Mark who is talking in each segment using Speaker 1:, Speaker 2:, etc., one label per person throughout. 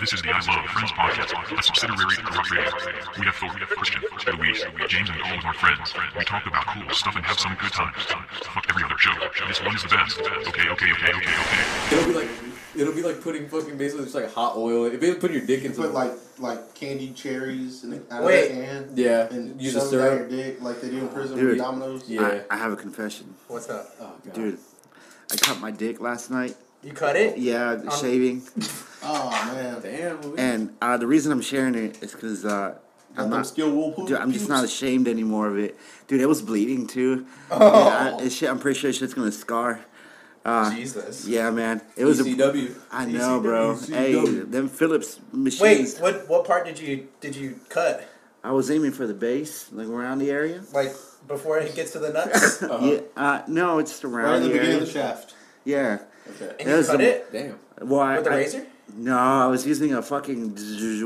Speaker 1: This is the I Love Friends podcast, a subsidiary of Rock Radio. We have Thor, Christian, Luis, James, and all of our friends. We talk about cool stuff and have some good times. Fuck every other show. This one is the best. Okay, okay, okay, okay, okay.
Speaker 2: It'll be like it'll be like putting fucking basically just like hot oil. It'd be like putting your dick
Speaker 3: You
Speaker 2: into
Speaker 3: put like like candied cherries in the, out
Speaker 4: Wait.
Speaker 3: of the can.
Speaker 2: Yeah,
Speaker 3: And
Speaker 2: use
Speaker 3: use
Speaker 2: a
Speaker 3: a
Speaker 2: syrup.
Speaker 3: syrup. Your dick, like they do in prison
Speaker 5: Dude.
Speaker 3: with Domino's.
Speaker 2: Yeah.
Speaker 5: I, I have a confession,
Speaker 4: What's up?
Speaker 2: oh, God.
Speaker 5: dude. I cut my dick last night.
Speaker 4: You cut it?
Speaker 5: Yeah, shaving.
Speaker 3: Oh man.
Speaker 2: Damn. Luis.
Speaker 5: And uh, the reason I'm sharing it is because uh,
Speaker 3: Got
Speaker 5: I'm
Speaker 3: them
Speaker 5: not.
Speaker 3: Skill wool poop.
Speaker 5: Dude, I'm just not ashamed anymore of it. Dude, it was bleeding too. Yeah, I, it shit, I'm pretty sure shit's gonna scar.
Speaker 4: Jesus.
Speaker 5: Yeah, man. It was. A,
Speaker 2: ECW.
Speaker 5: I know,
Speaker 2: E
Speaker 5: bro. Hey,
Speaker 2: ECW.
Speaker 5: them Phillips
Speaker 4: Wait,
Speaker 5: machines.
Speaker 4: what what part did you did you cut?
Speaker 5: I was aiming for the base, like around the area.
Speaker 4: Like before it gets to the nuts? and
Speaker 5: Yeah. Uh, no, it's just around
Speaker 3: Right in the
Speaker 5: the,
Speaker 3: beginning
Speaker 5: area.
Speaker 3: of the shaft.
Speaker 5: yeah.
Speaker 2: Okay.
Speaker 4: you
Speaker 5: There's
Speaker 4: cut
Speaker 5: the-
Speaker 4: it?
Speaker 2: Damn.
Speaker 5: Well, I,
Speaker 4: With a
Speaker 5: I-
Speaker 4: razor?
Speaker 5: no, I was using a fucking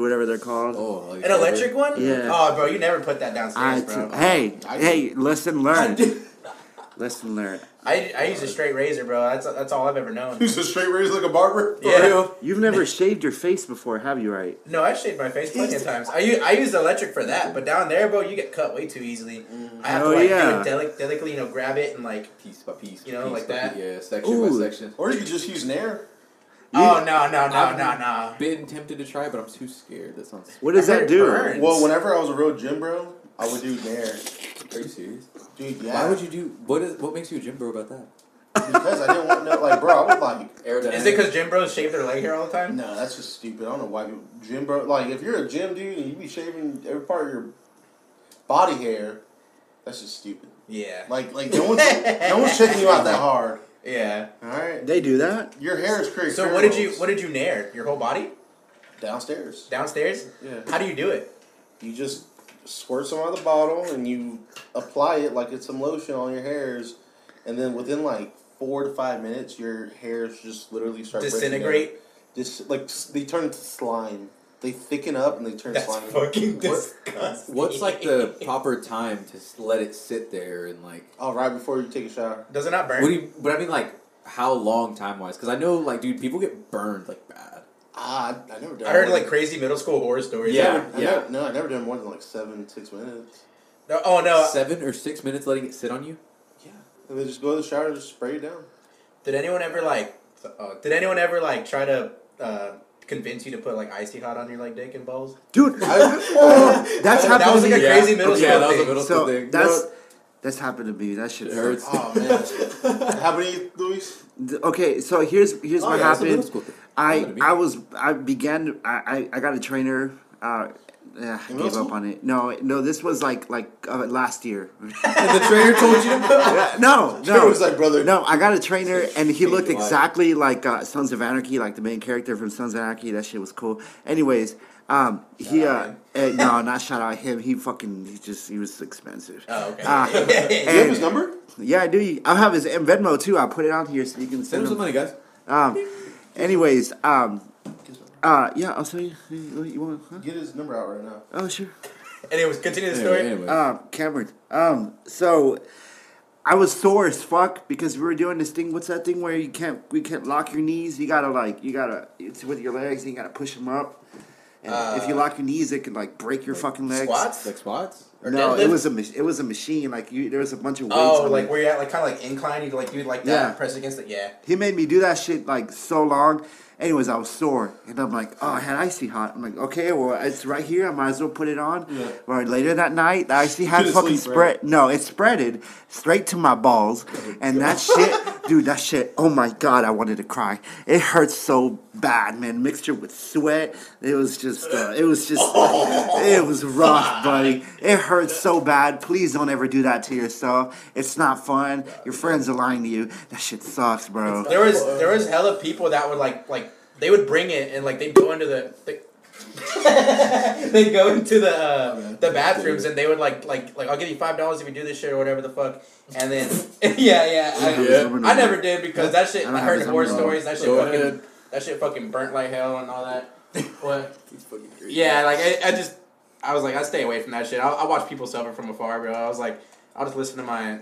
Speaker 5: whatever they're called.
Speaker 2: Oh, like
Speaker 4: An electric one?
Speaker 5: Yeah.
Speaker 4: Oh bro, you never put that
Speaker 5: I
Speaker 4: downstairs,
Speaker 5: t-
Speaker 4: bro.
Speaker 5: hey,
Speaker 3: I
Speaker 5: hey, listen, learn.
Speaker 2: did.
Speaker 5: Listen, learn.
Speaker 4: I, I use a straight razor, bro. That's that's all I've ever known.
Speaker 3: Who's a straight razor like a barber?
Speaker 4: Yeah.
Speaker 5: You've never shaved your face before, have you, right?
Speaker 4: No, I shaved my face plenty of times. I use I use electric for that, but down there, bro, you get cut way too easily. I have
Speaker 5: Oh,
Speaker 4: to like
Speaker 5: yeah.
Speaker 4: do it delic- delicately, you know, grab it and like.
Speaker 2: Piece by piece.
Speaker 4: You know,
Speaker 2: piece
Speaker 4: like
Speaker 2: by
Speaker 4: that?
Speaker 2: piece. Yeah, section
Speaker 5: Ooh.
Speaker 2: by section.
Speaker 3: Or you could just use an air.
Speaker 4: Oh no no no
Speaker 2: I've
Speaker 4: no no.
Speaker 2: Been tempted to try, but I'm too scared. That sounds.
Speaker 5: What does
Speaker 4: I heard
Speaker 5: that do?
Speaker 4: burn.
Speaker 3: Well, whenever I was a real gym bro, I would do an air.
Speaker 2: Are you serious?
Speaker 3: Dude, yeah.
Speaker 2: Why would you do? What is? What makes you a gym bro about that?
Speaker 3: Because I didn't want no like bro. I would like.
Speaker 2: Aerodynamics.
Speaker 4: Is it because gym bros shave their leg hair all the time?
Speaker 3: No, that's just stupid. I don't know why you gym bro. Like if you're a gym dude and you be shaving every part of your body hair, that's just stupid.
Speaker 4: Yeah.
Speaker 3: Like like no one's no one's checking you out that hard.
Speaker 4: Yeah.
Speaker 3: All right.
Speaker 5: They do that?
Speaker 3: Your hair is crazy.
Speaker 4: So what did you what did you nair? Your whole body
Speaker 3: downstairs?
Speaker 4: downstairs?
Speaker 3: Yeah.
Speaker 4: How do you do it?
Speaker 3: You just squirt some out of the bottle and you apply it like it's some lotion on your hairs, and then within like four to five minutes, your hairs just literally start breaking down.
Speaker 4: Disintegrate.
Speaker 3: Just like s- they turn into slime. They thicken up and they turn
Speaker 4: That's
Speaker 3: slimy.
Speaker 4: fucking
Speaker 2: What-
Speaker 4: disgusting.
Speaker 2: What's like the proper time to s- let it sit there and like?
Speaker 3: Oh, right before you take a shower.
Speaker 4: Does it not burn?
Speaker 2: What do you? But I mean, like, how long time wise? Because I know, like, dude, people get burned like bad.
Speaker 3: Ah, I, I never done.
Speaker 4: I heard
Speaker 3: more
Speaker 4: like
Speaker 3: than-
Speaker 4: crazy middle school horror stories.
Speaker 2: Yeah.
Speaker 3: I never- no, I never done more than like seven, six minutes.
Speaker 4: No- oh no.
Speaker 2: Seven or six minutes letting it sit on you.
Speaker 3: Yeah. And then just go to the shower and just spray it down.
Speaker 4: Did anyone ever like? Uh, did anyone ever like try to uh, convince you to put like icy hot on your like dick and balls?
Speaker 5: Dude, oh,
Speaker 3: I-
Speaker 5: that's
Speaker 4: That
Speaker 5: happened
Speaker 4: was
Speaker 5: to
Speaker 4: like a
Speaker 5: me.
Speaker 4: crazy middle
Speaker 2: yeah,
Speaker 4: school
Speaker 2: that was a
Speaker 4: thing.
Speaker 2: middle school
Speaker 5: So
Speaker 2: thing.
Speaker 5: that's that's happened to me. That shit
Speaker 2: it
Speaker 5: hurts.
Speaker 2: hurts.
Speaker 3: Oh man. How about you, Luis?
Speaker 5: Th- Okay, so here's here's
Speaker 2: Oh,
Speaker 5: what
Speaker 2: yeah, it's a middle
Speaker 5: happened.
Speaker 2: school thing. Happened
Speaker 5: I
Speaker 2: to me.
Speaker 5: I was I began I I, I got a trainer. Uh, eh, I
Speaker 3: middle
Speaker 5: gave up
Speaker 3: school?
Speaker 5: on it. No, no, this was like like uh, last year.
Speaker 2: and the trainer told you to put.
Speaker 5: Yeah, no,
Speaker 3: Trevor
Speaker 5: no.
Speaker 3: was like, "Brother."
Speaker 5: No, I got a trainer, and he looked
Speaker 2: Life.
Speaker 5: exactly like uh, Sons of Anarchy, like the main character from Sons of Anarchy. That shit was cool. Anyways, um, he uh, eh, no, not shout out him. He fucking he just he was expensive.
Speaker 2: Uh,
Speaker 4: Oh okay.
Speaker 5: Ah.
Speaker 3: Do you have
Speaker 5: And-
Speaker 3: his number?
Speaker 5: Yeah, I do. I'll have his and Venmo too. I'll put it on here so you can
Speaker 2: Send
Speaker 5: send
Speaker 2: him some
Speaker 5: him.
Speaker 2: money, guys.
Speaker 5: Um, anyways, um, uh, yeah. I'll send you. You you want? Huh?
Speaker 3: Get his number out right now.
Speaker 5: Oh sure.
Speaker 4: anyways, continue the story.
Speaker 2: Anyway, anyway.
Speaker 5: Um, Cameron. Um, so I was sore as fuck because we were doing this thing. What's that thing where you can't we can't lock your knees? You gotta like you gotta it's with your legs. and You gotta push them up. And if you lock your knees, it can like break your fucking legs.
Speaker 4: Uh, Squats.
Speaker 2: like spots.
Speaker 4: Or
Speaker 5: No,
Speaker 4: deadlift?
Speaker 5: it was a mach- it was a machine. Like you, there was a bunch of weights.
Speaker 4: Oh,
Speaker 5: on
Speaker 4: like
Speaker 5: it.
Speaker 4: where you're at, like kind of like incline. You like do like that,
Speaker 5: Yeah.
Speaker 4: press against it. Yeah.
Speaker 5: He made me do that shit like so long. Anyways, I was sore, and I'm like, oh, I had icy hot. I'm like, okay, well, it's right here. I might as well put it on.
Speaker 3: Yeah.
Speaker 5: Or later that night, the icy hot
Speaker 3: couldn't
Speaker 5: fucking
Speaker 3: sleep,
Speaker 5: spread.
Speaker 3: right?
Speaker 5: No, it spreaded straight to my balls,
Speaker 4: Oh,
Speaker 5: and that shit, dude, that shit. Oh my god, I wanted to cry. It hurt so bad, man. Mixture with sweat. It was just, uh, it was just, it was rough, buddy. It hurt so bad. Please don't ever do that to yourself. It's not fun. Your friends are lying to you. That shit sucks, bro.
Speaker 4: Um, There was there was hella people that would like like they would bring it and like they'd go into the. the they go into the uh, the bathrooms and they would like like like I'll give you five dollars if you do this shit or whatever the fuck and then yeah yeah I,
Speaker 5: Yeah.
Speaker 4: I never did because that shit
Speaker 5: I
Speaker 4: I,
Speaker 5: don't have
Speaker 4: heard
Speaker 5: his
Speaker 4: horror
Speaker 5: number.
Speaker 4: stories that shit
Speaker 2: Go
Speaker 4: fucking
Speaker 2: ahead.
Speaker 4: that shit fucking burnt like hell and all that what yeah like I, I just I was like I stay away from that shit I, I watch people suffer from afar bro I was like I'll just listen to my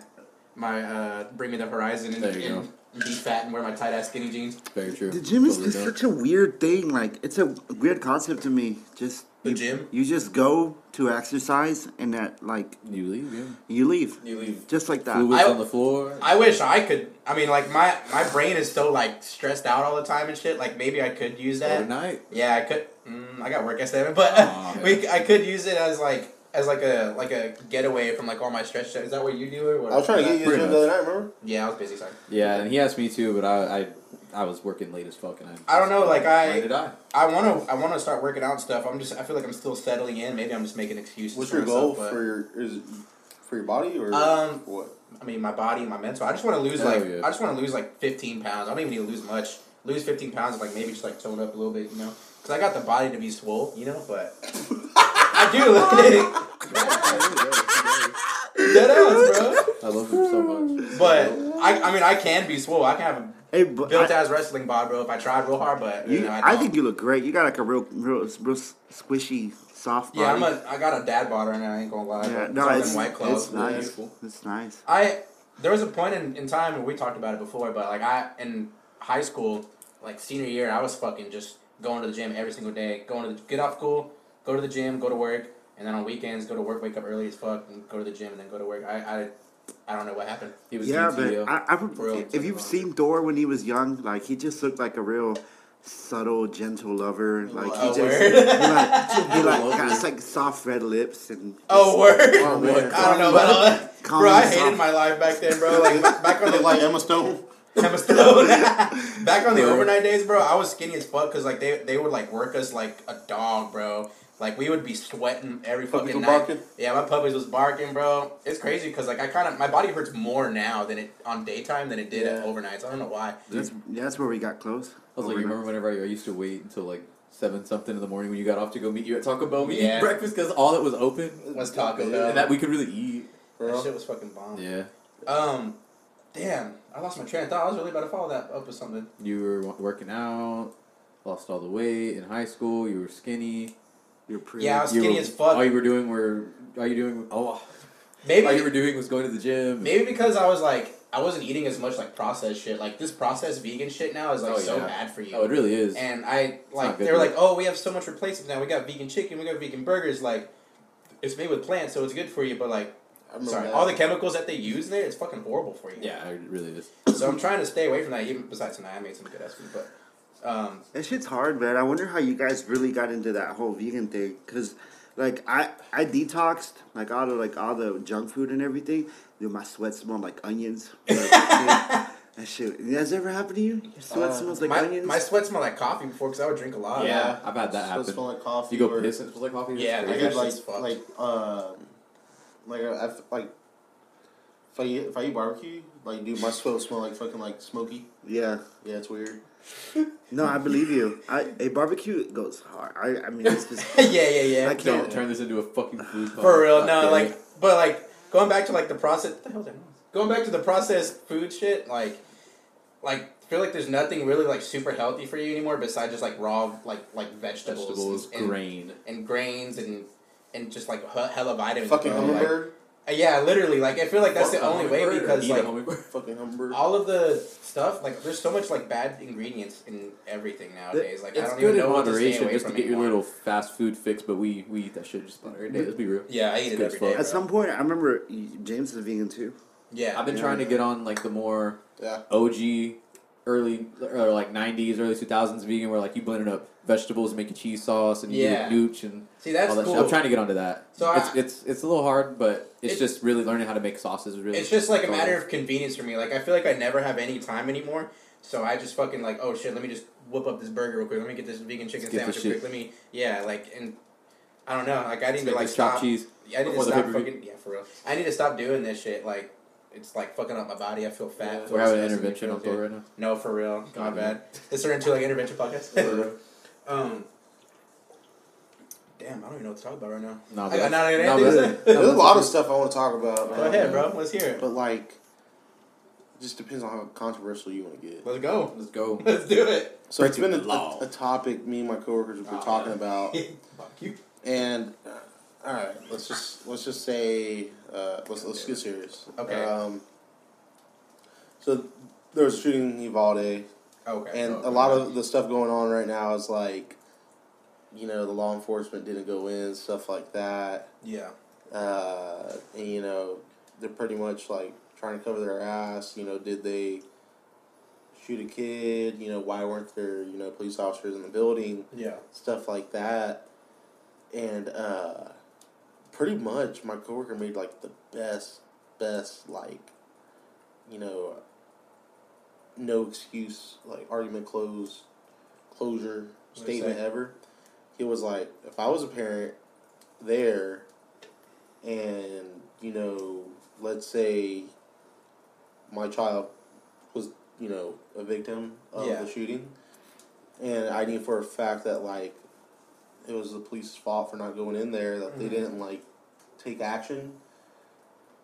Speaker 4: my uh, Bring Me the Horizon and,
Speaker 2: There you
Speaker 4: and be fat and wear my tight ass skinny jeans.
Speaker 2: Very true.
Speaker 5: The gym is
Speaker 2: Totally
Speaker 5: just
Speaker 2: done.
Speaker 5: such a weird thing. Like it's a weird concept to me. Just
Speaker 4: The
Speaker 5: you-
Speaker 4: gym?
Speaker 5: You just go to exercise and that like
Speaker 2: You leave, yeah.
Speaker 5: you leave.
Speaker 4: You leave.
Speaker 5: Just like that.
Speaker 2: Fluids
Speaker 4: I-
Speaker 2: on the floor.
Speaker 4: I wish I could. I mean, like my my brain is so like stressed out all the time and shit. Like maybe I could use that.
Speaker 2: Overnight.
Speaker 4: Yeah, I could. Mm, I got work yesterday, but
Speaker 2: Aw, man.
Speaker 4: we I could use it as like as like a like a getaway from like all my stress. Is that what you do? Or what?
Speaker 3: I was trying to get you to the
Speaker 2: Pretty
Speaker 3: gym the other night, remember?
Speaker 4: Yeah, I was busy. Sorry.
Speaker 2: Yeah, and he asked me too, but I, I, I was working late as fuck, and I.
Speaker 4: I don't know, like, I-
Speaker 2: Why did I?
Speaker 4: I want to I want to start working out and stuff. I'm just I feel like I'm still settling in. Maybe I'm just making excuses.
Speaker 3: What's
Speaker 4: for
Speaker 3: your goal
Speaker 4: myself, but-
Speaker 3: for your is it for your body or
Speaker 4: Um,
Speaker 3: what?
Speaker 4: I mean, my body, and my mental. I just want to lose
Speaker 2: Hell
Speaker 4: like
Speaker 2: yeah.
Speaker 4: I just want to lose like fifteen pounds. I don't even need to lose much. Lose fifteen pounds, like maybe just like tone up a little bit, you know. Cause I got the body to be swole, you know. But I do like dead ass, bro.
Speaker 2: I love him so much.
Speaker 4: But I, I mean, I can be swole. I can have a
Speaker 5: hey, but
Speaker 4: built
Speaker 5: I,
Speaker 4: ass wrestling bod, bro, if I tried real hard. But you
Speaker 5: you,
Speaker 4: know, I,
Speaker 5: I
Speaker 4: don't.
Speaker 5: think you look great. You got like a real, real, real squishy, soft
Speaker 4: yeah,
Speaker 5: body.
Speaker 4: I'm a I got a dad bod right now. I ain't gonna lie.
Speaker 5: yeah,
Speaker 4: but
Speaker 5: no,
Speaker 4: all them
Speaker 5: it's,
Speaker 4: white claws,
Speaker 5: it's
Speaker 4: really
Speaker 5: nice.
Speaker 4: beautiful.
Speaker 5: It's nice.
Speaker 4: I there was a point in, in time where we talked about it before, but like I in high school, like senior year, I was fucking just going to the gym every single day. Going to the, get off school, go to the gym, go to work, and then on weekends go to work, wake up early as fuck, and go to the gym, and then go to work. I I, I don't know what happened.
Speaker 2: He was
Speaker 5: Yeah,
Speaker 2: DTO.
Speaker 5: but I, I, would-
Speaker 4: For real,
Speaker 5: if you've
Speaker 4: it's
Speaker 5: seen Thor when he was young, like he just looked like a real subtle, gentle lover. Like
Speaker 4: Oh,
Speaker 5: he just
Speaker 4: word.
Speaker 5: he like he like
Speaker 2: Lover.
Speaker 5: got like soft red lips and
Speaker 4: Oh word!
Speaker 3: Oh, man.
Speaker 4: I don't know about all that,
Speaker 5: Calm
Speaker 4: bro. I
Speaker 5: yourself.
Speaker 4: hated my life back then, bro. Like back on the
Speaker 3: like Emma Stone.
Speaker 4: Emma Stone. Back on the
Speaker 2: Bro.
Speaker 4: overnight days, bro, I was skinny as fuck because like they they would like work us like a dog, bro. Like we would be sweating every
Speaker 3: Puppies
Speaker 4: fucking
Speaker 3: were
Speaker 4: night.
Speaker 3: barking?
Speaker 4: Yeah, my puppies was barking, bro. It's crazy because like I kind of my body hurts more now than it on daytime than it did
Speaker 3: Yeah.
Speaker 4: at overnights. I don't know why.
Speaker 5: that's that's where we got close.
Speaker 2: I was like, you remember whenever I, I used to wait until like seven something in the morning when you got off to go meet you at Taco Bell? We
Speaker 4: Yeah.
Speaker 2: eat breakfast because all that was open,
Speaker 4: Let's talk about
Speaker 2: and that we could really eat.
Speaker 4: that
Speaker 3: Bro.
Speaker 4: shit was fucking bomb.
Speaker 2: Yeah,
Speaker 4: Um, damn, I lost my train of thought. I was really about to follow that up with something.
Speaker 2: you were wo- working out, lost all the weight in high school. You were skinny.
Speaker 5: You're pretty.
Speaker 4: Yeah, I was
Speaker 2: You
Speaker 4: skinny
Speaker 2: were-
Speaker 4: as fuck.
Speaker 2: All you were doing were all you doing. Oh,
Speaker 4: Maybe
Speaker 2: all you were doing was going to the gym.
Speaker 4: Maybe because I was like, I wasn't eating as much like processed shit. Like this processed vegan shit now is like
Speaker 2: Oh,
Speaker 4: so
Speaker 2: yeah.
Speaker 4: bad for you.
Speaker 2: Oh, it really is.
Speaker 4: and I like
Speaker 2: not good
Speaker 4: they were
Speaker 2: for you.
Speaker 4: like, oh, we have so much replacements now. We got vegan chicken, we got vegan burgers. Like it's made with plants, so it's good for you. But like,
Speaker 3: I remember
Speaker 4: sorry,
Speaker 3: that.
Speaker 4: all the chemicals that they use there, it's fucking horrible for you.
Speaker 2: yeah, it really is.
Speaker 4: So I'm trying to stay away from that. Even besides tonight, I made some good ass food, but um,
Speaker 5: That shit's hard, man. I wonder how you guys really got into that whole vegan thing. Cause, like, I I detoxed like all the like all the junk food and everything. Dude, my sweat smelled like onions. Like, dude, that shit. Has that ever happened to you? Your sweat
Speaker 3: Uh,
Speaker 5: smells like
Speaker 4: my
Speaker 5: onions.
Speaker 4: my sweat smelled like coffee before because I would drink a lot.
Speaker 2: Yeah, I've had that
Speaker 3: So
Speaker 2: happen.
Speaker 3: smell like coffee
Speaker 2: You go
Speaker 3: or-
Speaker 2: piss and it smells like coffee.
Speaker 4: Yeah,
Speaker 2: It's
Speaker 3: I
Speaker 4: Like,
Speaker 2: crazy.
Speaker 3: could
Speaker 4: that's
Speaker 3: like
Speaker 4: just fucked.
Speaker 3: like um like I f- like if I eat, if I eat barbecue, like dude, my sweat will smell like fucking like smoky.
Speaker 5: yeah.
Speaker 3: Yeah, it's weird.
Speaker 5: No, I believe you. I a barbecue goes hard. I I mean it's just.
Speaker 4: yeah, yeah, yeah.
Speaker 5: I can't.
Speaker 2: Don't turn this into a fucking food.
Speaker 4: For real,
Speaker 2: podcast.
Speaker 4: no,
Speaker 2: Yeah.
Speaker 4: like, but like going back to like the process. What the hell is that noise? Going back to the processed food shit, like, like I feel like there's nothing really like super healthy for you anymore besides just like raw like like vegetables,
Speaker 2: vegetables,
Speaker 4: and,
Speaker 2: grain.
Speaker 4: and grains and and just like he- hella vitamins.
Speaker 3: Fucking
Speaker 4: bro. Like,
Speaker 3: hummingbird.
Speaker 4: uh, yeah, literally. Like I feel like that's the
Speaker 2: Fuck a
Speaker 4: only way
Speaker 2: hummingbird or
Speaker 4: because
Speaker 2: eat a
Speaker 4: like
Speaker 2: hummingbird.
Speaker 3: Fucking hummingbird.
Speaker 4: all of the stuff like there's so much like bad ingredients in everything nowadays. Like I
Speaker 2: it's
Speaker 4: don't
Speaker 2: good
Speaker 4: even
Speaker 2: in
Speaker 4: know what to stay
Speaker 2: moderation
Speaker 4: away
Speaker 2: just to
Speaker 4: from
Speaker 2: get your
Speaker 4: anymore.
Speaker 2: little fast food fix, but we we eat that shit just about every day. Let's be real.
Speaker 4: yeah, I
Speaker 2: It's
Speaker 4: eat it
Speaker 2: good as
Speaker 4: every day.
Speaker 2: fuck.
Speaker 5: At
Speaker 4: bro.
Speaker 5: some point, I remember James is a vegan too.
Speaker 4: yeah,
Speaker 2: I've been trying to get on like the more
Speaker 3: yeah.
Speaker 2: OG early or like 90s early 2000s vegan where like you blended up vegetables and make a cheese sauce and you
Speaker 4: Yeah.
Speaker 2: do a nooch and
Speaker 4: see that's
Speaker 2: all that
Speaker 4: cool.
Speaker 2: shit. I'm trying to get onto that.
Speaker 4: So I-
Speaker 2: it's, it's it's a little hard, but it's
Speaker 4: It-
Speaker 2: just really learning how to make sauces. is Really,
Speaker 4: It's just like a
Speaker 2: hard.
Speaker 4: matter of convenience for me. Like I feel like I never have any time anymore. So I just fucking like, oh shit, let me just whip up this burger real quick. Let me get this vegan chicken
Speaker 2: Let's get
Speaker 4: sandwich
Speaker 2: this
Speaker 4: real
Speaker 2: shit.
Speaker 4: quick. Let me yeah, like and I don't know. Like I need
Speaker 2: Let's
Speaker 4: to
Speaker 2: make
Speaker 4: like
Speaker 2: this chopped
Speaker 4: stop.
Speaker 2: cheese.
Speaker 4: I need to
Speaker 2: before the
Speaker 4: stop
Speaker 2: pay-per-view.
Speaker 4: fucking yeah, for real. I need to stop doing this shit. Like it's like fucking up my body. I feel fat.
Speaker 3: Yeah.
Speaker 4: Feel
Speaker 2: We're having an
Speaker 4: disgusting.
Speaker 2: intervention on
Speaker 4: Feels
Speaker 2: Thor
Speaker 4: good.
Speaker 2: right now.
Speaker 4: No, for real. My
Speaker 2: Mhm.
Speaker 4: bad. This turned into like an intervention podcast. um. Damn, I don't even know what to talk about right now.
Speaker 2: Nah,
Speaker 4: I
Speaker 2: but-
Speaker 4: got nothing to
Speaker 2: nah,
Speaker 4: do.
Speaker 2: but-
Speaker 3: There's a
Speaker 2: but-
Speaker 3: lot of stuff I want to talk about.
Speaker 4: Go
Speaker 3: man.
Speaker 4: ahead, bro. Let's hear it.
Speaker 3: Uh, But like, just depends on how controversial you want to get.
Speaker 4: Let's go.
Speaker 2: Let's go.
Speaker 4: Let's do it.
Speaker 3: So it's been a,
Speaker 2: Breaking the law.
Speaker 3: a, a topic me and my coworkers have been
Speaker 4: Oh,
Speaker 3: talking
Speaker 4: yeah.
Speaker 3: about,
Speaker 4: Fuck you.
Speaker 3: and uh, all right, let's just let's just say uh, let's let's get serious.
Speaker 4: Okay.
Speaker 3: Um, so there was a shooting in Uvalde,
Speaker 4: Okay.
Speaker 3: and
Speaker 4: okay.
Speaker 3: a lot of the stuff going on right now is like, you know, the law enforcement didn't go in, stuff like that.
Speaker 4: yeah.
Speaker 3: Uh, and you know, they're pretty much like trying to cover their ass. You know, did they shoot a kid? You know, why weren't there you know police officers in the building?
Speaker 4: Yeah.
Speaker 3: Stuff like that, and uh, pretty much my coworker made like the best, best like, you know, no excuse like argument close, closure
Speaker 4: he
Speaker 3: statement
Speaker 4: say?
Speaker 3: ever. He was like, if I was a parent there and you know let's say my child was you know a victim of
Speaker 4: Yeah.
Speaker 3: the shooting and i knew for a fact that like it was the police's fault for not going in there that they
Speaker 4: Mhm.
Speaker 3: didn't like take action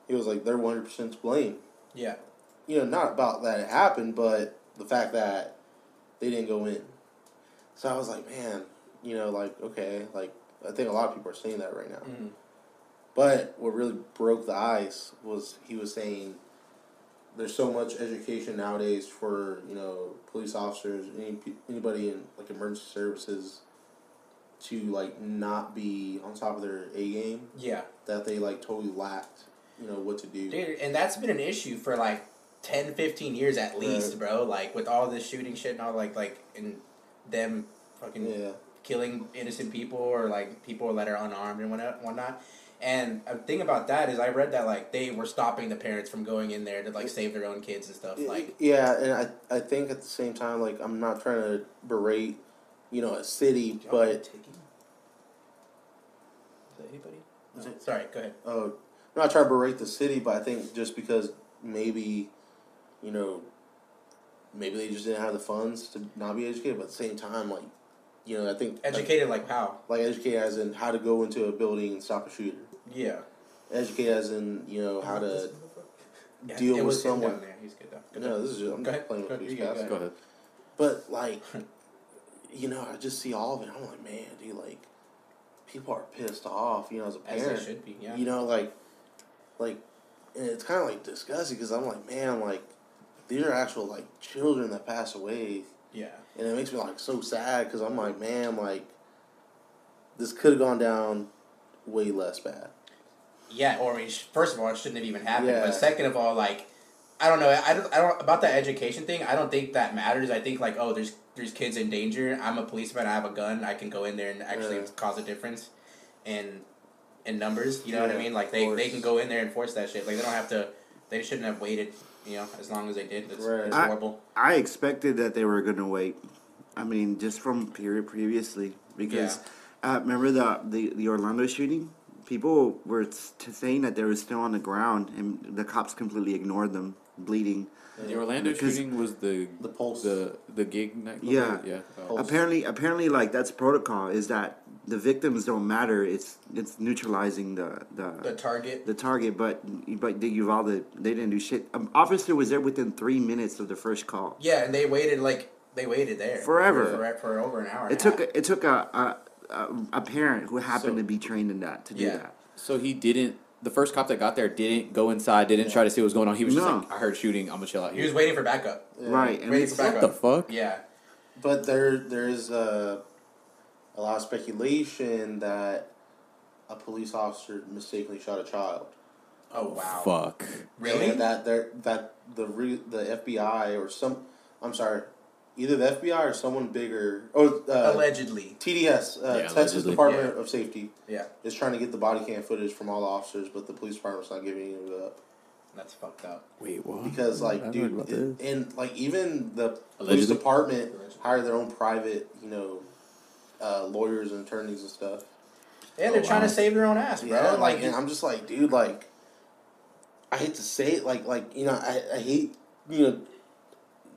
Speaker 3: it was like they're 100% to blame
Speaker 4: Yeah.
Speaker 3: you know not about that it happened but the fact that they didn't go in so i was like man you know like okay like i think a lot of people are saying that right now
Speaker 4: Mhm.
Speaker 3: but what really broke the ice was he was saying there's so much education nowadays for you know police officers, any, pe- anybody in like emergency services, to like not be on top of their A game
Speaker 4: Yeah.
Speaker 3: that they like totally lacked, you know what to do.
Speaker 4: Dude, and that's been an issue for like 10, 15 years at least, bro. Like with all this shooting shit and all like like and them fucking
Speaker 3: Yeah,
Speaker 4: killing innocent people or like people that are unarmed and whatnot. whatnot. And a thing about that is, I read that like they were stopping the parents from going in there to like save their own kids and stuff. Like,
Speaker 3: yeah, and I I think at the same time like I'm not trying to berate, you know, a city,
Speaker 4: Y'all
Speaker 3: but
Speaker 4: taking- Is that anybody? No. Sorry, go ahead.
Speaker 3: uh, I'm not trying to berate the city, but I think just because maybe, you know, maybe they just didn't have the funds to not be educated, but at the same time, like, you know, I think
Speaker 4: Educated like how?
Speaker 3: like educate as in how to go into a building and stop a shooter.
Speaker 4: Yeah.
Speaker 3: Educate as in you know how to.
Speaker 4: Yeah,
Speaker 3: Deal
Speaker 4: it
Speaker 3: with
Speaker 4: was him
Speaker 3: someone.
Speaker 4: down there. He's good though. Good
Speaker 3: No, this is just, I'm
Speaker 4: Go
Speaker 3: just
Speaker 4: ahead.
Speaker 3: playing
Speaker 4: Go
Speaker 3: with
Speaker 4: ahead.
Speaker 3: these
Speaker 4: You go
Speaker 3: guys.
Speaker 4: ahead.
Speaker 2: Go ahead.
Speaker 3: But like, you know, I just see all of it. I'm like, man, dude, like, people are pissed off. You know, as a
Speaker 4: though. As
Speaker 3: parent,
Speaker 4: they should be. Yeah.
Speaker 3: You know, like, like, and it's kind of like disgusting because I'm like, man, like, these are actual like children that pass away,
Speaker 4: yeah.
Speaker 3: and it makes me like so sad because I'm like, man, like, this could have gone down way less bad.
Speaker 4: Yeah, or I mean, sh- first of all, it shouldn't have even happened.
Speaker 3: Yeah.
Speaker 4: But second of all, like, I don't know. I don't, I don't about that education thing. I don't think that matters. I think like, oh, there's there's kids in danger. I'm a policeman. I have a gun. I can go in there and actually
Speaker 3: Yeah.
Speaker 4: cause a difference, and in numbers. You know what
Speaker 3: Yeah,
Speaker 4: I mean? Like
Speaker 3: of
Speaker 4: they, they
Speaker 3: course.
Speaker 4: can go in there and force that shit. Like they don't have to. They shouldn't have waited. You know, as long as they did. It's,
Speaker 3: Right.
Speaker 4: it's
Speaker 5: I-
Speaker 4: horrible.
Speaker 5: I expected that they were gonna wait. I mean, just from period previously, because uh, remember the, the the Orlando shooting, people were t- saying that they were still on the ground, and the cops completely ignored them, bleeding.
Speaker 2: The Orlando
Speaker 5: Because-
Speaker 2: shooting was the
Speaker 3: The pulse.
Speaker 2: the the gig night.
Speaker 5: Yeah.
Speaker 2: yeah. Oh.
Speaker 3: Pulse.
Speaker 5: Apparently, apparently, like that's protocol is that the victims don't matter. It's it's neutralizing the
Speaker 4: The
Speaker 5: the,
Speaker 4: target.
Speaker 5: the target, but but the Uvalde they didn't do shit. Um, officer was there within three minutes of the first call.
Speaker 4: yeah, and they waited like they waited there
Speaker 5: Forever.
Speaker 4: for, for over an hour. and
Speaker 5: It
Speaker 4: a
Speaker 5: took
Speaker 4: half.
Speaker 5: it took a a, a, a parent who happened
Speaker 2: So-
Speaker 5: to be trained in that to do
Speaker 4: Yeah.
Speaker 5: that.
Speaker 2: So he didn't. The first cop that got there didn't go inside. Didn't try to see what was going on. He was
Speaker 5: No.
Speaker 2: just like, "I heard shooting. I'm gonna chill out
Speaker 4: He
Speaker 2: here."
Speaker 4: was waiting for backup.
Speaker 5: Right, and
Speaker 4: Waiting
Speaker 5: it's-
Speaker 4: for backup.
Speaker 2: what the fuck?
Speaker 4: Yeah.
Speaker 3: But there, there is uh, a lot of speculation that a police officer mistakenly shot a child.
Speaker 4: Oh wow.
Speaker 2: Fuck.
Speaker 4: Really?
Speaker 3: And that there that the re, the FBI or some I'm sorry, either the FBI or someone bigger or uh,
Speaker 4: Allegedly.
Speaker 3: TDS uh,
Speaker 2: Yeah,
Speaker 3: Texas
Speaker 2: allegedly.
Speaker 3: Department of Safety
Speaker 4: Yeah.
Speaker 3: is trying to get the body cam footage from all the officers, but the police department's not giving it up
Speaker 4: That's fucked up.
Speaker 2: Wait, what?
Speaker 3: because
Speaker 2: I
Speaker 3: like
Speaker 2: heard
Speaker 3: dude
Speaker 2: about
Speaker 3: it- and like even the police
Speaker 2: Allegedly.
Speaker 3: department
Speaker 4: Allegedly.
Speaker 3: hired their own private you know uh, lawyers and attorneys and stuff.
Speaker 4: Yeah, they're
Speaker 2: Oh,
Speaker 4: trying
Speaker 2: wow.
Speaker 4: to save their own ass, bro.
Speaker 3: Yeah,
Speaker 4: like,
Speaker 3: like and I'm just like, dude, like I hate to say it, like like you know, I, I hate you know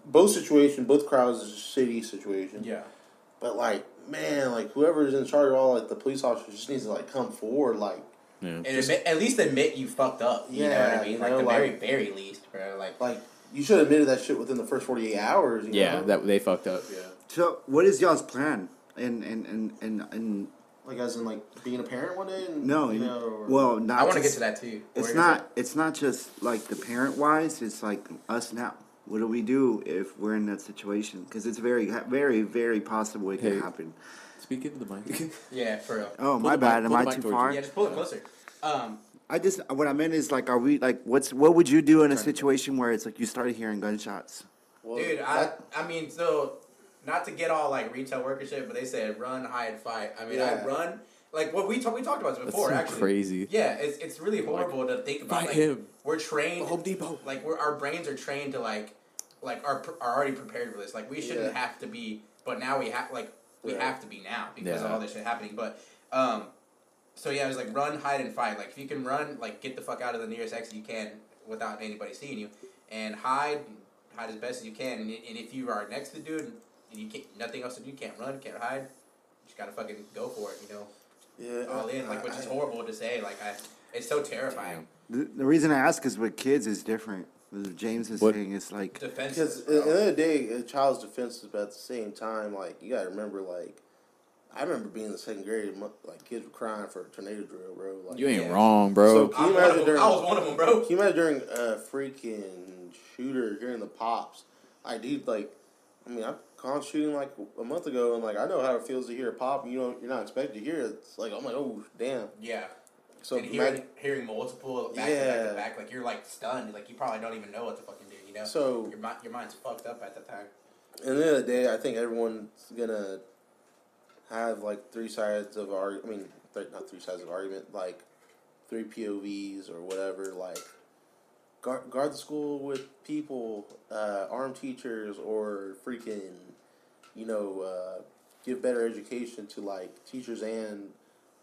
Speaker 3: both situation, both crowds is a shitty situation.
Speaker 4: yeah,
Speaker 3: But like, man, like whoever's in charge of all like the police officers just needs to like come forward, like
Speaker 2: Yeah.
Speaker 4: and admit, at least admit you fucked up. You know
Speaker 3: Yeah,
Speaker 4: what I mean?
Speaker 3: you
Speaker 4: Like
Speaker 3: know,
Speaker 4: the
Speaker 3: like-
Speaker 4: very, very least, bro. Like,
Speaker 3: like you should have admitted that shit within the first forty eight hours, you
Speaker 2: Yeah,
Speaker 3: know?
Speaker 2: that they fucked up.
Speaker 4: yeah,
Speaker 5: So, what is y'all's plan? And and and and, and
Speaker 3: like as in like being a parent one day and
Speaker 5: no,
Speaker 3: you
Speaker 5: and-
Speaker 3: know or-
Speaker 5: well, not.
Speaker 4: I want to get
Speaker 5: just-
Speaker 4: to that too. Where
Speaker 5: It's
Speaker 4: is
Speaker 5: not. It's not just like the parent wise. It's like us now. What do we do if we're in that situation? Because it's very, very, very possible it
Speaker 2: Hey.
Speaker 5: could happen.
Speaker 2: Speak into the mic.
Speaker 4: Yeah, for real.
Speaker 5: Oh,
Speaker 2: the
Speaker 5: my
Speaker 2: mic-
Speaker 5: bad.
Speaker 2: pull
Speaker 5: Am
Speaker 2: the
Speaker 5: I
Speaker 2: mic
Speaker 5: too
Speaker 2: towards you.
Speaker 5: far?
Speaker 4: Yeah, just pull it closer. Um,
Speaker 5: I just what I meant is like, are we like, what's what would you do in a situation where it's like you started hearing gunshots?
Speaker 2: Well,
Speaker 4: dude, I I mean, so not to get all like retail worker shit, but they said run, hide, fight. I mean, I
Speaker 3: Yeah.
Speaker 4: run. Like what we talked, we talked about this before.
Speaker 2: so
Speaker 4: actually,
Speaker 2: crazy.
Speaker 4: Yeah, it's it's really horrible to think about.
Speaker 2: fight
Speaker 4: like,
Speaker 2: him. Oh
Speaker 4: We're trained.
Speaker 2: Home Depot.
Speaker 4: Like we're, our brains are trained to like, like are pr- are already prepared for this. Like we shouldn't
Speaker 3: Yeah.
Speaker 4: have to be, but now we have like we
Speaker 3: Yeah.
Speaker 4: have to be now because of
Speaker 2: Yeah.
Speaker 4: all this shit happening. But um, so yeah, it was like run, hide, and fight. Like if you can run, like get the fuck out of the nearest exit you can without anybody seeing you, and hide, hide as best as you can. And, i- and if you are next to the dude and you can't, nothing else to do, you can't run, can't hide. You just gotta fucking go for it, you know,
Speaker 3: Yeah,
Speaker 4: all in. Oh, Like which is horrible to say. Like I, it's so terrifying.
Speaker 5: The, the reason I ask is with kids is different. As James is
Speaker 2: What-
Speaker 5: saying it's like
Speaker 4: Defense.
Speaker 3: Because at the end of the day, a child's defense is but at the same time, like you gotta remember, like I remember being in the second grade, and mo- like kids were crying for a tornado drill, bro. Like,
Speaker 2: you ain't
Speaker 4: Yeah.
Speaker 2: wrong, bro.
Speaker 3: So-
Speaker 4: I'm
Speaker 3: you
Speaker 4: one of
Speaker 3: imagine
Speaker 4: them.
Speaker 3: during-
Speaker 4: I was one of them, bro.
Speaker 3: Can you imagine during a freaking shooter during the pops? I dude, like, I mean, I've gone shooting like a month ago, and like I know how it feels to hear a pop, and you don't, you're not expected to hear it. It's like I'm like, oh damn.
Speaker 4: Yeah.
Speaker 3: So
Speaker 4: and hearing,
Speaker 3: imagine,
Speaker 4: hearing multiple back to back
Speaker 3: Yeah.
Speaker 4: to back, like you're like stunned, like you probably don't even know what to fucking do, you know?
Speaker 3: So-
Speaker 4: your mind, your mind's fucked up at the time.
Speaker 3: at the end of the day, I think everyone's gonna have like three sides of our. I mean, th- not three sides of argument, like three POVs or whatever. Like guard, guard the school with people, uh, armed teachers, or freaking, you know, uh, give better education to like teachers and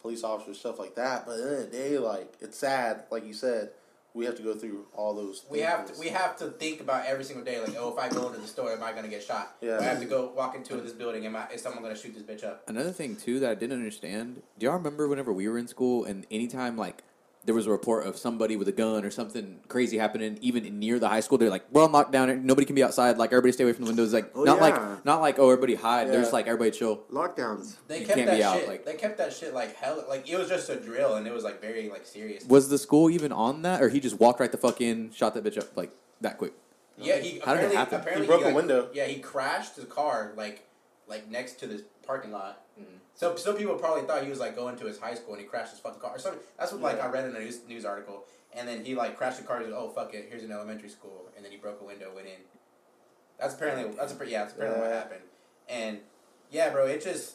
Speaker 3: police officers, stuff like that. But at the end of the day, like it's sad, like you said, we have to go through all those.
Speaker 4: We have to
Speaker 3: things.
Speaker 4: we have to think about every single day, like, oh, if I go into the store, am I gonna get shot?
Speaker 3: Yeah.
Speaker 4: Or I have to go walk into this building, am I? Is someone gonna shoot this bitch up?
Speaker 2: Another thing too that I didn't understand. Do y'all remember whenever we were in school and anytime like there was a report of somebody with a gun or something crazy happening, even near the high school, they're like, "Well, I'm locked down. Nobody can be outside. Like everybody stay away from the windows. Like
Speaker 5: Oh,
Speaker 2: not
Speaker 5: yeah.
Speaker 2: like not like oh everybody hide.
Speaker 3: Yeah.
Speaker 2: There's like everybody chill.
Speaker 5: lockdowns.
Speaker 4: They
Speaker 2: You
Speaker 4: kept
Speaker 2: can't
Speaker 4: that
Speaker 2: be out,
Speaker 4: shit.
Speaker 2: like-
Speaker 4: they kept that shit like hell. Like it was just a drill, and it was like very like serious.
Speaker 2: Was the school even on that, or he just walked right the fuck in, shot that bitch up like that quick?
Speaker 4: Yeah, he
Speaker 2: How did it
Speaker 4: apparently,
Speaker 2: happen?
Speaker 4: apparently
Speaker 3: He broke a
Speaker 4: like-
Speaker 3: window.
Speaker 4: Yeah, he crashed his car like like next to this parking lot.
Speaker 2: Mm-hmm.
Speaker 4: So some people probably thought he was like going to his high school and he crashed his fucking car or something. That's what like
Speaker 3: Yeah.
Speaker 4: I read in a news, news article. And then he like crashed the car. and He was oh fuck it, here's an elementary school. And then he broke a window, went in. That's apparently that's appar- yeah that's apparently what
Speaker 3: Yeah.
Speaker 4: happened. And yeah, bro, it just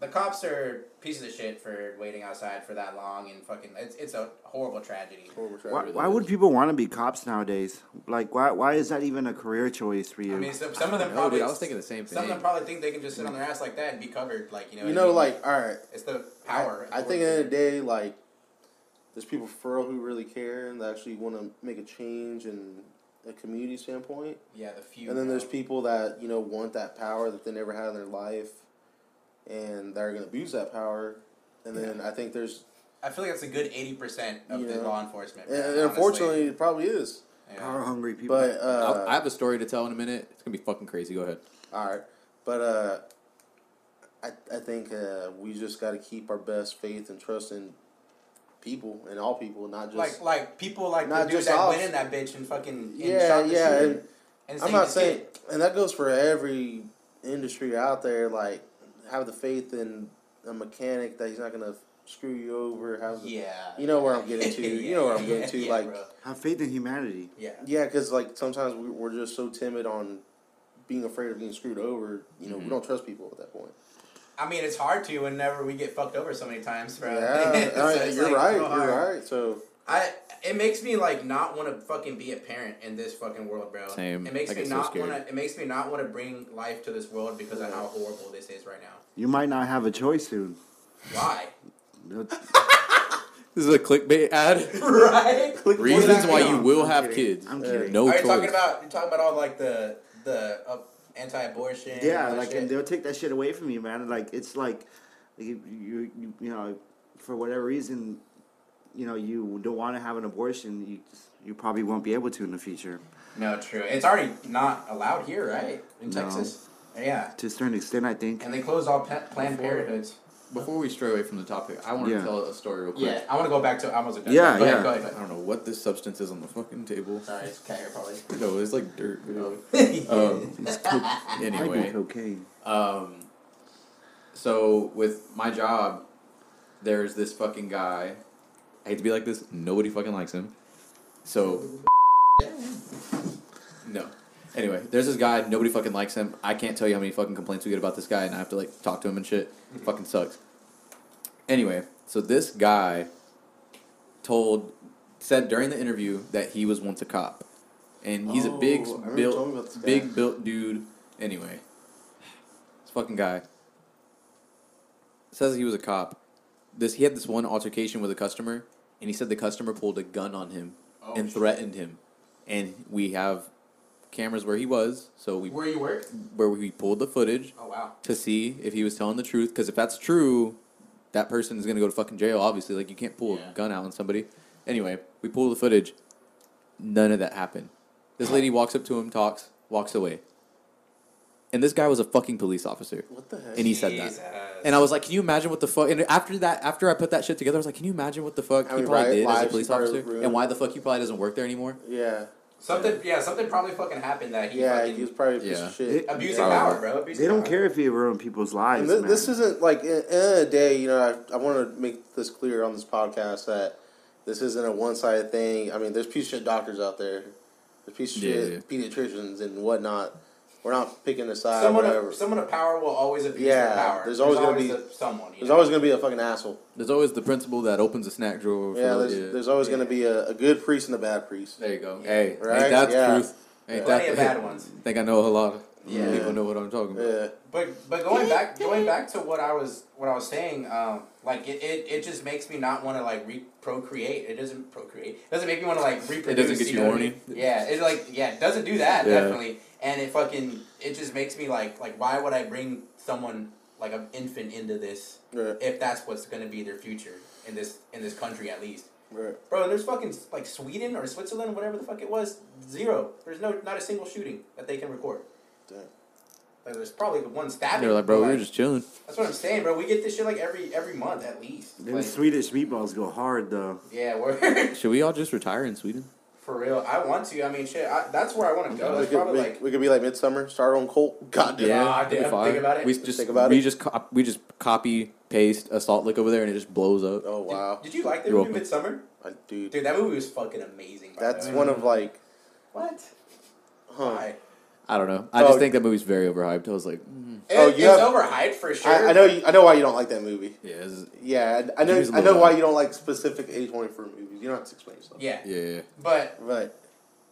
Speaker 4: the cops are pieces of shit for waiting outside for that long and fucking it's it's a horrible tragedy.
Speaker 3: Forward
Speaker 5: Why,
Speaker 3: traffic.
Speaker 5: why would people want to be cops nowadays? Like, why why is that even a career choice for you?
Speaker 4: I mean, some, some of them
Speaker 2: No,
Speaker 4: probably.
Speaker 2: dude, I was thinking the same
Speaker 4: Some of
Speaker 2: thing.
Speaker 4: them probably think they can just sit on their ass like that and be covered, like you know.
Speaker 3: You
Speaker 4: what I
Speaker 3: know,
Speaker 4: mean?
Speaker 3: like all right.
Speaker 4: it's the
Speaker 3: I-
Speaker 4: power.
Speaker 3: I, think at the end of the day, like, there's people for real who really care and that actually want to make a change in a community standpoint.
Speaker 4: yeah, the few.
Speaker 3: And then there's
Speaker 4: bro.
Speaker 3: people that, you know, want that power that they never had in their life and that are going to abuse that power. And then I think there's,
Speaker 4: I feel like it's a good eighty percent of
Speaker 3: You
Speaker 4: the
Speaker 3: know.
Speaker 4: law enforcement.
Speaker 3: and,
Speaker 4: bro,
Speaker 3: and
Speaker 4: honestly.
Speaker 3: unfortunately, it probably is.
Speaker 4: Yeah.
Speaker 5: Power hungry people.
Speaker 3: But, uh,
Speaker 2: I, I have a story to tell in a minute. It's gonna be fucking crazy. Go ahead.
Speaker 3: all right. But, uh, I, I think uh, we just got to keep our best faith and trust in people and all people, not just.
Speaker 4: like like people like the
Speaker 3: Not
Speaker 4: dude
Speaker 3: just
Speaker 4: that
Speaker 3: off-
Speaker 4: went in that bitch and fucking and
Speaker 3: Yeah,
Speaker 4: shot the
Speaker 3: yeah,
Speaker 4: shooter
Speaker 3: and I'm
Speaker 4: and saved
Speaker 3: not
Speaker 4: his
Speaker 3: saying,
Speaker 4: kid.
Speaker 3: and that goes for every industry out there. Like, have the faith in a mechanic that he's not gonna screw you over. Have the,
Speaker 4: Yeah,
Speaker 3: you know where I'm getting to.
Speaker 4: Yeah,
Speaker 3: you know where I'm
Speaker 4: yeah,
Speaker 3: getting to.
Speaker 4: yeah,
Speaker 3: like,
Speaker 4: bro.
Speaker 5: Have faith in humanity.
Speaker 4: yeah,
Speaker 3: yeah, because like sometimes we, we're just so timid on being afraid of being screwed over. You
Speaker 4: Mm-hmm.
Speaker 3: know, we don't trust people at that point.
Speaker 4: I mean it's hard to whenever we get fucked over so many times, bro.
Speaker 3: Yeah,
Speaker 4: So
Speaker 3: all right,
Speaker 4: it's,
Speaker 3: you're
Speaker 4: like,
Speaker 3: right.
Speaker 4: so hard.
Speaker 3: you're right. So
Speaker 4: I it makes me like not want to fucking be a parent in this fucking world, bro.
Speaker 2: Same.
Speaker 4: It makes
Speaker 2: I
Speaker 4: me
Speaker 2: get so
Speaker 4: not
Speaker 2: scared.
Speaker 4: want to. It makes me not want to bring life to this world because of how horrible this is right now.
Speaker 5: You might not have a choice soon.
Speaker 4: Why?
Speaker 2: This is a clickbait ad.
Speaker 4: right?
Speaker 2: Reasons why you
Speaker 5: I'm
Speaker 2: will have
Speaker 5: kidding.
Speaker 2: kids. Uh,
Speaker 5: I'm kidding.
Speaker 2: No
Speaker 4: Are you
Speaker 2: choice.
Speaker 4: talking about? You're talking about all like the the uh, anti-abortion. and
Speaker 5: Yeah,
Speaker 4: all that
Speaker 5: like
Speaker 4: shit?
Speaker 5: and they'll take that shit away from you, man. Like it's like, like, you, you you you know, for whatever reason, you know, you don't want to have an abortion. You just, you probably won't be able to in the future
Speaker 4: no, true. It's already not allowed here, right? In
Speaker 5: No.
Speaker 4: Texas. Yeah,
Speaker 5: to a certain extent. I think.
Speaker 4: and they closed all pa- Planned Parenthoods.
Speaker 2: before we stray away from the topic, I want to
Speaker 5: Yeah.
Speaker 2: tell a story real quick.
Speaker 4: Yeah, I want to go back to Amazon.
Speaker 5: Yeah,
Speaker 4: go
Speaker 5: yeah.
Speaker 4: Ahead, go ahead, go
Speaker 2: I
Speaker 4: ahead.
Speaker 2: don't know what this substance is on the fucking table.
Speaker 4: Sorry, it's cat hair probably.
Speaker 2: No, it's like dirt. you know.
Speaker 4: yeah.
Speaker 2: Um, it's coke- anyway,
Speaker 5: cocaine.
Speaker 2: um, so with my job, there's this fucking guy. I hate to be like this. Nobody fucking likes him. So No. Anyway, there's this guy. Nobody fucking likes him. I can't tell you how many fucking complaints we get about this guy, and I have to like talk to him and shit. Fucking sucks. Anyway, so this guy told said during the interview that he was once a cop, and he's a big
Speaker 3: Oh, I remember talking about this
Speaker 2: built
Speaker 3: guy.
Speaker 2: big built dude. Anyway, this fucking guy says he was a cop. This he had this one altercation with a customer, and he said the customer pulled a gun on him and threatened him, and we have cameras where he was, so we
Speaker 4: Where you work?
Speaker 2: where we pulled the footage
Speaker 4: Oh wow.
Speaker 2: to see if he was telling the truth. Because if that's true, that person is gonna go to fucking jail. Obviously, like you can't pull
Speaker 4: Yeah.
Speaker 2: a gun out on somebody. Anyway, we pull the footage. None of that happened. This lady walks up to him, talks, walks away. And this guy was a fucking police officer.
Speaker 3: What the heck?
Speaker 2: And he said
Speaker 4: Jesus.
Speaker 2: that. And I was like, can you imagine what the fuck? And after that, after I put that shit together, I was like, can you imagine what the fuck
Speaker 3: How
Speaker 2: he
Speaker 3: many
Speaker 2: probably
Speaker 3: riot
Speaker 2: did as a
Speaker 3: lives
Speaker 2: police
Speaker 3: started
Speaker 2: officer
Speaker 3: ruined.
Speaker 2: and why the fuck he probably doesn't work there anymore?
Speaker 3: yeah,
Speaker 4: Something, yeah, something probably fucking happened that he
Speaker 3: yeah,
Speaker 4: fucking
Speaker 3: he was probably a piece
Speaker 2: Yeah.
Speaker 3: of shit.
Speaker 4: abusing
Speaker 3: Yeah.
Speaker 4: power, bro. Abusing
Speaker 5: They don't
Speaker 4: power.
Speaker 5: care if you ruin people's lives,
Speaker 3: And thi-
Speaker 5: man.
Speaker 3: this isn't like in, in a day. You know, I, I want to make this clear on this podcast that this isn't a one sided thing. I mean, there's piece of shit doctors out there, there's piece of shit pediatricians and whatnot. We're not picking a side.
Speaker 4: Someone,
Speaker 3: whatever.
Speaker 4: of, someone of power will always abuse
Speaker 3: Yeah,
Speaker 4: their power.
Speaker 3: there's always gonna be-
Speaker 4: a- someone. You
Speaker 3: there's
Speaker 4: know?
Speaker 3: always gonna be a fucking asshole.
Speaker 2: There's always the principal that opens a snack drawer. for the-
Speaker 3: Yeah,
Speaker 2: uh,
Speaker 3: there's, there's always
Speaker 4: Yeah.
Speaker 3: gonna be a, a good priest and a bad priest.
Speaker 2: There you go. Hey,
Speaker 3: Right?
Speaker 2: ain't that the
Speaker 3: Yeah.
Speaker 2: truth? Ain't
Speaker 4: Plenty
Speaker 2: that
Speaker 4: of bad ones.
Speaker 2: think I know a lot of
Speaker 4: Yeah.
Speaker 2: people know what I'm talking about.
Speaker 3: Yeah,
Speaker 4: But but going back going back to what I was what I was saying, um, like it, it, it just makes me not want to like re procreate. It doesn't procreate. It doesn't make me want to like reproduce.
Speaker 2: get you
Speaker 4: know what I
Speaker 2: horny?
Speaker 4: mean? Yeah, it like yeah, it doesn't do that
Speaker 2: Yeah.
Speaker 4: definitely. And it fucking it just makes me like like why would I bring someone like an infant into this
Speaker 3: Right.
Speaker 4: if that's what's gonna be their future in this in this country at least.
Speaker 3: right.
Speaker 4: Bro, there's fucking like Sweden or Switzerland, whatever the fuck it was, zero. There's no not a single shooting that they can record.
Speaker 3: Damn.
Speaker 4: Like, there's probably one stabbing.
Speaker 2: They're like, bro,
Speaker 4: but,
Speaker 2: we were just chilling.
Speaker 4: That's what I'm saying, bro. We get this shit like every every month at least.
Speaker 5: Them
Speaker 4: Like,
Speaker 5: Swedish meatballs go hard, though.
Speaker 4: yeah, we're
Speaker 2: Should we all just retire in Sweden?
Speaker 4: for real. I want to. I mean, shit. I, that's where I want to go.
Speaker 3: we,
Speaker 4: That's
Speaker 3: could,
Speaker 4: probably
Speaker 3: we,
Speaker 4: like
Speaker 3: we could be like midsummer, start on Colt. God damn.
Speaker 4: Yeah. I
Speaker 2: that'd
Speaker 4: did-
Speaker 2: be
Speaker 4: I didn't think
Speaker 2: fire.
Speaker 4: about it.
Speaker 2: We
Speaker 4: Just
Speaker 2: just
Speaker 3: think about
Speaker 2: we
Speaker 3: it.
Speaker 2: just cop we just copy paste assault lick over there and it just blows up.
Speaker 3: Oh
Speaker 4: Did-
Speaker 3: wow,
Speaker 4: Did, you like that
Speaker 2: You're
Speaker 4: movie
Speaker 2: welcome.
Speaker 4: Midsummer?
Speaker 3: I, dude,
Speaker 4: Dude, that movie was fucking amazing. by
Speaker 3: that's
Speaker 4: the way.
Speaker 3: one of like,
Speaker 4: what.
Speaker 3: huh?
Speaker 4: Why?
Speaker 2: I don't know. I
Speaker 3: Oh.
Speaker 2: just think that movie's very overhyped. I was like, mm,
Speaker 3: Oh,
Speaker 4: It-
Speaker 3: you
Speaker 4: it's
Speaker 3: have-
Speaker 4: overhyped for sure.
Speaker 3: I, I know, you, I know why you don't like that movie.
Speaker 2: yeah, this is-
Speaker 3: Yeah, I, I know,
Speaker 2: Use a
Speaker 3: I
Speaker 2: little
Speaker 3: know why
Speaker 2: bit.
Speaker 3: you don't like specific A twenty four movies. You don't have to explain yourself.
Speaker 4: Yeah.
Speaker 2: yeah.
Speaker 4: but
Speaker 3: But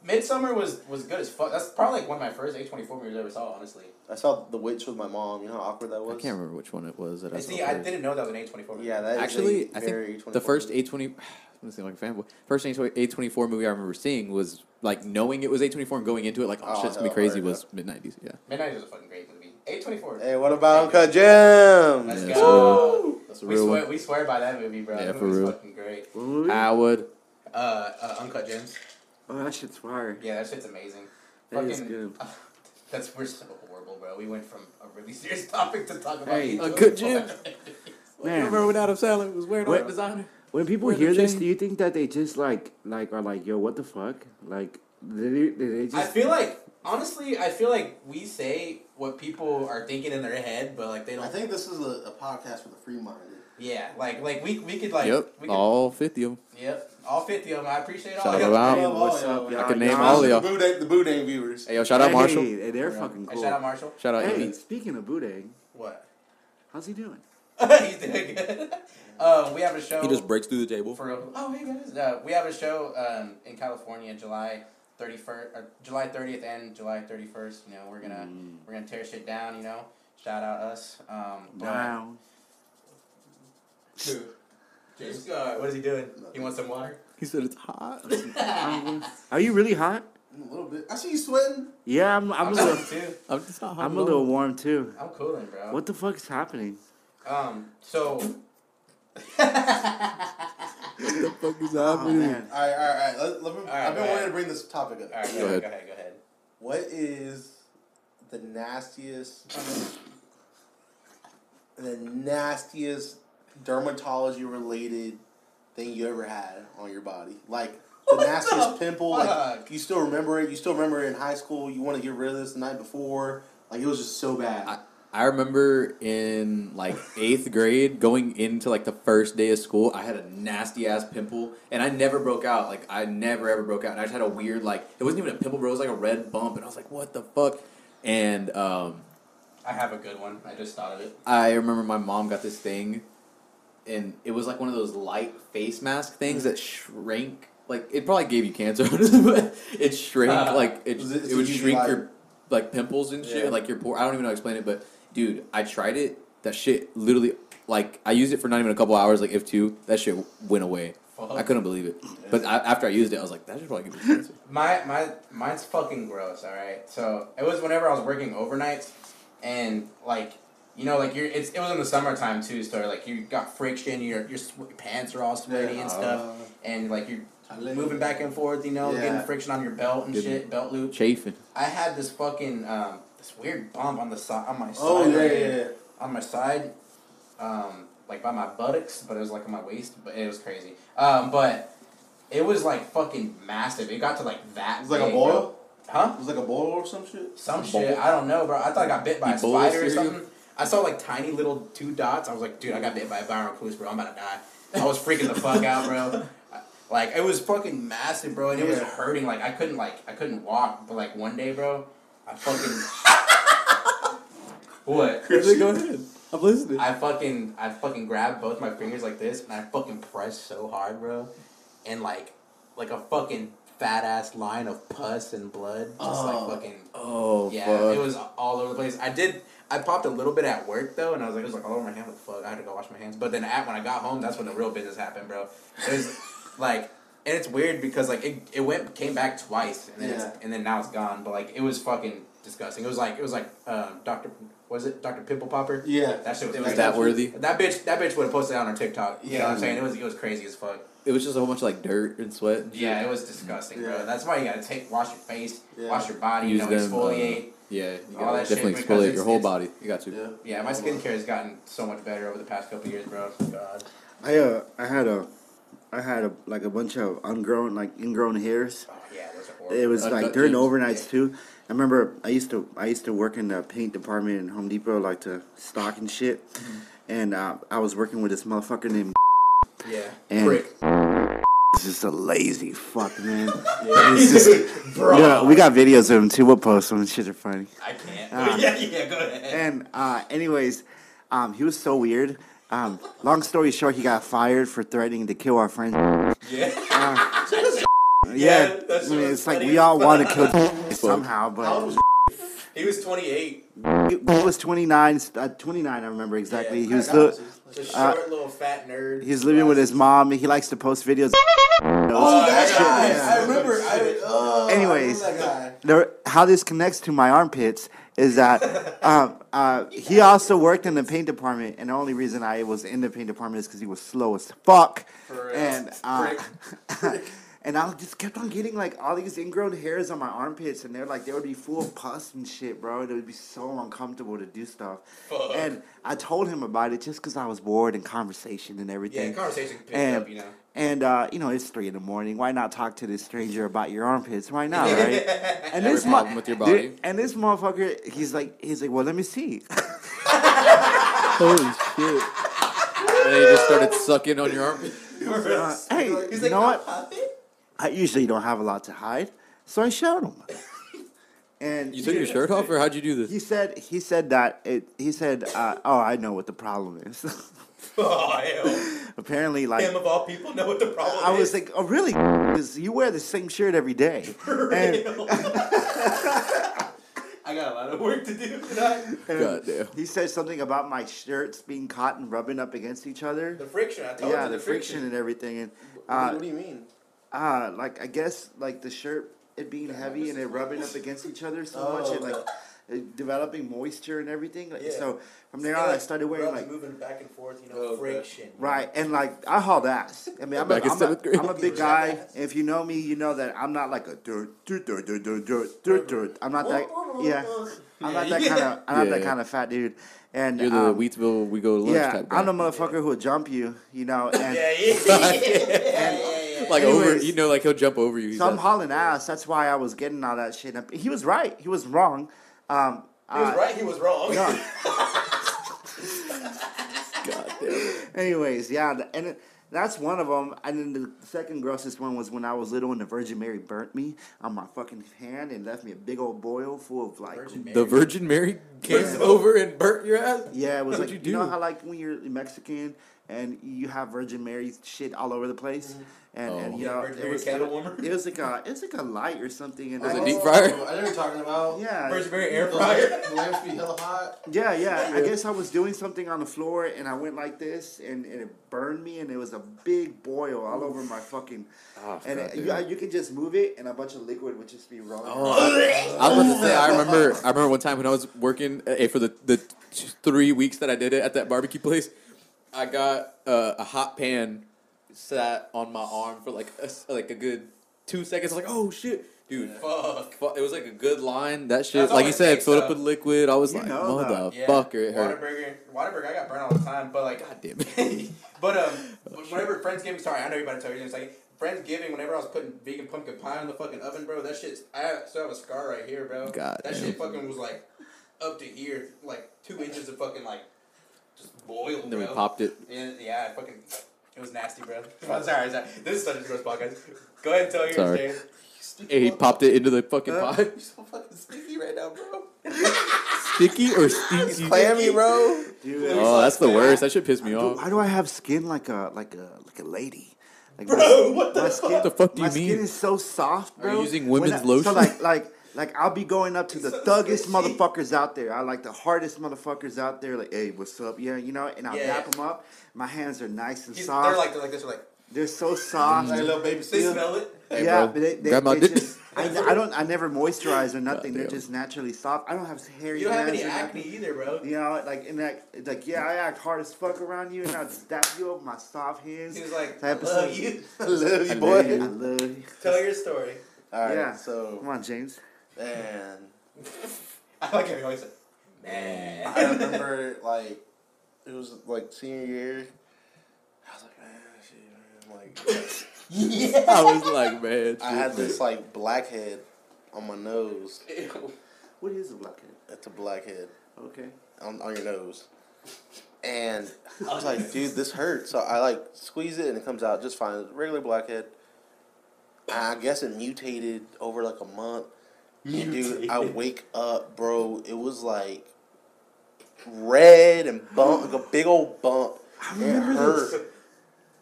Speaker 4: Midsummer was was good as fuck. That's probably like one of my first A twenty four movies I ever saw. Honestly,
Speaker 3: I saw The Witch with my mom. You know how awkward that
Speaker 2: I
Speaker 3: was.
Speaker 2: can't remember which one it was that I
Speaker 4: I
Speaker 2: saw
Speaker 4: see. I
Speaker 2: first.
Speaker 4: didn't know that was an A twenty four.
Speaker 3: Yeah, that is
Speaker 2: Actually,
Speaker 3: a
Speaker 2: I
Speaker 3: very
Speaker 2: think the first A twenty. I'm gonna seem like a fanboy. First A twenty four movie I remember seeing was like knowing it was A twenty four and going into it like, oh,
Speaker 3: Oh,
Speaker 2: shit's gonna be
Speaker 3: hell,
Speaker 2: crazy.
Speaker 3: alright,
Speaker 2: Was mid nineties. Yeah.
Speaker 4: Midnight was a fucking great movie. A twenty four.
Speaker 3: Hey, what about Uncle Jim?
Speaker 4: Let's
Speaker 2: Yeah,
Speaker 4: go.
Speaker 2: a
Speaker 4: We
Speaker 2: real
Speaker 4: swear,
Speaker 2: one.
Speaker 4: we swear by that movie, bro.
Speaker 2: Yeah,
Speaker 4: that
Speaker 2: for
Speaker 4: movie's
Speaker 2: real.
Speaker 4: fucking great.
Speaker 5: What movie?
Speaker 2: I would.
Speaker 4: Uh, uh, Uncut Gems.
Speaker 5: Ah. oh, that shit's fire.
Speaker 4: Yeah, that shit's amazing.
Speaker 5: That
Speaker 4: Fucking,
Speaker 5: is good.
Speaker 4: that's we're so horrible, bro. We went from a really serious topic to talk about
Speaker 5: Hey,
Speaker 4: each
Speaker 2: Uncut
Speaker 4: other's
Speaker 2: Gems.
Speaker 4: lives.
Speaker 5: Man,
Speaker 2: when Adam Sandler was wearing
Speaker 5: all that
Speaker 2: designer?
Speaker 5: when people
Speaker 2: Where the
Speaker 5: hear this,
Speaker 2: chain-
Speaker 5: do you think that they just like, like, are like, yo, what the fuck? Like, they, they, they
Speaker 4: I
Speaker 5: just
Speaker 4: feel like honestly, I feel like we say what people are thinking in their head, but like they don't.
Speaker 3: think this is a, a podcast for the free minded.
Speaker 4: yeah, like like we we could like
Speaker 2: Yep,
Speaker 4: we could,
Speaker 2: all fifty of them.
Speaker 4: yep all fifty of them. I appreciate all.
Speaker 2: Shout
Speaker 4: of
Speaker 2: them
Speaker 4: them.
Speaker 2: out.
Speaker 5: Hey, Um, what's up, y'all?
Speaker 2: I could name
Speaker 5: Y'all-
Speaker 2: all of y'all.
Speaker 3: The Boo Dang viewers.
Speaker 2: Hey, yo, shout out
Speaker 5: Hey,
Speaker 2: Marshall.
Speaker 5: hey, they're fucking
Speaker 4: Hey,
Speaker 5: cool.
Speaker 4: Shout out Marshall.
Speaker 2: Shout out
Speaker 5: Hey,
Speaker 2: Amy.
Speaker 5: speaking of Budang,
Speaker 4: What?
Speaker 5: how's he doing?
Speaker 4: He's doing good. Um, we have a show.
Speaker 2: He just breaks through the table.
Speaker 4: For real. Oh, hey guys. Uh, we have a show um, in California, July thirty first, or July thirtieth and July thirty first. You know, we're gonna
Speaker 2: Mm.
Speaker 4: we're gonna tear shit down. You know, shout out us. Um, but-
Speaker 5: Wow.
Speaker 4: Dude, James, uh, what is he doing? He wants some water.
Speaker 2: He said it's hot.
Speaker 5: Are you really hot?
Speaker 3: A little bit. I see you sweating.
Speaker 5: Yeah, I'm. I'm a
Speaker 4: I'm
Speaker 5: little.
Speaker 4: cool too.
Speaker 2: I'm just not hot.
Speaker 5: I'm a little warm too.
Speaker 4: I'm cooling, bro.
Speaker 5: What the fuck is happening?
Speaker 4: Um. So.
Speaker 2: fuck is
Speaker 5: Oh man.
Speaker 3: All right, all right, all right. Let, let me,
Speaker 4: right,
Speaker 3: I've been
Speaker 4: go
Speaker 3: wanting
Speaker 4: ahead.
Speaker 3: to bring this topic up.
Speaker 4: All right. Go,
Speaker 2: Go ahead.
Speaker 4: ahead. Go ahead. Go ahead.
Speaker 3: What is the nastiest and the nastiest dermatology related thing you ever had on your body. Like the nastiest pimple. Like
Speaker 4: fuck?
Speaker 3: you still remember it. You still remember it in high school. You want to get rid of this the night before. Like it was just so bad.
Speaker 2: I, I remember in like eighth grade going into like the first day of school, I had a nasty ass pimple and I never broke out. Like I never ever broke out. And I just had a weird like it wasn't even a pimple, bro, it was like a red bump and I was like, What the fuck? And um
Speaker 4: I have a good one. I just thought of it.
Speaker 2: I remember my mom got this thing and it was like one of those light face mask things that shrank like it probably gave you cancer honestly, but it shrank
Speaker 4: Uh,
Speaker 2: like it,
Speaker 3: was it-
Speaker 2: it,
Speaker 3: so
Speaker 2: would
Speaker 3: you
Speaker 2: shrink
Speaker 3: like-
Speaker 2: your like pimples and shit
Speaker 3: Yeah.
Speaker 2: like your pore I don't even know how to explain it but dude I tried it that shit literally like I used it for not even a couple hours like if two that shit went away
Speaker 4: Fuck.
Speaker 2: I couldn't believe it but I, after I used it I was like that should probably give me cancer
Speaker 4: My my mine's fucking gross. All right, so it was whenever I was working overnights, and like you know, like you're it's it was in the summertime too. So like you got friction, your your sw- your pants are all sweaty
Speaker 3: uh,
Speaker 4: and stuff, and like you're moving back and forth. You know,
Speaker 3: Yeah.
Speaker 4: getting friction on your belt and
Speaker 2: Good.
Speaker 4: shit, belt loop.
Speaker 2: chafing
Speaker 4: I had this fucking um, this weird bump on the side on my side.
Speaker 3: Oh yeah,
Speaker 4: right
Speaker 3: yeah,
Speaker 4: here.
Speaker 3: yeah.
Speaker 4: on my side, um, like by my buttocks, but it was like on my waist, but it was crazy. Um, but it was like fucking massive. It got to like that.
Speaker 3: It was like a
Speaker 4: big,
Speaker 3: boil.
Speaker 4: bro. huh?
Speaker 3: It was like a boil or some shit.
Speaker 4: Some
Speaker 2: Bubble?
Speaker 4: shit. I don't know, bro. I thought I got bit by a
Speaker 2: Ebola
Speaker 4: spider
Speaker 2: cereal?
Speaker 4: or something. I saw like tiny little two dots. I was like, dude, I got bit by a viral recluse, bro. I'm about to die. I was freaking the fuck out, bro. Like it was fucking massive, bro, and it was
Speaker 3: Yeah.
Speaker 4: hurting. Like I couldn't, like I couldn't walk. But like one day, bro, I fucking. what?
Speaker 2: go ahead I'm listening
Speaker 4: I fucking I fucking grabbed both my fingers like this and I fucking pressed so hard, bro, and like like a fucking fat ass line of pus and blood, just
Speaker 3: Oh.
Speaker 4: like fucking
Speaker 2: oh
Speaker 4: yeah,
Speaker 2: fuck.
Speaker 4: it was all over the place. I did I popped a little bit at work though, and I was like it was like all over my hand. What the fuck? I had to go wash my hands. But then at when I got home, that's when the real business happened, bro. It was like. And it's weird because like it, it went came back twice and then it's,
Speaker 3: Yeah.
Speaker 4: and then now it's gone but like it was fucking disgusting it was like it was like um, Doctor was it Doctor Pimple Popper
Speaker 3: Yeah.
Speaker 4: that shit was,
Speaker 3: It was
Speaker 4: crazy.
Speaker 2: that worthy
Speaker 4: That bitch, that bitch would have posted that on her TikTok. You know what
Speaker 3: Yeah.
Speaker 4: I'm saying? It was, it was crazy as fuck.
Speaker 2: it was just a whole bunch of like dirt and sweat. and shit.
Speaker 4: Yeah, it was disgusting,
Speaker 3: Yeah.
Speaker 4: bro. That's why you gotta take, wash your face,
Speaker 3: Yeah.
Speaker 4: wash your body,
Speaker 2: Use
Speaker 4: you know,
Speaker 2: them,
Speaker 5: uh,
Speaker 4: exfoliate.
Speaker 2: uh, yeah. You
Speaker 4: All
Speaker 2: gotta
Speaker 4: that shit,
Speaker 2: definitely
Speaker 4: because
Speaker 2: exfoliate
Speaker 4: it's-
Speaker 2: your whole
Speaker 4: it's-
Speaker 2: body. You got to.
Speaker 3: Yeah.
Speaker 4: yeah, my skincare has gotten so much better over the past couple years, bro.
Speaker 5: Oh,
Speaker 4: God.
Speaker 5: I uh, I had a, I had a like a bunch of ungrown like ingrown hairs.
Speaker 4: Oh, yeah, those are horrible.
Speaker 5: It was
Speaker 2: Uncut
Speaker 5: like during
Speaker 2: teams.
Speaker 5: overnights too. I remember I used to I used to work in the paint department in Home Depot, like to stock and shit. And uh, I was working with this motherfucker named
Speaker 4: yeah.
Speaker 5: and
Speaker 4: Prick.
Speaker 5: he's just a lazy fuck man. He's just- yeah, we got videos of him too. We'll post them. Shit are funny.
Speaker 4: I can't. yeah, yeah, go ahead.
Speaker 5: Ah. And uh, anyways, um, he was so weird. Um, long story short, he got fired for threatening to kill our friend.
Speaker 4: Yeah.
Speaker 5: Yeah,
Speaker 4: that's
Speaker 5: I mean,
Speaker 4: what
Speaker 5: it's like
Speaker 4: funny
Speaker 5: we
Speaker 4: as
Speaker 5: all
Speaker 4: fuck.
Speaker 5: want to kill somehow,
Speaker 3: How old
Speaker 5: but
Speaker 3: was
Speaker 4: He was 28.
Speaker 5: he was 29, uh, 29, I remember exactly.
Speaker 4: Yeah,
Speaker 5: he was
Speaker 3: I got
Speaker 5: li-
Speaker 4: Just a
Speaker 5: Uh,
Speaker 4: short little fat nerd.
Speaker 5: he's living with his mom. He likes to post videos.
Speaker 3: Oh,
Speaker 5: Oh,
Speaker 3: that
Speaker 4: yeah.
Speaker 3: guy!
Speaker 4: Yeah.
Speaker 3: I remember. I, oh,
Speaker 5: Anyways.
Speaker 3: I remember that
Speaker 5: There, how this connects to my armpits is that um, uh, he also worked in the paint department, and the only reason I was in the paint department is because he was slow as fuck.
Speaker 4: For real.
Speaker 5: and uh,
Speaker 4: Prick.
Speaker 5: and I just kept on getting like all these ingrown hairs on my armpits, and they're like they would be full of pus and shit, bro. It would be so uncomfortable to do stuff.
Speaker 4: Fuck.
Speaker 5: And I told him about it just because I was bored in conversation and
Speaker 4: Yeah,
Speaker 5: everything.
Speaker 4: conversation picked
Speaker 5: and
Speaker 4: up, you know.
Speaker 5: and uh, you know it's three in the morning. Why not talk to this stranger about your armpits? Why not, right? And
Speaker 2: Every
Speaker 5: this mo-
Speaker 2: problem with your body.
Speaker 5: dude, and this motherfucker, he's like, he's like, well, let me see.
Speaker 2: Holy shit. and he just started sucking on your arm.
Speaker 5: Uh, hey,
Speaker 4: He's
Speaker 5: you
Speaker 4: like,
Speaker 5: know
Speaker 4: "I'll
Speaker 5: what?
Speaker 4: pop it."
Speaker 5: I usually don't have a lot to hide, so I showed him. And
Speaker 2: You took your shirt off, or how'd you do
Speaker 5: He
Speaker 2: this?
Speaker 5: said, he said that it. He said, uh, oh, I know what the problem is.
Speaker 4: Oh, hell.
Speaker 5: Apparently, like
Speaker 4: Him of all people know what the problem
Speaker 5: I
Speaker 4: is.
Speaker 5: was like, oh, really? 'Cause you wear the same shirt every day. And-
Speaker 4: I got a lot of work to do tonight.
Speaker 5: and
Speaker 2: Goddamn.
Speaker 5: He said something about my shirts being caught and rubbing up against each other.
Speaker 4: The friction, I told
Speaker 5: yeah,
Speaker 4: you.
Speaker 5: the friction and everything, and
Speaker 3: guy.
Speaker 5: uh,
Speaker 3: what do you mean?
Speaker 5: uh, like I guess like the shirt it being heavy and it rubbing up against each other so much and like it developing moisture and everything. Like,
Speaker 4: Oh, Yeah.
Speaker 5: So from there on, I started wearing like
Speaker 4: moving back and forth, you know,
Speaker 3: Oh, okay.
Speaker 4: friction.
Speaker 5: right and like I hauled ass. I mean, I'm, a,
Speaker 2: Back in
Speaker 5: I'm,
Speaker 2: seventh
Speaker 5: a,
Speaker 2: grade.
Speaker 5: I'm a big guy. If you know me, you know that I'm not like a dirt dirt dirt dirt dirt dirt dirt. dirt. I'm not that yeah. I'm not that kind of I'm not that
Speaker 2: Yeah.
Speaker 5: kind of fat dude. And
Speaker 2: You're the
Speaker 5: um,
Speaker 2: Wheatsville we go to lunch
Speaker 5: yeah,
Speaker 2: type guy.
Speaker 5: I'm the motherfucker who'll jump you, you know. And
Speaker 4: Yeah, yeah, yeah, yeah, yeah,
Speaker 2: like over,
Speaker 5: Anyways.
Speaker 2: you know, like he'll jump over you. He's
Speaker 5: so I'm
Speaker 2: like-
Speaker 5: hauling ass. That's why I was getting all that shit. He was right. He was wrong. Um,
Speaker 4: He was
Speaker 5: uh,
Speaker 4: right. He was wrong.
Speaker 5: no.
Speaker 2: God damn it.
Speaker 5: Anyways, yeah, th- and it, that's one of them. And then the second grossest one was when I was little and the Virgin Mary burnt me on my fucking hand and left me a big old boil full of like.
Speaker 4: Virgin Mary.
Speaker 2: The Virgin Mary came over and burnt your ass.
Speaker 5: Yeah, it was
Speaker 2: What'd
Speaker 5: like
Speaker 2: you
Speaker 5: you know
Speaker 2: do?
Speaker 5: how like when you're Mexican and you have Virgin Mary shit all over the place, and, and
Speaker 2: Oh.
Speaker 5: you
Speaker 4: Yeah,
Speaker 5: know
Speaker 4: Virgin
Speaker 5: it
Speaker 4: Mary
Speaker 5: was
Speaker 4: candle warmer?
Speaker 5: it was like a it was like a light or something, and
Speaker 2: Was
Speaker 5: I,
Speaker 2: it deep fryer?
Speaker 3: Oh, I know what you're talking about.
Speaker 5: yeah,
Speaker 4: Virgin Mary air
Speaker 3: The
Speaker 4: fryer.
Speaker 3: lamp- the lamps be hella hot.
Speaker 5: Yeah, yeah. I guess I was doing something on the floor and I went like this and, and it burned me and it was a big boil all over my fucking.
Speaker 2: Oh,
Speaker 5: and
Speaker 2: God,
Speaker 5: it-
Speaker 2: dude.
Speaker 5: you, uh, you could just move it and a bunch of liquid would just be rolling.
Speaker 2: Oh. I was about to say, I remember, I remember one time when I was working uh, for the the t- three weeks that I did it at that barbecue place, I got uh, a hot pan sat on my arm for like a, s- like a good two seconds. I was like, oh shit, dude.
Speaker 4: Fuck.
Speaker 2: fu- It was like a good line. That shit,
Speaker 4: That's all
Speaker 2: like you
Speaker 4: it
Speaker 2: said,
Speaker 4: takes,
Speaker 2: filled
Speaker 4: though.
Speaker 2: up with liquid. I was
Speaker 5: You
Speaker 2: like,
Speaker 5: know that.
Speaker 4: Yeah.
Speaker 2: motherfucker, it hurt.
Speaker 4: Whataburger. Whataburger. I got burned all the time, but like,
Speaker 2: God damn it.
Speaker 4: but um, whenever Friendsgiving, sorry, I know you're about to tell you this. Like Friendsgiving, whenever I was putting vegan pumpkin pie in the fucking oven, bro, that shit's. I still have a scar right here, bro.
Speaker 2: God
Speaker 4: that
Speaker 2: damn.
Speaker 4: shit fucking was like up to here, like two inches of fucking like just boiled,
Speaker 2: then we
Speaker 4: bro.
Speaker 2: popped it.
Speaker 4: Yeah, yeah, I fucking. It was nasty, bro. I'm sorry, sorry. This is such a gross podcast. Go ahead and tell yours,
Speaker 2: Sorry.
Speaker 4: Dave.
Speaker 2: Hey, he popped it into the fucking
Speaker 5: Uh,
Speaker 2: pot.
Speaker 4: You're so fucking sticky right now, bro.
Speaker 2: Sticky or stinky?
Speaker 3: Clammy, bro.
Speaker 5: Dude, I-
Speaker 2: Oh, that's the worst. That should piss me
Speaker 5: dude,
Speaker 2: off.
Speaker 5: why do I have skin like a like a like a lady? Like
Speaker 4: Bro, what the
Speaker 5: skin,
Speaker 2: What the fuck do
Speaker 5: my
Speaker 2: you
Speaker 5: skin
Speaker 2: mean?
Speaker 5: is so soft,
Speaker 2: Are
Speaker 5: bro.
Speaker 2: you using
Speaker 5: When
Speaker 2: women's
Speaker 5: I- So
Speaker 2: lotion?
Speaker 5: like like like I'll be going up to the
Speaker 4: so
Speaker 5: thuggest
Speaker 4: sexy.
Speaker 5: motherfuckers out there. I like the hardest motherfuckers out there. Like, hey, what's up? Yeah, you know. And I
Speaker 4: Yeah,
Speaker 5: wrap
Speaker 4: yeah.
Speaker 5: them up. My hands are nice and
Speaker 4: He's,
Speaker 5: soft.
Speaker 4: they're like they're like this. They're like
Speaker 5: They're so soft.
Speaker 3: Like little baby
Speaker 4: they
Speaker 3: seal.
Speaker 4: smell it.
Speaker 2: Hey,
Speaker 5: yeah,
Speaker 2: bro.
Speaker 5: but they, they,
Speaker 2: Grab my
Speaker 5: they
Speaker 2: dick.
Speaker 5: just, I, I don't, I never moisturize or nothing. They're
Speaker 2: Goddamn.
Speaker 5: just naturally soft. I don't have hairy
Speaker 4: You don't have
Speaker 5: hands
Speaker 4: any
Speaker 5: or
Speaker 4: acne
Speaker 5: nothing.
Speaker 4: either, bro.
Speaker 5: You know, like and like, it's like yeah, I act hard as fuck around you, and I stab you with my soft hands.
Speaker 4: He was like, I
Speaker 5: type of
Speaker 4: love
Speaker 5: stuff.
Speaker 4: you.
Speaker 3: I love you,
Speaker 5: I
Speaker 3: boy.
Speaker 5: love you.
Speaker 4: Tell your story.
Speaker 3: All right,
Speaker 5: Yeah. Come
Speaker 3: so
Speaker 5: on, James.
Speaker 3: man,
Speaker 4: I like how he always said,
Speaker 3: I
Speaker 4: man.
Speaker 3: remember like it was like senior year. I was like, man, shit, man. Like
Speaker 4: yeah.
Speaker 2: I was like, man.
Speaker 3: I
Speaker 2: shit,
Speaker 3: had
Speaker 2: man.
Speaker 3: this like blackhead on my nose.
Speaker 5: What is a blockhead?
Speaker 3: It's a blackhead
Speaker 5: Okay.
Speaker 3: on on your nose. And I was like, dude, this hurts. So I like squeeze it and it comes out just fine. It's a regular blackhead. I guess it mutated over like a month. And dude, I
Speaker 4: Mutated.
Speaker 3: wake up, bro. It was like red and bump, like a big old bump.
Speaker 5: I
Speaker 3: It
Speaker 5: remember this.
Speaker 3: hurt.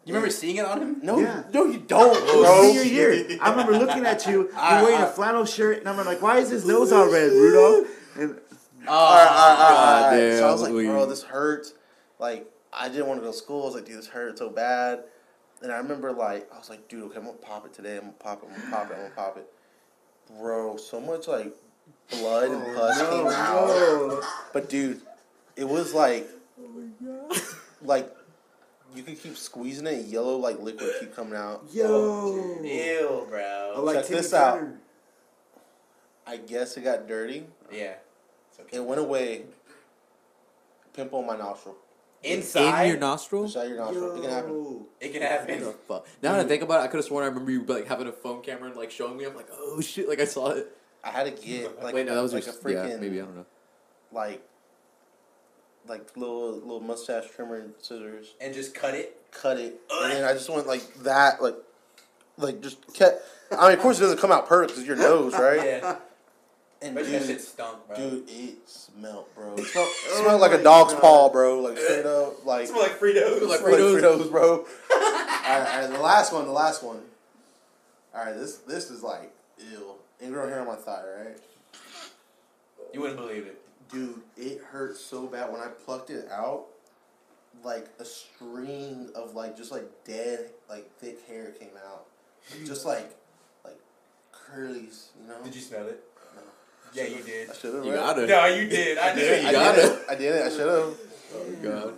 Speaker 4: You remember seeing it on him?
Speaker 3: No,
Speaker 5: Yeah.
Speaker 3: no, Ah, you don't,
Speaker 5: It was
Speaker 3: bro.
Speaker 5: senior year. I remember looking at you. You're
Speaker 3: I-
Speaker 5: wearing a
Speaker 3: I-
Speaker 5: flannel shirt, and I'm like, why is his nose all red, Rudolph? And
Speaker 3: All right, all right, all right, all right.
Speaker 2: Goddamn,
Speaker 3: So I was like,
Speaker 2: Louis.
Speaker 3: bro, this hurts. Like, I didn't want to go to school. I was like, dude, this hurts so bad. And I remember, like, I was like, dude, okay, I'm gonna pop it today. I'm gonna pop it. I'm gonna pop it. I'm gonna pop it. Bro, so much like blood and pus came out.
Speaker 5: oh,
Speaker 3: But dude, it was like, like, you could keep squeezing it. Yellow like liquid keep coming out.
Speaker 5: yo,
Speaker 4: Ew,
Speaker 5: I
Speaker 4: bro.
Speaker 5: like
Speaker 3: Check
Speaker 5: Timmy
Speaker 3: this out.
Speaker 5: Turner.
Speaker 3: I guess it got dirty.
Speaker 4: Yeah. It's
Speaker 3: It
Speaker 4: okay.
Speaker 3: went away. Pimple on my nostril.
Speaker 4: Inside,
Speaker 2: in your nostril.
Speaker 3: Inside your nostril. It can happen.
Speaker 5: Yo.
Speaker 4: it can
Speaker 2: What the
Speaker 4: happen.
Speaker 2: fuck? Now that I think about it, I could have sworn I remember you like having a phone camera and like showing me. I'm like, oh shit, like I saw it.
Speaker 3: I had to get like
Speaker 2: Wait, no, that was
Speaker 3: like
Speaker 2: just
Speaker 3: a freaking
Speaker 2: yeah, maybe I don't know.
Speaker 3: like like little little mustache trimmer and scissors,
Speaker 4: And just cut it.
Speaker 3: cut it, and then I just went like that, like like just kept. I mean, of course, it doesn't come out perfect because your nose, right?
Speaker 4: Yeah.
Speaker 3: And
Speaker 4: Imagine that shit
Speaker 3: dude,
Speaker 4: stunk, bro.
Speaker 3: dude, it smelled, bro. It smelled, it smelled like a dog's
Speaker 5: God.
Speaker 3: paw, bro. Like straight up, like
Speaker 4: It's more like Fritos.
Speaker 2: like
Speaker 3: it smelled
Speaker 2: Fritos.
Speaker 3: like Fritos, bro. all, right, all right, the last one, the last one. All right, this this is like ew. Ingrown hair on my thigh, right?
Speaker 4: you wouldn't believe it.
Speaker 3: Dude, it hurt so bad when I plucked it out. Like a string of like just like dead like thick hair came out, just like like curlies, you know.
Speaker 4: Did you smell it? Yeah, you did.
Speaker 3: I should have.
Speaker 2: You gotta.
Speaker 4: No, you did. I knew
Speaker 2: did.
Speaker 4: it.
Speaker 2: You
Speaker 3: I
Speaker 4: You
Speaker 2: got
Speaker 4: got
Speaker 3: did
Speaker 4: it.
Speaker 2: it.
Speaker 3: I did it. I should have.
Speaker 2: Oh god.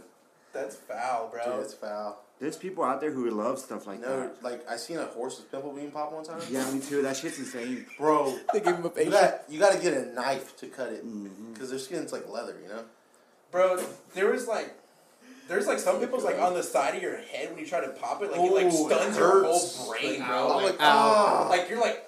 Speaker 4: That's foul,
Speaker 3: Dude,
Speaker 4: bro.
Speaker 3: it's foul.
Speaker 5: There's people out there who love stuff like
Speaker 3: No,
Speaker 5: that.
Speaker 3: like I seen a horse's pimple being popped one time.
Speaker 5: Yeah, me too. That shit's insane.
Speaker 3: bro.
Speaker 2: They gave him a
Speaker 3: You
Speaker 2: patient.
Speaker 3: got you got to get a knife to cut it because their skin's like leather, you know.
Speaker 4: bro, there was like, there's like some people's like on the side of your head when you try to pop it, like it
Speaker 3: Ooh,
Speaker 4: like
Speaker 3: it
Speaker 4: stuns your
Speaker 3: hurts.
Speaker 4: whole brain,
Speaker 3: Like,
Speaker 4: bro.
Speaker 3: ow.
Speaker 4: Like, "Oh,
Speaker 3: Like, ah.
Speaker 4: like you're like,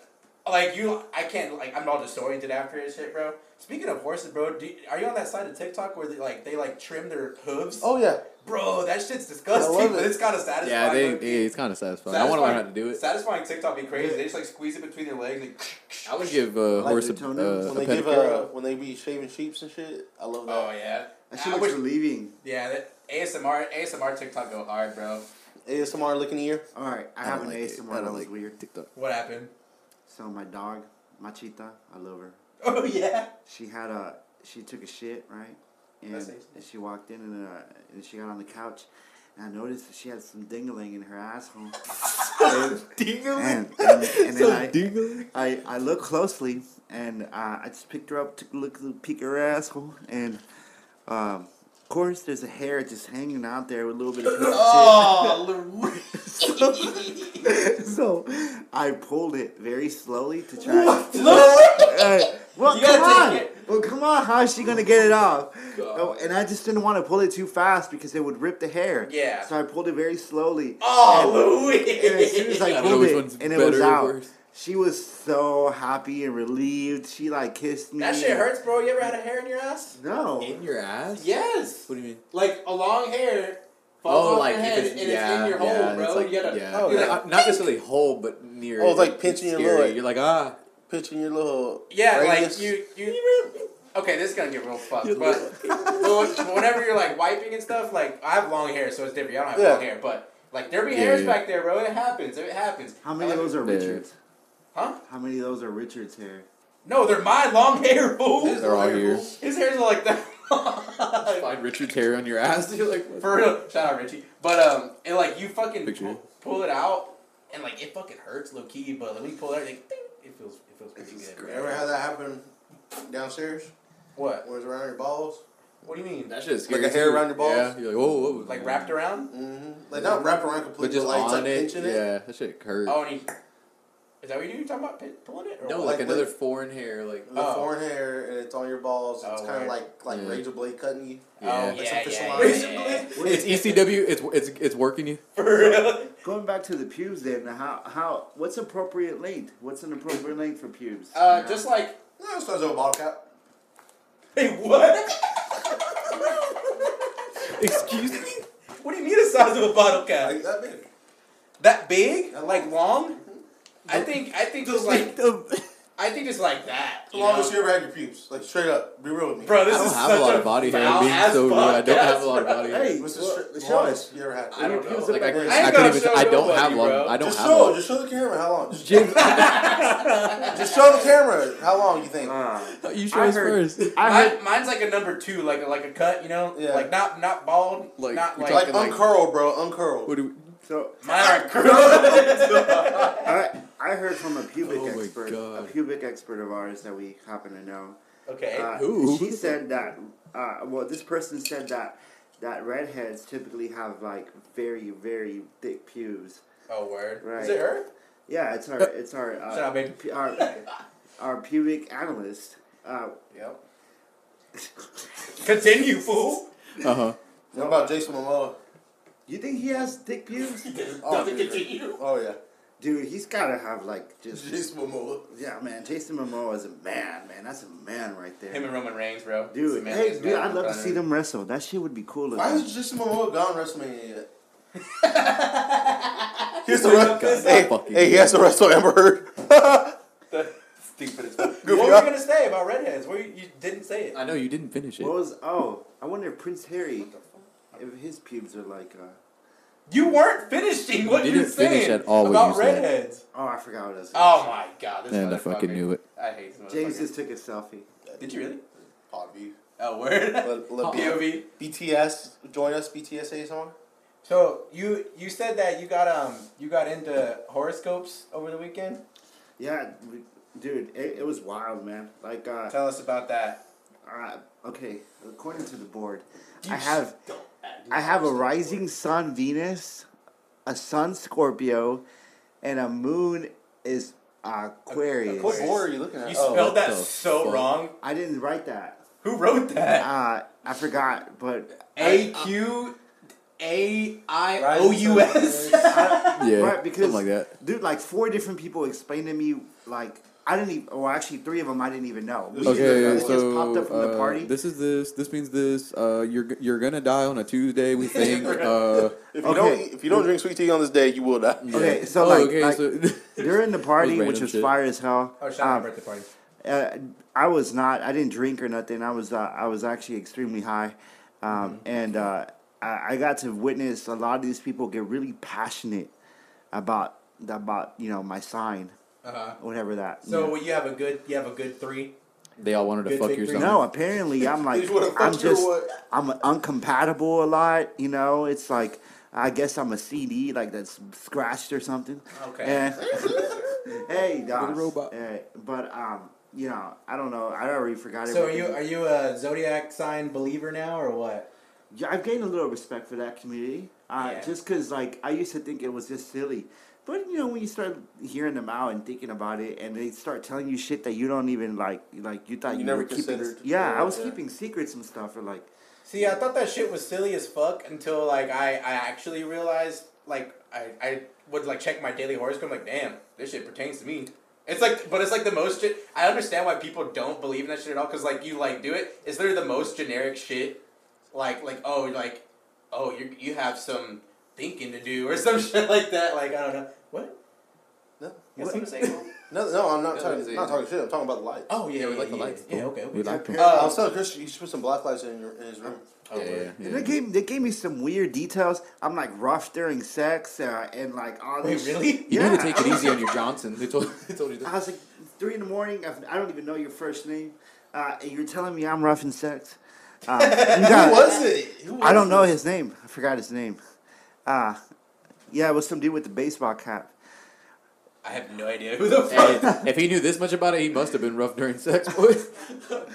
Speaker 4: like you, I can't like I'm all disoriented after and shit, bro. Speaking of horses, bro, do, are you on that side of TikTok where they like they like trim their hooves?
Speaker 3: Oh yeah.
Speaker 4: bro, that shit's disgusting.
Speaker 3: I love
Speaker 4: But
Speaker 3: it.
Speaker 4: it's kind of satisfying.
Speaker 2: Yeah, they,
Speaker 4: low-key.
Speaker 2: yeah, it's kind of satisfying. I want to learn how to do it.
Speaker 4: Satisfying TikTok be crazy. They just like squeeze it between their legs. Like,
Speaker 2: I would give uh,
Speaker 5: Like
Speaker 2: horse a,
Speaker 5: their toenails?
Speaker 2: uh,
Speaker 3: When
Speaker 2: a
Speaker 3: they give
Speaker 2: pedicure.
Speaker 3: uh, when they be shaving sheeps and shit, I love that.
Speaker 4: oh yeah.
Speaker 5: That shit
Speaker 4: I
Speaker 5: looks
Speaker 4: wish-
Speaker 5: relieving.
Speaker 4: yeah, that ASMR ASMR TikTok go hard, bro.
Speaker 3: ASMR licking ear.
Speaker 5: All right, I,
Speaker 2: I
Speaker 5: have
Speaker 2: don't
Speaker 5: an
Speaker 2: like it.
Speaker 5: ASMR
Speaker 2: I
Speaker 5: that
Speaker 2: don't
Speaker 5: was
Speaker 2: like
Speaker 5: weird.
Speaker 2: TikTok.
Speaker 4: What happened?
Speaker 5: So my dog, Machita, I love her.
Speaker 4: Oh yeah.
Speaker 5: She had a she took a shit right, and,
Speaker 4: That's nice.
Speaker 5: and she walked in and, uh, and she got on the couch, and I noticed that she had some dingaling in her asshole. and, and, and then I, I, I looked closely and uh, I just picked her up, took a look, peek at her asshole, and um, of course there's a hair just hanging out there with a little bit of piece
Speaker 4: Oh,
Speaker 5: of shit. So I pulled it very slowly to try. Uh, well,
Speaker 4: You gotta
Speaker 5: come on.
Speaker 4: take it.
Speaker 5: Well, come on. How is she gonna get it off? Oh, and I just didn't want to pull it too fast because it would rip the hair.
Speaker 4: Yeah.
Speaker 5: So I pulled it very slowly.
Speaker 4: oh, Louis.
Speaker 5: And as soon as I
Speaker 2: don't know
Speaker 5: pulled
Speaker 2: which
Speaker 5: it,
Speaker 2: one's
Speaker 5: and it was
Speaker 2: better or
Speaker 5: out.
Speaker 2: worse.
Speaker 5: She was so happy and relieved. She like kissed me.
Speaker 4: that shit hurts, bro. You ever had a hair in your ass?
Speaker 5: No.
Speaker 2: In your ass?
Speaker 4: Yes.
Speaker 2: What do you mean?
Speaker 4: Like a long hair. Falls
Speaker 2: oh,
Speaker 4: off
Speaker 2: like
Speaker 4: your
Speaker 2: if
Speaker 4: head
Speaker 2: it-
Speaker 4: and
Speaker 2: yeah,
Speaker 4: it's in your hole,
Speaker 2: yeah,
Speaker 4: bro.
Speaker 2: it's like,
Speaker 4: you gotta,
Speaker 2: yeah.
Speaker 3: oh,
Speaker 4: you're
Speaker 3: yeah.
Speaker 4: like,
Speaker 2: not, not necessarily whole, but near.
Speaker 3: Oh, it's like
Speaker 2: it.
Speaker 3: pinching your
Speaker 2: scary.
Speaker 3: leg.
Speaker 2: You're like ah.
Speaker 3: Pitching your little
Speaker 4: Yeah,
Speaker 3: radius.
Speaker 4: like you, you. Okay, this is gonna get real fucked, but, but when- whenever you're like wiping and stuff, like I have long hair, so it's different. I don't have
Speaker 3: Yeah.
Speaker 4: long hair, but like there be
Speaker 2: Yeah,
Speaker 4: hairs
Speaker 2: yeah.
Speaker 4: back there, bro. It happens. It happens.
Speaker 5: How many of those are
Speaker 2: Yeah.
Speaker 5: Richards?
Speaker 4: Huh?
Speaker 5: How many of those are Richards hair?
Speaker 4: No, they're my long hair, fool.
Speaker 2: They're all here.
Speaker 4: His hair's like that.
Speaker 2: Find Richard Terry on your ass. You're like what?
Speaker 4: For real, shout out Richie. But um, and like you fucking
Speaker 2: Picture.
Speaker 4: pull, pull it out, and like it fucking hurts, low key. But when you pull it, out, like, ding, it feels it feels pretty good.
Speaker 3: You
Speaker 4: bro.
Speaker 3: ever had that happen downstairs?
Speaker 4: What?
Speaker 3: Where it's around your balls?
Speaker 4: What do you mean?
Speaker 2: that shit is
Speaker 3: Like
Speaker 2: scary.
Speaker 3: a hair
Speaker 2: too.
Speaker 3: around your balls?
Speaker 2: Yeah. You're like whoa, whoa, whoa.
Speaker 4: Like wrapped around?
Speaker 3: Mm-hmm. Like not wrapped around completely,
Speaker 2: but just
Speaker 3: like,
Speaker 2: on
Speaker 3: it's like
Speaker 2: it.
Speaker 3: pinching it.
Speaker 2: Yeah, that shit hurt.
Speaker 4: Oh, and he. Is that what you are talking about? Pit, pulling it? Or
Speaker 2: no,
Speaker 4: what?
Speaker 2: like,
Speaker 3: like
Speaker 2: another
Speaker 3: with-
Speaker 2: foreign hair. Like
Speaker 3: The
Speaker 4: Oh.
Speaker 3: foreign hair and it's on your balls. It's
Speaker 4: Oh,
Speaker 3: kind
Speaker 4: weird.
Speaker 3: of like like
Speaker 2: Yeah.
Speaker 3: razor blade cutting you.
Speaker 2: yeah.
Speaker 4: Oh,
Speaker 3: Like
Speaker 4: yeah,
Speaker 3: some fish
Speaker 4: yeah,
Speaker 3: alive.
Speaker 4: yeah, yeah.
Speaker 2: It's ECW. It's it's it's working you.
Speaker 4: For real?
Speaker 5: Going back to the pubes, then how how what's appropriate length? What's an appropriate length for pubes?
Speaker 4: Uh,
Speaker 5: Yeah.
Speaker 4: just like,
Speaker 3: No, it starts with a bottle cap.
Speaker 4: hey, what?
Speaker 2: Excuse me.
Speaker 4: what do you mean the size of a bottle cap?
Speaker 3: Like that big.
Speaker 4: That big? Like long?
Speaker 2: Mm-hmm.
Speaker 4: I think, I think just like, I think just like that.
Speaker 3: The
Speaker 4: you
Speaker 3: longest
Speaker 4: know?
Speaker 3: you ever had your pubes. Like straight up. Be real with me.
Speaker 4: Bro, this
Speaker 2: I don't
Speaker 4: is
Speaker 2: have
Speaker 4: such
Speaker 2: a lot of body hair. I'm being
Speaker 4: foul-ass
Speaker 2: so rude. I don't
Speaker 4: podcast,
Speaker 2: have a lot of
Speaker 4: bro.
Speaker 2: body hair.
Speaker 5: hey,
Speaker 3: What's the
Speaker 5: well,
Speaker 3: str-
Speaker 5: show us.
Speaker 3: longest you ever had?
Speaker 2: I don't know.
Speaker 5: Pubes
Speaker 2: Like I, I,
Speaker 4: I
Speaker 5: are-
Speaker 4: ain't
Speaker 2: couldn't
Speaker 4: gonna
Speaker 2: even.
Speaker 4: show
Speaker 2: I don't
Speaker 4: nobody,
Speaker 2: have long.
Speaker 4: bro.
Speaker 2: I don't
Speaker 3: just
Speaker 2: have
Speaker 3: show.
Speaker 2: long.
Speaker 3: Just show the camera how long. Just,
Speaker 2: Jim,
Speaker 3: just show the camera how long you think.
Speaker 5: Uh,
Speaker 2: you show
Speaker 5: I
Speaker 2: us
Speaker 5: heard.
Speaker 2: first.
Speaker 5: I heard.
Speaker 4: Mine, mine's like a number two, like a, like a cut, you know,
Speaker 3: Yeah.
Speaker 4: like not not bald,
Speaker 2: Like,
Speaker 4: not
Speaker 2: you're
Speaker 4: like,
Speaker 3: like
Speaker 2: talking like-
Speaker 3: uncurl, bro. Uncurl.
Speaker 2: What do we,
Speaker 5: So
Speaker 4: mine are curved.
Speaker 5: I, I heard from a pubic
Speaker 2: Oh my
Speaker 5: expert, a
Speaker 2: God.
Speaker 5: pubic expert of ours that we happen to know.
Speaker 4: okay,
Speaker 5: Uh,
Speaker 2: Who?
Speaker 5: She said that. Uh, well, this person said that that redheads typically have like very very thick pubes.
Speaker 4: oh word,
Speaker 5: Right.
Speaker 4: is it her?
Speaker 5: Yeah, it's our it's our uh,
Speaker 4: Shut up, baby.
Speaker 5: pu- our, our pubic analyst. Uh,
Speaker 4: Yep. Continue, fool.
Speaker 2: uh huh.
Speaker 3: What about Jason Momoa?
Speaker 5: you think he has thick pubes?
Speaker 3: Doesn't
Speaker 4: continue.
Speaker 3: Oh yeah.
Speaker 5: Dude, he's gotta have like just
Speaker 3: Jason Momoa.
Speaker 5: yeah, man. Jason Momoa is a man, man. That's a man right there.
Speaker 4: Him and Roman Reigns, bro. It's a
Speaker 5: Dude,
Speaker 4: man-
Speaker 5: hey,
Speaker 4: it's a
Speaker 5: dude,
Speaker 4: man
Speaker 5: I'd love to
Speaker 4: brother.
Speaker 5: see them wrestle. That shit would be cool. if-
Speaker 3: Why has Jason Momoa gone WrestleMania yet? Here's the wrestle. Hey,
Speaker 2: fuck you.
Speaker 3: hey, he has to wrestle Amber Heard.
Speaker 4: Stupid as fuck.
Speaker 3: Goofy
Speaker 4: What were you
Speaker 3: up.
Speaker 4: gonna say about redheads? What you, you didn't say it.
Speaker 2: I know you didn't finish it.
Speaker 5: What was? Oh, I wonder if Prince Harry, if his pubes are like. Uh,
Speaker 4: You weren't finishing what
Speaker 2: You
Speaker 4: you,
Speaker 2: didn't
Speaker 4: were saying
Speaker 2: finish at all what
Speaker 4: about
Speaker 2: you said.
Speaker 4: redheads.
Speaker 5: oh, I forgot what I was.
Speaker 4: Oh my god, this
Speaker 2: And I
Speaker 4: motherfucker.
Speaker 2: fucking knew it.
Speaker 4: I hate this
Speaker 5: James
Speaker 4: motherfucker.
Speaker 5: just took a selfie.
Speaker 4: Did you really?
Speaker 3: Pod view.
Speaker 4: Oh, word.
Speaker 3: Let, let
Speaker 4: POV.
Speaker 3: BTS join us. BTSA song.
Speaker 4: So you you said that you got um you got into horoscopes over the weekend.
Speaker 5: Yeah, we, dude, it, it was wild, man. Like, uh,
Speaker 4: Tell us about that.
Speaker 5: uh, okay, according to the board, I have, I have a rising sun Venus, a sun Scorpio, and a moon is Aquarius.
Speaker 4: Aquarius.
Speaker 3: What board are you looking at?
Speaker 4: You
Speaker 3: Oh.
Speaker 4: spelled that
Speaker 2: the
Speaker 4: so
Speaker 2: fuck?
Speaker 4: wrong.
Speaker 5: I didn't write that.
Speaker 4: Who wrote that?
Speaker 5: Uh, I forgot, but
Speaker 4: A Q A I
Speaker 3: Right,
Speaker 4: O U S.
Speaker 3: so-
Speaker 2: Yeah,
Speaker 5: right because
Speaker 2: something like that.
Speaker 5: dude, like four different people explained to me like I didn't even, or actually three of them I didn't even know. We
Speaker 3: Okay,
Speaker 5: just-
Speaker 2: Okay,
Speaker 5: it just
Speaker 2: so
Speaker 5: popped up from the
Speaker 2: uh,
Speaker 5: party.
Speaker 2: this is this. This means this. Uh, you're g- you're gonna die on a Tuesday. We think. Uh,
Speaker 3: If you
Speaker 5: Okay.
Speaker 3: don't, if you don't drink sweet tea on this day, you will die.
Speaker 5: okay, so
Speaker 2: oh,
Speaker 5: like,
Speaker 2: okay,
Speaker 5: like,
Speaker 2: so
Speaker 5: during the party,
Speaker 2: random
Speaker 5: which was
Speaker 2: shit.
Speaker 5: fire as hell.
Speaker 4: Oh, shout
Speaker 5: um,
Speaker 4: out birthday party.
Speaker 5: uh, I was not. I didn't drink or nothing. I was. Uh, I was actually extremely high, um, and uh, I, I got to witness a lot of these people get really passionate about about you know my sign,
Speaker 4: Uh-huh.
Speaker 5: whatever that.
Speaker 4: So
Speaker 5: you
Speaker 4: you have a good you have a good three.
Speaker 2: they all wanted to
Speaker 4: Good
Speaker 2: fuck your
Speaker 4: victory.
Speaker 2: son.
Speaker 5: know. no, apparently I'm like
Speaker 3: just wanna fuck
Speaker 5: I'm
Speaker 3: your
Speaker 5: just
Speaker 3: what?
Speaker 5: I'm uncompatible a lot. You know, it's like I guess I'm a CD like that's scratched or something.
Speaker 4: Okay.
Speaker 5: And- hey, dog.
Speaker 2: robot.
Speaker 5: but um, you know, I don't know. I already forgot.
Speaker 4: So are
Speaker 5: everything.
Speaker 4: you are you a zodiac sign believer now or what?
Speaker 5: Yeah, I've gained a little respect for that community. Uh,
Speaker 4: Yeah.
Speaker 5: Just because, like, I used to think it was just silly. But, you know, when you start hearing them out and thinking about it, and they start telling you shit that you don't even, like, like you thought
Speaker 3: You
Speaker 5: you,
Speaker 3: never
Speaker 5: were keeping.
Speaker 3: considered.
Speaker 5: Yeah, I was
Speaker 3: Yeah.
Speaker 5: keeping secrets and stuff, or, like,
Speaker 4: See, I thought that shit was silly as fuck until like I, I actually realized like I, I would like check my daily horoscope. I'm like, damn, this shit pertains to me. It's like, but it's like the most. Ge- I understand why people don't believe in that shit at all. Cause like you like do it. Is there the most generic shit? Like like oh like oh you you have some thinking to do or some shit like that. Like I don't know what.
Speaker 3: No,
Speaker 4: You got something to say? Will?
Speaker 3: no, no, I'm not
Speaker 2: No,
Speaker 3: talking.
Speaker 2: it's a-
Speaker 3: not talking shit. I'm talking about the light.
Speaker 4: oh yeah, yeah,
Speaker 2: we
Speaker 4: yeah,
Speaker 2: like the
Speaker 4: yeah,
Speaker 2: lights.
Speaker 4: yeah, okay.
Speaker 2: We like them.
Speaker 3: Uh, I
Speaker 4: Uh,
Speaker 3: was telling Christian you should put some black lights in, your, in his room.
Speaker 4: oh,
Speaker 2: Yeah,
Speaker 4: word.
Speaker 2: yeah, yeah.
Speaker 5: and they gave, they gave me some weird details. I'm, like, rough during sex, uh, and, like, all
Speaker 4: Wait,
Speaker 5: this.
Speaker 4: Oh, really?
Speaker 2: You
Speaker 5: Yeah.
Speaker 2: need to take it easy on your Johnson. They told, they told you
Speaker 5: I
Speaker 2: that.
Speaker 5: was like, three in the morning, I've, I don't even know your first name, uh, and you're telling me I'm rough in sex. Uh, you
Speaker 3: Who
Speaker 5: got-
Speaker 3: was it? Who was
Speaker 5: I don't
Speaker 3: it?
Speaker 5: know his name. I forgot his name. Uh, yeah, it was some dude with the baseball cap.
Speaker 4: I have no idea who the fuck.
Speaker 2: Hey, if he knew this much about it, he must have been rough during sex, boys.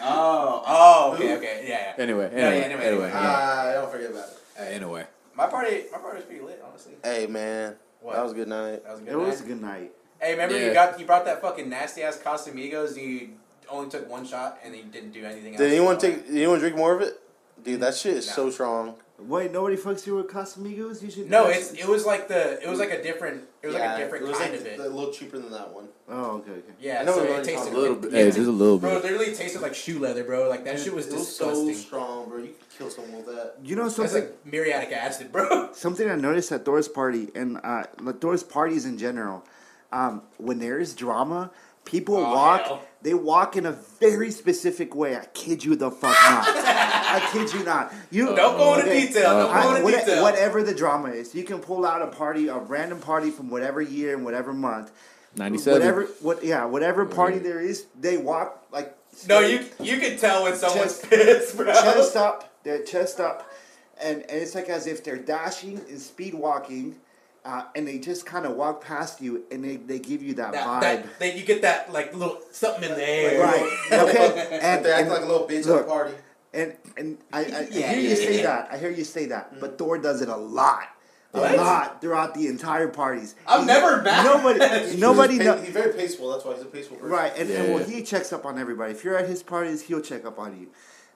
Speaker 4: Oh, oh, okay, okay, yeah, yeah.
Speaker 2: anyway, anyway,
Speaker 4: yeah,
Speaker 2: anyway,
Speaker 4: anyway,
Speaker 2: anyway.
Speaker 4: anyway.
Speaker 2: yeah.
Speaker 3: Ah, don't forget about it.
Speaker 2: Uh, anyway.
Speaker 4: My party, my party was pretty lit, honestly.
Speaker 3: Hey man,
Speaker 4: What?
Speaker 3: that was a good night.
Speaker 4: That was a good.
Speaker 5: It was a
Speaker 4: night.
Speaker 5: good night.
Speaker 4: Hey, remember
Speaker 2: Yeah.
Speaker 4: you got you brought that fucking nasty ass Casamigos. and You only took one shot and then you didn't do anything.
Speaker 3: Did
Speaker 4: else.
Speaker 3: anyone take? Did anyone drink more of it? Dude, that shit is
Speaker 4: No.
Speaker 3: so strong.
Speaker 5: Wait, nobody fucks you with Casamigos? You should.
Speaker 4: No, it's it was like the it was like a different it was like a different
Speaker 3: it was
Speaker 4: kind
Speaker 3: like
Speaker 4: of it.
Speaker 3: A little cheaper than that one.
Speaker 5: Oh, okay, okay.
Speaker 4: yeah,
Speaker 3: I know
Speaker 4: so
Speaker 3: we
Speaker 4: it
Speaker 3: learned
Speaker 4: tasted
Speaker 3: a little
Speaker 4: like-
Speaker 2: Hey, just a little
Speaker 4: Bro, it
Speaker 2: bit.
Speaker 4: literally tasted like shoe leather, bro. Like that shit was
Speaker 3: it was
Speaker 4: disgusting.
Speaker 3: so strong, bro. You could kill someone with that.
Speaker 5: You know
Speaker 4: That's
Speaker 5: something?
Speaker 4: like muriatic acid, bro.
Speaker 5: something I noticed at Thor's party and uh, like Thor's parties in general. Um, when there is drama, people
Speaker 4: Oh,
Speaker 5: walk.
Speaker 4: hell.
Speaker 5: They walk in a very specific way. I kid you the fuck not. I kid you not. You
Speaker 4: Don't go into
Speaker 5: Okay.
Speaker 4: detail. Don't
Speaker 5: I-
Speaker 4: go into
Speaker 5: what-
Speaker 4: detail.
Speaker 5: whatever the drama is, you can pull out a party, a random party from whatever year and whatever month,
Speaker 2: 97.
Speaker 5: whatever what yeah, whatever party there is, they walk like
Speaker 4: No, you you can tell when someone's
Speaker 5: Chest-
Speaker 4: pissed, bro.
Speaker 5: chest up, their chest up, and, and it's like as if they're dashing and speed walking, uh, and they just kind of walk past you and they, they give you that,
Speaker 4: That,
Speaker 5: vibe.
Speaker 4: that, that you get that like little something in the air.
Speaker 5: Right. Okay. And,
Speaker 3: They act
Speaker 5: and-
Speaker 3: like a little bitch at
Speaker 5: look,
Speaker 3: the party.
Speaker 5: And and I, I, I
Speaker 4: Yeah,
Speaker 5: hear you
Speaker 4: yeah,
Speaker 5: say
Speaker 4: yeah. Mm.
Speaker 5: that. I hear you say that. But Thor does it a lot. A
Speaker 4: What?
Speaker 5: lot throughout the entire parties.
Speaker 4: I've
Speaker 5: He-
Speaker 4: never met-
Speaker 5: nobody nobody
Speaker 3: he's,
Speaker 5: knows
Speaker 3: he's very peaceful. That's why he's a peaceful person.
Speaker 5: Right, and,
Speaker 2: Yeah.
Speaker 5: and well he checks up on everybody. If you're at his parties, he'll check up on you.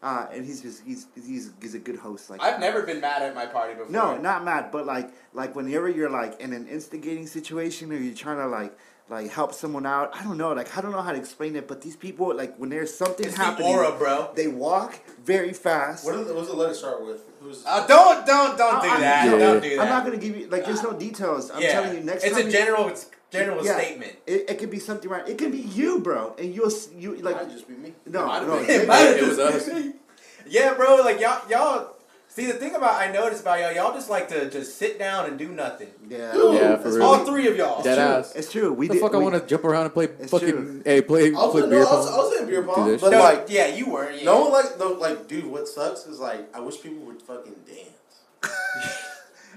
Speaker 5: Uh, and he's just he's he's he's a good host like
Speaker 4: I've
Speaker 5: that.
Speaker 4: never been mad at my party before.
Speaker 5: No, not mad, but like like whenever you're like in an instigating situation or you're trying to like like help someone out, I don't know, like I don't know how to explain it, but these people like when there's something
Speaker 4: It's the
Speaker 5: happening,
Speaker 4: aura, bro.
Speaker 5: they walk very fast.
Speaker 3: What, did, what was the letter start with? Who's?
Speaker 4: Uh, don't don't don't do
Speaker 5: I- I-
Speaker 4: that.
Speaker 2: Yeah.
Speaker 4: Don't do that.
Speaker 5: I'm not gonna give you like there's no details. I'm
Speaker 4: yeah.
Speaker 5: telling you next
Speaker 4: It's
Speaker 5: time.
Speaker 4: a
Speaker 5: you-
Speaker 4: general it's general
Speaker 5: yeah,
Speaker 4: statement.
Speaker 5: It, it could be something right. It could be you, bro, and you'll s- you like
Speaker 3: Might just be me.
Speaker 5: no
Speaker 4: Might have
Speaker 5: no.
Speaker 4: been-
Speaker 5: maybe-
Speaker 4: might have
Speaker 2: It was
Speaker 4: just
Speaker 2: us.
Speaker 4: been me. Yeah, bro. Like y'all y'all. See the thing about I noticed about y'all, y'all just like to just sit down and do nothing.
Speaker 5: Yeah.
Speaker 2: Yeah, for real.
Speaker 4: All three of y'all.
Speaker 2: Dead ass.
Speaker 5: It's true. We
Speaker 2: the
Speaker 5: did.
Speaker 2: fuck I
Speaker 5: we-
Speaker 2: want to jump around and play
Speaker 5: It's
Speaker 2: fucking
Speaker 5: true.
Speaker 2: hey play
Speaker 3: I was,
Speaker 2: play
Speaker 3: no,
Speaker 2: beer
Speaker 3: I was, I
Speaker 2: pong.
Speaker 3: was in beer
Speaker 2: Do
Speaker 3: pong,
Speaker 2: this
Speaker 3: but
Speaker 4: No,
Speaker 3: like,
Speaker 4: yeah, you were. Yeah.
Speaker 3: no one like, no, like, dude, what sucks is like, I wish people would fucking dance.
Speaker 4: Yeah,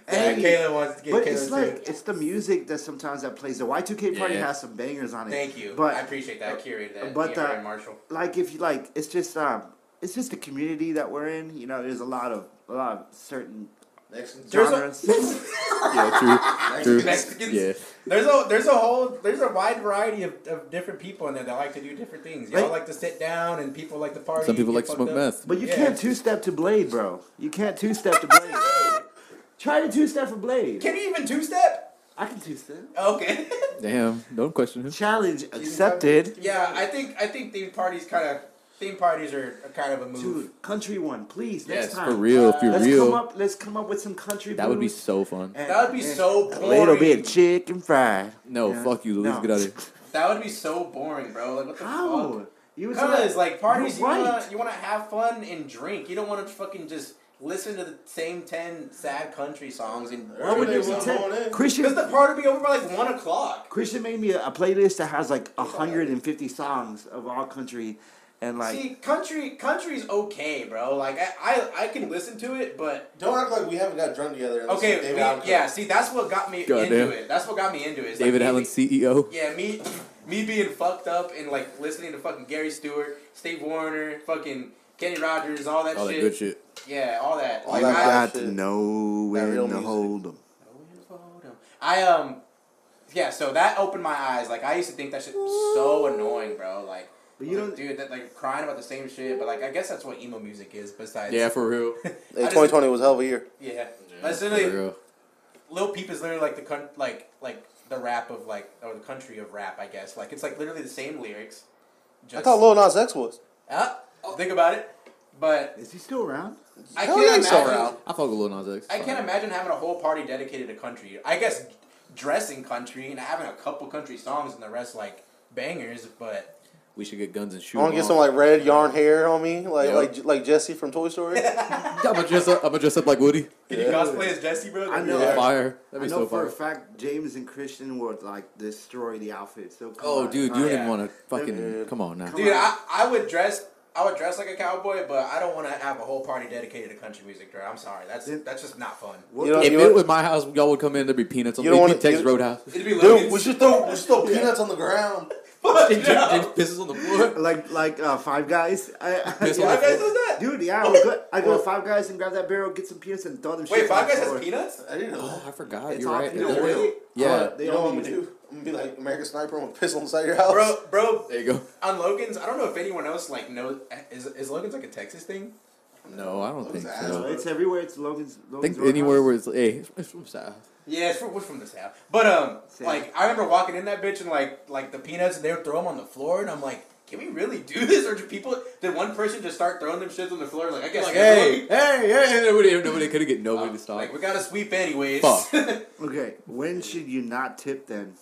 Speaker 5: Hey,
Speaker 4: Kayla wants to get.
Speaker 5: But
Speaker 4: Kayla
Speaker 5: it's
Speaker 4: too.
Speaker 5: like it's the music that sometimes that plays. The Y2K party
Speaker 2: Yeah.
Speaker 5: has some bangers on it.
Speaker 4: Thank you.
Speaker 5: But
Speaker 4: I appreciate that. I curated that.
Speaker 5: but,
Speaker 4: yeah,
Speaker 5: uh,
Speaker 4: and Marshall.
Speaker 5: like if you like, it's just um, it's just the community that we're in. You know, there's a lot of a lot of certain
Speaker 3: Mexicans.
Speaker 4: There's a-
Speaker 5: genres.
Speaker 2: Yeah, true.
Speaker 3: Mexicans.
Speaker 2: True.
Speaker 4: Mexicans.
Speaker 2: Yeah.
Speaker 4: There's a there's a whole there's a wide variety of, of different people in there that like to do different things. Y'all
Speaker 5: Right.
Speaker 4: like to sit down, and people like to party.
Speaker 2: Some people
Speaker 4: get
Speaker 2: like to
Speaker 4: fucked
Speaker 2: smoke
Speaker 4: up.
Speaker 2: meth.
Speaker 5: But you
Speaker 4: Yeah.
Speaker 5: can't two step to Blade, bro. You can't two step to Blade. Try to two step for Blade.
Speaker 4: Can you even two step?
Speaker 5: I can two step.
Speaker 4: Okay.
Speaker 2: Damn, don't question him.
Speaker 5: Challenge accepted.
Speaker 4: yeah, I think I think theme parties kind of theme parties are, are kind of a move.
Speaker 5: Dude, country one, please. Next
Speaker 2: Yes,
Speaker 5: time.
Speaker 2: for real. If you're
Speaker 5: Let's come
Speaker 2: real,
Speaker 5: up. Let's come up with some country.
Speaker 2: that would be
Speaker 5: blues
Speaker 2: so fun.
Speaker 5: and-
Speaker 4: That would be
Speaker 5: and
Speaker 4: so
Speaker 5: a
Speaker 4: boring.
Speaker 5: little bit chicken fried.
Speaker 2: No,
Speaker 5: Yeah.
Speaker 2: fuck you, Luis.
Speaker 5: No.
Speaker 2: Get out of here.
Speaker 4: That would be so boring, bro. Like what the fuck?
Speaker 5: How? You was
Speaker 4: Because like parties, you
Speaker 5: You're right.
Speaker 4: wanna you wanna have fun and drink. You don't wanna fucking just listen to the same ten sad country songs and
Speaker 3: Why would
Speaker 5: It was
Speaker 3: Well,
Speaker 5: ten-
Speaker 3: come on in.
Speaker 5: Christian
Speaker 4: Because the party would be over by like one o'clock.
Speaker 5: Christian made me a, a playlist that has like 150 songs of all country, and like
Speaker 4: See, country country's okay, bro. Like I, I I can listen to it, but
Speaker 3: Don't act like we haven't got drunk together. and listened to
Speaker 4: okay,
Speaker 3: David
Speaker 4: we,
Speaker 3: Alcott.
Speaker 4: yeah. See, that's what got me
Speaker 2: God
Speaker 4: into
Speaker 2: damn.
Speaker 4: it. That's what got me into it. It's like
Speaker 2: David
Speaker 4: me
Speaker 2: Allen, E
Speaker 4: be-
Speaker 2: CEO.
Speaker 4: Yeah, me, me being fucked up and like listening to fucking Gary Stewart, Steve Warner, fucking Kenny Rogers, all that
Speaker 2: All that
Speaker 4: shit.
Speaker 2: good shit.
Speaker 4: Yeah, all that.
Speaker 3: All
Speaker 5: you
Speaker 4: Like,
Speaker 3: that
Speaker 4: I,
Speaker 5: got
Speaker 3: shit.
Speaker 5: to know
Speaker 3: That real
Speaker 5: when to
Speaker 3: music.
Speaker 5: hold them.
Speaker 4: I um, yeah. So that opened my eyes. Like I used to think that shit was so annoying, bro. Like.
Speaker 5: But you
Speaker 4: like,
Speaker 5: don't-
Speaker 4: dude, that like crying about the same shit, but like I guess that's what emo music is. Besides,
Speaker 2: Yeah, for real.
Speaker 3: Hey,
Speaker 4: just-
Speaker 3: 2020 was a hell of a year.
Speaker 4: yeah. That's
Speaker 2: That's
Speaker 4: literally, Lil Peep is literally like the con- like like the rap of like or the country of rap, I guess. Like it's like literally the same lyrics. Just,
Speaker 3: I thought Lil Nas X was.
Speaker 4: Huh? think about it, but
Speaker 5: Is he still around?
Speaker 4: I
Speaker 3: Hell
Speaker 4: can't
Speaker 3: yeah,
Speaker 4: imagine.
Speaker 3: he's still around.
Speaker 2: I fuck with Lil Nas X.
Speaker 4: I can't imagine having a whole party dedicated to country. I guess dressing country and having a couple country songs and the rest like bangers, but
Speaker 2: We should get guns and
Speaker 3: I
Speaker 2: shoot.
Speaker 3: want to get some like red yarn hair on me, like
Speaker 2: Yeah.
Speaker 3: like like Jesse from Toy Story.
Speaker 2: I'm gonna dress up. I'm gonna dress up like Woody.
Speaker 4: can you
Speaker 3: Yeah.
Speaker 4: cosplay as Jesse, bro?
Speaker 5: I know.
Speaker 3: Yeah.
Speaker 2: Fire. That'd be
Speaker 5: I know
Speaker 2: so
Speaker 5: for a
Speaker 2: fire.
Speaker 5: fact James and Christian would like destroy the outfit. So come
Speaker 2: Oh,
Speaker 5: on.
Speaker 2: dude, you
Speaker 4: Oh,
Speaker 2: don't
Speaker 4: yeah.
Speaker 2: even want to fucking
Speaker 3: Dude.
Speaker 2: come on now.
Speaker 4: Dude, I, I would dress I would dress like a cowboy, but I don't want to have a whole party dedicated to country music, bro. I'm sorry, that's that's just not fun.
Speaker 5: What
Speaker 3: You know-
Speaker 5: the-
Speaker 2: If
Speaker 3: You
Speaker 2: it
Speaker 3: know-
Speaker 2: was my house, y'all would come in. There'd be peanuts on
Speaker 3: You don't
Speaker 2: the
Speaker 3: wanna-
Speaker 2: Texas
Speaker 3: you-
Speaker 2: Roadhouse.
Speaker 4: It'd be
Speaker 3: Dude,
Speaker 4: Logan's-
Speaker 3: we should throw we should throw peanuts on the ground.
Speaker 2: And Jim, Jim pisses on the floor.
Speaker 5: like like uh, Five Guys. I, I,
Speaker 2: Piss on
Speaker 5: yeah.
Speaker 2: the
Speaker 4: Five Guys
Speaker 2: floor.
Speaker 4: does that?
Speaker 5: Dude, yeah, I would go, I go to Five Guys and grab that barrel, get some peanuts, and throw them.
Speaker 4: Wait,
Speaker 5: shit on
Speaker 4: Five
Speaker 5: the
Speaker 4: Guys has
Speaker 5: floor.
Speaker 4: peanuts?
Speaker 3: I didn't know.
Speaker 2: Oh, I forgot.
Speaker 5: It's
Speaker 2: You're
Speaker 5: all
Speaker 2: right.
Speaker 5: peanut
Speaker 2: That's
Speaker 5: oil.
Speaker 2: real. Yeah.
Speaker 5: They
Speaker 3: You know what I'm
Speaker 5: only
Speaker 3: gonna
Speaker 5: do-
Speaker 3: do? I'm gonna be like American Sniper. I'm gonna piss on the side of your house.
Speaker 4: Bro, bro,
Speaker 2: There you go.
Speaker 4: on Logan's, I don't know if anyone else like knows. Is, is Logan's like a Texas thing?
Speaker 2: No, I don't think
Speaker 5: No,
Speaker 2: so.
Speaker 3: Exactly.
Speaker 5: it's everywhere. It's Logan's.
Speaker 2: I
Speaker 5: Logan's
Speaker 2: think anywhere
Speaker 5: Roadhouse.
Speaker 2: where it's hey, it's- it's from South.
Speaker 4: Yeah, it's from, we're from the south. But um,
Speaker 5: South.
Speaker 4: like I remember walking in that bitch and like like the peanuts, and they would throw them on the floor, and I'm like, can we really do this? Or do people? Did one person just start throwing them shits on the floor? Like I guess
Speaker 2: Like,
Speaker 4: everyone-
Speaker 2: hey, hey, hey! Nobody, nobody could get nobody
Speaker 3: Uh,
Speaker 2: to stop.
Speaker 4: Like we gotta sweep anyways.
Speaker 2: Fuck.
Speaker 5: Okay, when should you not tip then?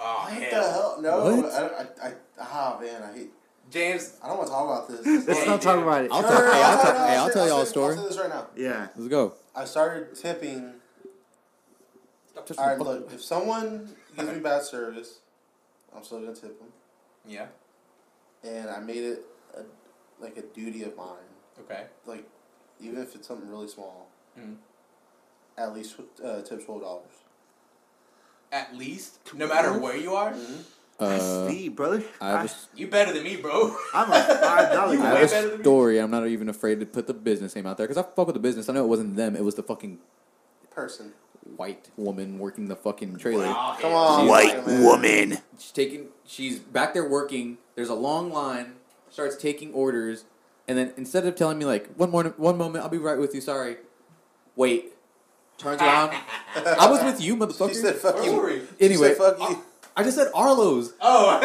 Speaker 4: oh
Speaker 3: What the
Speaker 4: hell,
Speaker 3: hell? No,
Speaker 2: What?
Speaker 3: I, I, I, ah, man, I hate.
Speaker 4: James.
Speaker 3: I don't want to talk about this.
Speaker 5: Let's
Speaker 4: Hey,
Speaker 5: not talk
Speaker 4: dude.
Speaker 5: about it.
Speaker 2: I'll
Speaker 3: No,
Speaker 2: tell,
Speaker 3: no, no,
Speaker 2: hey, I'll,
Speaker 3: I'll
Speaker 2: tell,
Speaker 3: tell-
Speaker 2: hey, I'll
Speaker 3: say-
Speaker 2: tell y'all a
Speaker 3: say-
Speaker 2: story.
Speaker 3: I'll say this right now.
Speaker 5: yeah.
Speaker 2: Let's go.
Speaker 3: I started tipping.
Speaker 2: Just
Speaker 3: All right,
Speaker 2: fuck-
Speaker 3: look. If someone gives me bad service, I'm still gonna tip them,
Speaker 4: Yeah.
Speaker 3: and I made it a, like a duty of mine.
Speaker 4: Okay.
Speaker 3: Like, even if it's something really small,
Speaker 4: Mhm.
Speaker 3: at least uh, tip twelve dollars.
Speaker 4: At least, no matter where you are,
Speaker 2: uh,
Speaker 5: Steve, brother.
Speaker 2: I have a
Speaker 5: I,
Speaker 2: s-
Speaker 4: you better than me, bro.
Speaker 5: I'm a five dollar
Speaker 4: You
Speaker 2: I
Speaker 5: guy.
Speaker 4: way
Speaker 2: have
Speaker 4: better than
Speaker 2: a
Speaker 4: me.
Speaker 2: story. I'm not even afraid to put the business name out there because I fuck with the business. I know it wasn't them. It was the fucking
Speaker 3: Person,
Speaker 2: white woman working the fucking trailer.
Speaker 4: Aw,
Speaker 3: come
Speaker 4: hell.
Speaker 3: on, man.
Speaker 5: woman.
Speaker 2: She's taking. She's back there working. There's a long line. Starts taking orders, and then instead of telling me like one more, one moment, I'll be right with you. Sorry. Wait. Turns around. I was with you, motherfucker.
Speaker 3: She said, "Fuck
Speaker 4: Don't
Speaker 3: you."
Speaker 4: worry.
Speaker 3: She
Speaker 2: Anyway,
Speaker 3: said, "Fuck you."
Speaker 2: I just said Arlo's.
Speaker 4: Oh.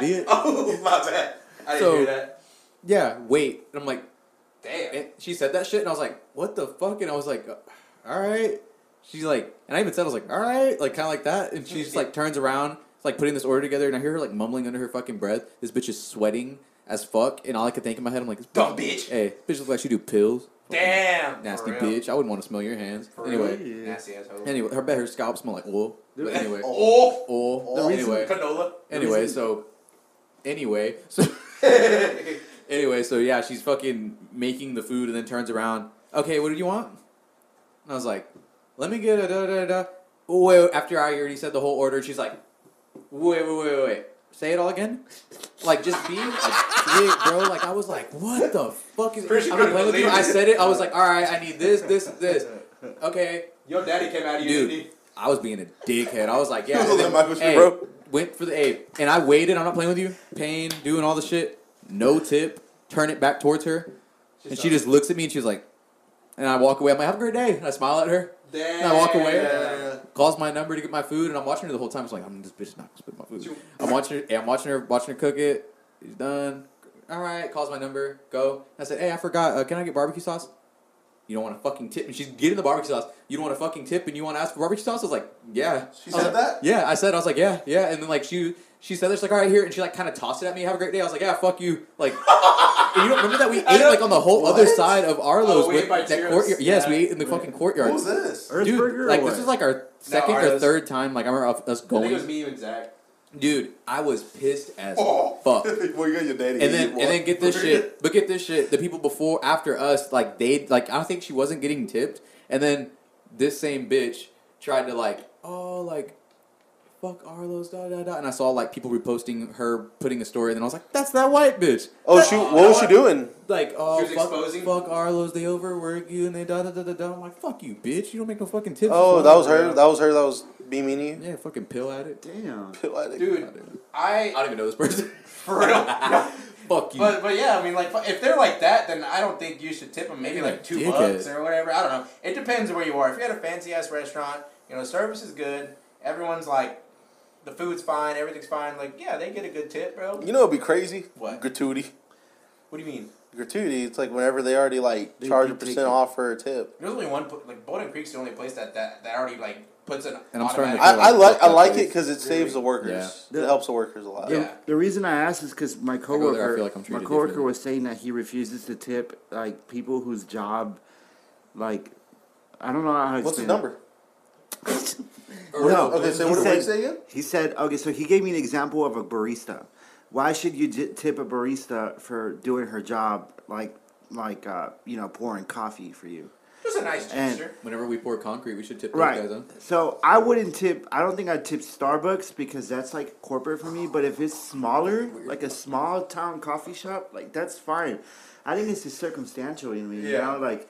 Speaker 2: Idiot.
Speaker 4: oh, my bad. I didn't
Speaker 2: So-
Speaker 4: hear that.
Speaker 2: Yeah. Wait. And I'm like,
Speaker 4: Damn.
Speaker 2: and she said that shit, and I was like, "What the fuck?" And I was like, "All right." She's like, and I even said, "I was like, all right," like kind of like that. And she just like turns around, like putting this order together, and I hear her like mumbling under her fucking breath. This bitch is sweating as fuck, and all I could think in my head, I'm like, this
Speaker 4: Dumb bitch.
Speaker 2: Hey, bitch looks like she do pills.
Speaker 4: Damn.
Speaker 2: Nasty
Speaker 4: for real.
Speaker 2: bitch. I wouldn't want to smell your hands.
Speaker 4: For real.
Speaker 2: anyway,
Speaker 4: Nasty asshole.
Speaker 2: anyway, her bet her scalp smell like oil. But anyway, oil.
Speaker 4: Oh.
Speaker 3: The reason-
Speaker 2: Anyway,
Speaker 4: Canola.
Speaker 2: anyway, so, anyway, so. Anyway, so yeah, she's fucking making the food and then turns around. Okay, what do you want? And I was like, let me get a da da da. Oh, Wait, after I already said the whole order, she's like, wait, wait, wait, wait, wait. Say it all again. Like just being a dick, bro. Like I was like, what the fuck is?
Speaker 4: Christian
Speaker 2: I'm not
Speaker 4: couldn't
Speaker 2: playing with you.
Speaker 4: believe
Speaker 2: I
Speaker 4: it.
Speaker 2: said it. I was like, all right, I need this, this, this. Okay,
Speaker 4: Your daddy came out of you,
Speaker 2: Dude.
Speaker 4: didn't
Speaker 2: I was being a dickhead. I was like, yeah,
Speaker 6: was a little Michael
Speaker 2: hey,
Speaker 6: Schumacher.
Speaker 2: went for the A, and I waited. I'm not playing with you. Pain, doing all the shit. No tip. Turn it back towards her, and she just looks at me and she's like, and I walk away. I'm like, have a great day. And I smile at her. And I walk away. Calls my number to get my food, and I'm watching her the whole time. It's like I'm this bitch is not gonna spit my food. I'm watching her. yeah, I'm watching her. Watching her cook it. It's done. All right. Calls my number. Go. And I said, hey, I forgot. Uh, can I get barbecue sauce? You don't want to fucking tip, and she's getting the barbecue sauce. You don't want to fucking tip, and you want to ask for barbecue sauce. I was like, yeah.
Speaker 6: She
Speaker 2: I was
Speaker 6: said
Speaker 2: like,
Speaker 6: that?
Speaker 2: Yeah, I said. I was like, yeah, yeah. And then like she she said, "There's like all right here," and she like kind of tossed it at me. Have a great day. I was like, yeah, fuck you. Like, and you don't remember that we ate like on the whole other side of Arlo's
Speaker 4: Oh, we
Speaker 2: with
Speaker 4: ate by
Speaker 2: that
Speaker 4: Cheers.
Speaker 2: courtyard. Yes, we
Speaker 4: Yeah.
Speaker 2: ate in the fucking courtyard
Speaker 6: What was this?
Speaker 5: Earthburger
Speaker 2: dude,
Speaker 5: or
Speaker 2: like
Speaker 5: what?
Speaker 2: this is like our second or
Speaker 4: ours.
Speaker 2: third time. Like I remember us
Speaker 4: I think it was
Speaker 2: going,
Speaker 4: me and Zach.
Speaker 2: dude. I was pissed as
Speaker 6: Oh
Speaker 2: fuck.
Speaker 6: well, you got your daddy.
Speaker 2: And then and then get this shit. But get this shit. The people before after us, like they like I don't think she wasn't getting tipped. And then this same bitch tried to like oh like. Fuck Arlo's da da da, and I saw like people reposting her putting a story, and then I was like, "That's that white bitch."
Speaker 6: Oh,
Speaker 2: That-
Speaker 6: she. What was she doing?
Speaker 2: like oh
Speaker 4: She was
Speaker 2: fuck,
Speaker 4: exposing-
Speaker 2: fuck Arlo's they overwork you and they da da da da da. I'm like fuck you bitch you don't make no fucking tips.
Speaker 6: Oh,
Speaker 2: you
Speaker 6: that was
Speaker 2: fucking-
Speaker 6: her. That was her. That was beaming you.
Speaker 2: Yeah, fucking pill at it.
Speaker 5: Damn.
Speaker 4: Dude,
Speaker 2: I
Speaker 4: I
Speaker 2: don't even know this person.
Speaker 4: for real.
Speaker 2: fuck you.
Speaker 4: But but yeah, I mean like if they're like that, then I don't think you should tip them. Maybe like two
Speaker 2: Dickhead.
Speaker 4: bucks or whatever. I don't know. It depends where you are. If you're at a fancy ass restaurant, you know service is good. Everyone's like, the food's fine, everything's fine. Like yeah, they get a good tip, bro.
Speaker 6: You know, it'd be crazy.
Speaker 4: What?
Speaker 6: gratuity?
Speaker 4: What do you mean?
Speaker 6: Gratuity. It's like whenever they already like
Speaker 5: They
Speaker 6: charge a
Speaker 5: can take
Speaker 6: percent
Speaker 5: it.
Speaker 6: off for a tip.
Speaker 4: There's only one pl- like Bowden Creek's the only place that that, that already like puts an.
Speaker 2: And I'm starting to
Speaker 6: I,
Speaker 4: automatic-
Speaker 6: I like I
Speaker 2: Yeah,
Speaker 6: like it
Speaker 2: please.
Speaker 6: because it saves the workers.
Speaker 5: Yeah.
Speaker 6: It helps the workers a lot.
Speaker 5: The,
Speaker 4: Yeah.
Speaker 5: the reason I asked is because my
Speaker 2: go there, I
Speaker 5: coworker,
Speaker 2: feel like I'm
Speaker 5: my
Speaker 2: treated
Speaker 5: coworker
Speaker 2: differently.
Speaker 5: was saying that he refuses to tip like people whose job, like, I don't know how. to
Speaker 6: What's his
Speaker 5: explain
Speaker 6: number?
Speaker 5: it.
Speaker 2: no,
Speaker 6: Okay, so
Speaker 5: he
Speaker 6: what did
Speaker 5: said-
Speaker 6: we say again?
Speaker 5: He said, okay, so he gave me an example of a barista. Why should you j- tip a barista for doing her job, like, like uh, you know, pouring coffee for you?
Speaker 4: Just a nice
Speaker 5: And-
Speaker 4: gesture.
Speaker 2: Whenever we pour concrete, we should tip those
Speaker 5: Right.
Speaker 2: guys on.
Speaker 5: So I wouldn't tip. I don't think I'd tip Starbucks because that's like corporate for me. But if it's smaller, like a small town coffee shop, like that's fine. I think it's just circumstantial in me.
Speaker 4: Yeah.
Speaker 5: You know, like,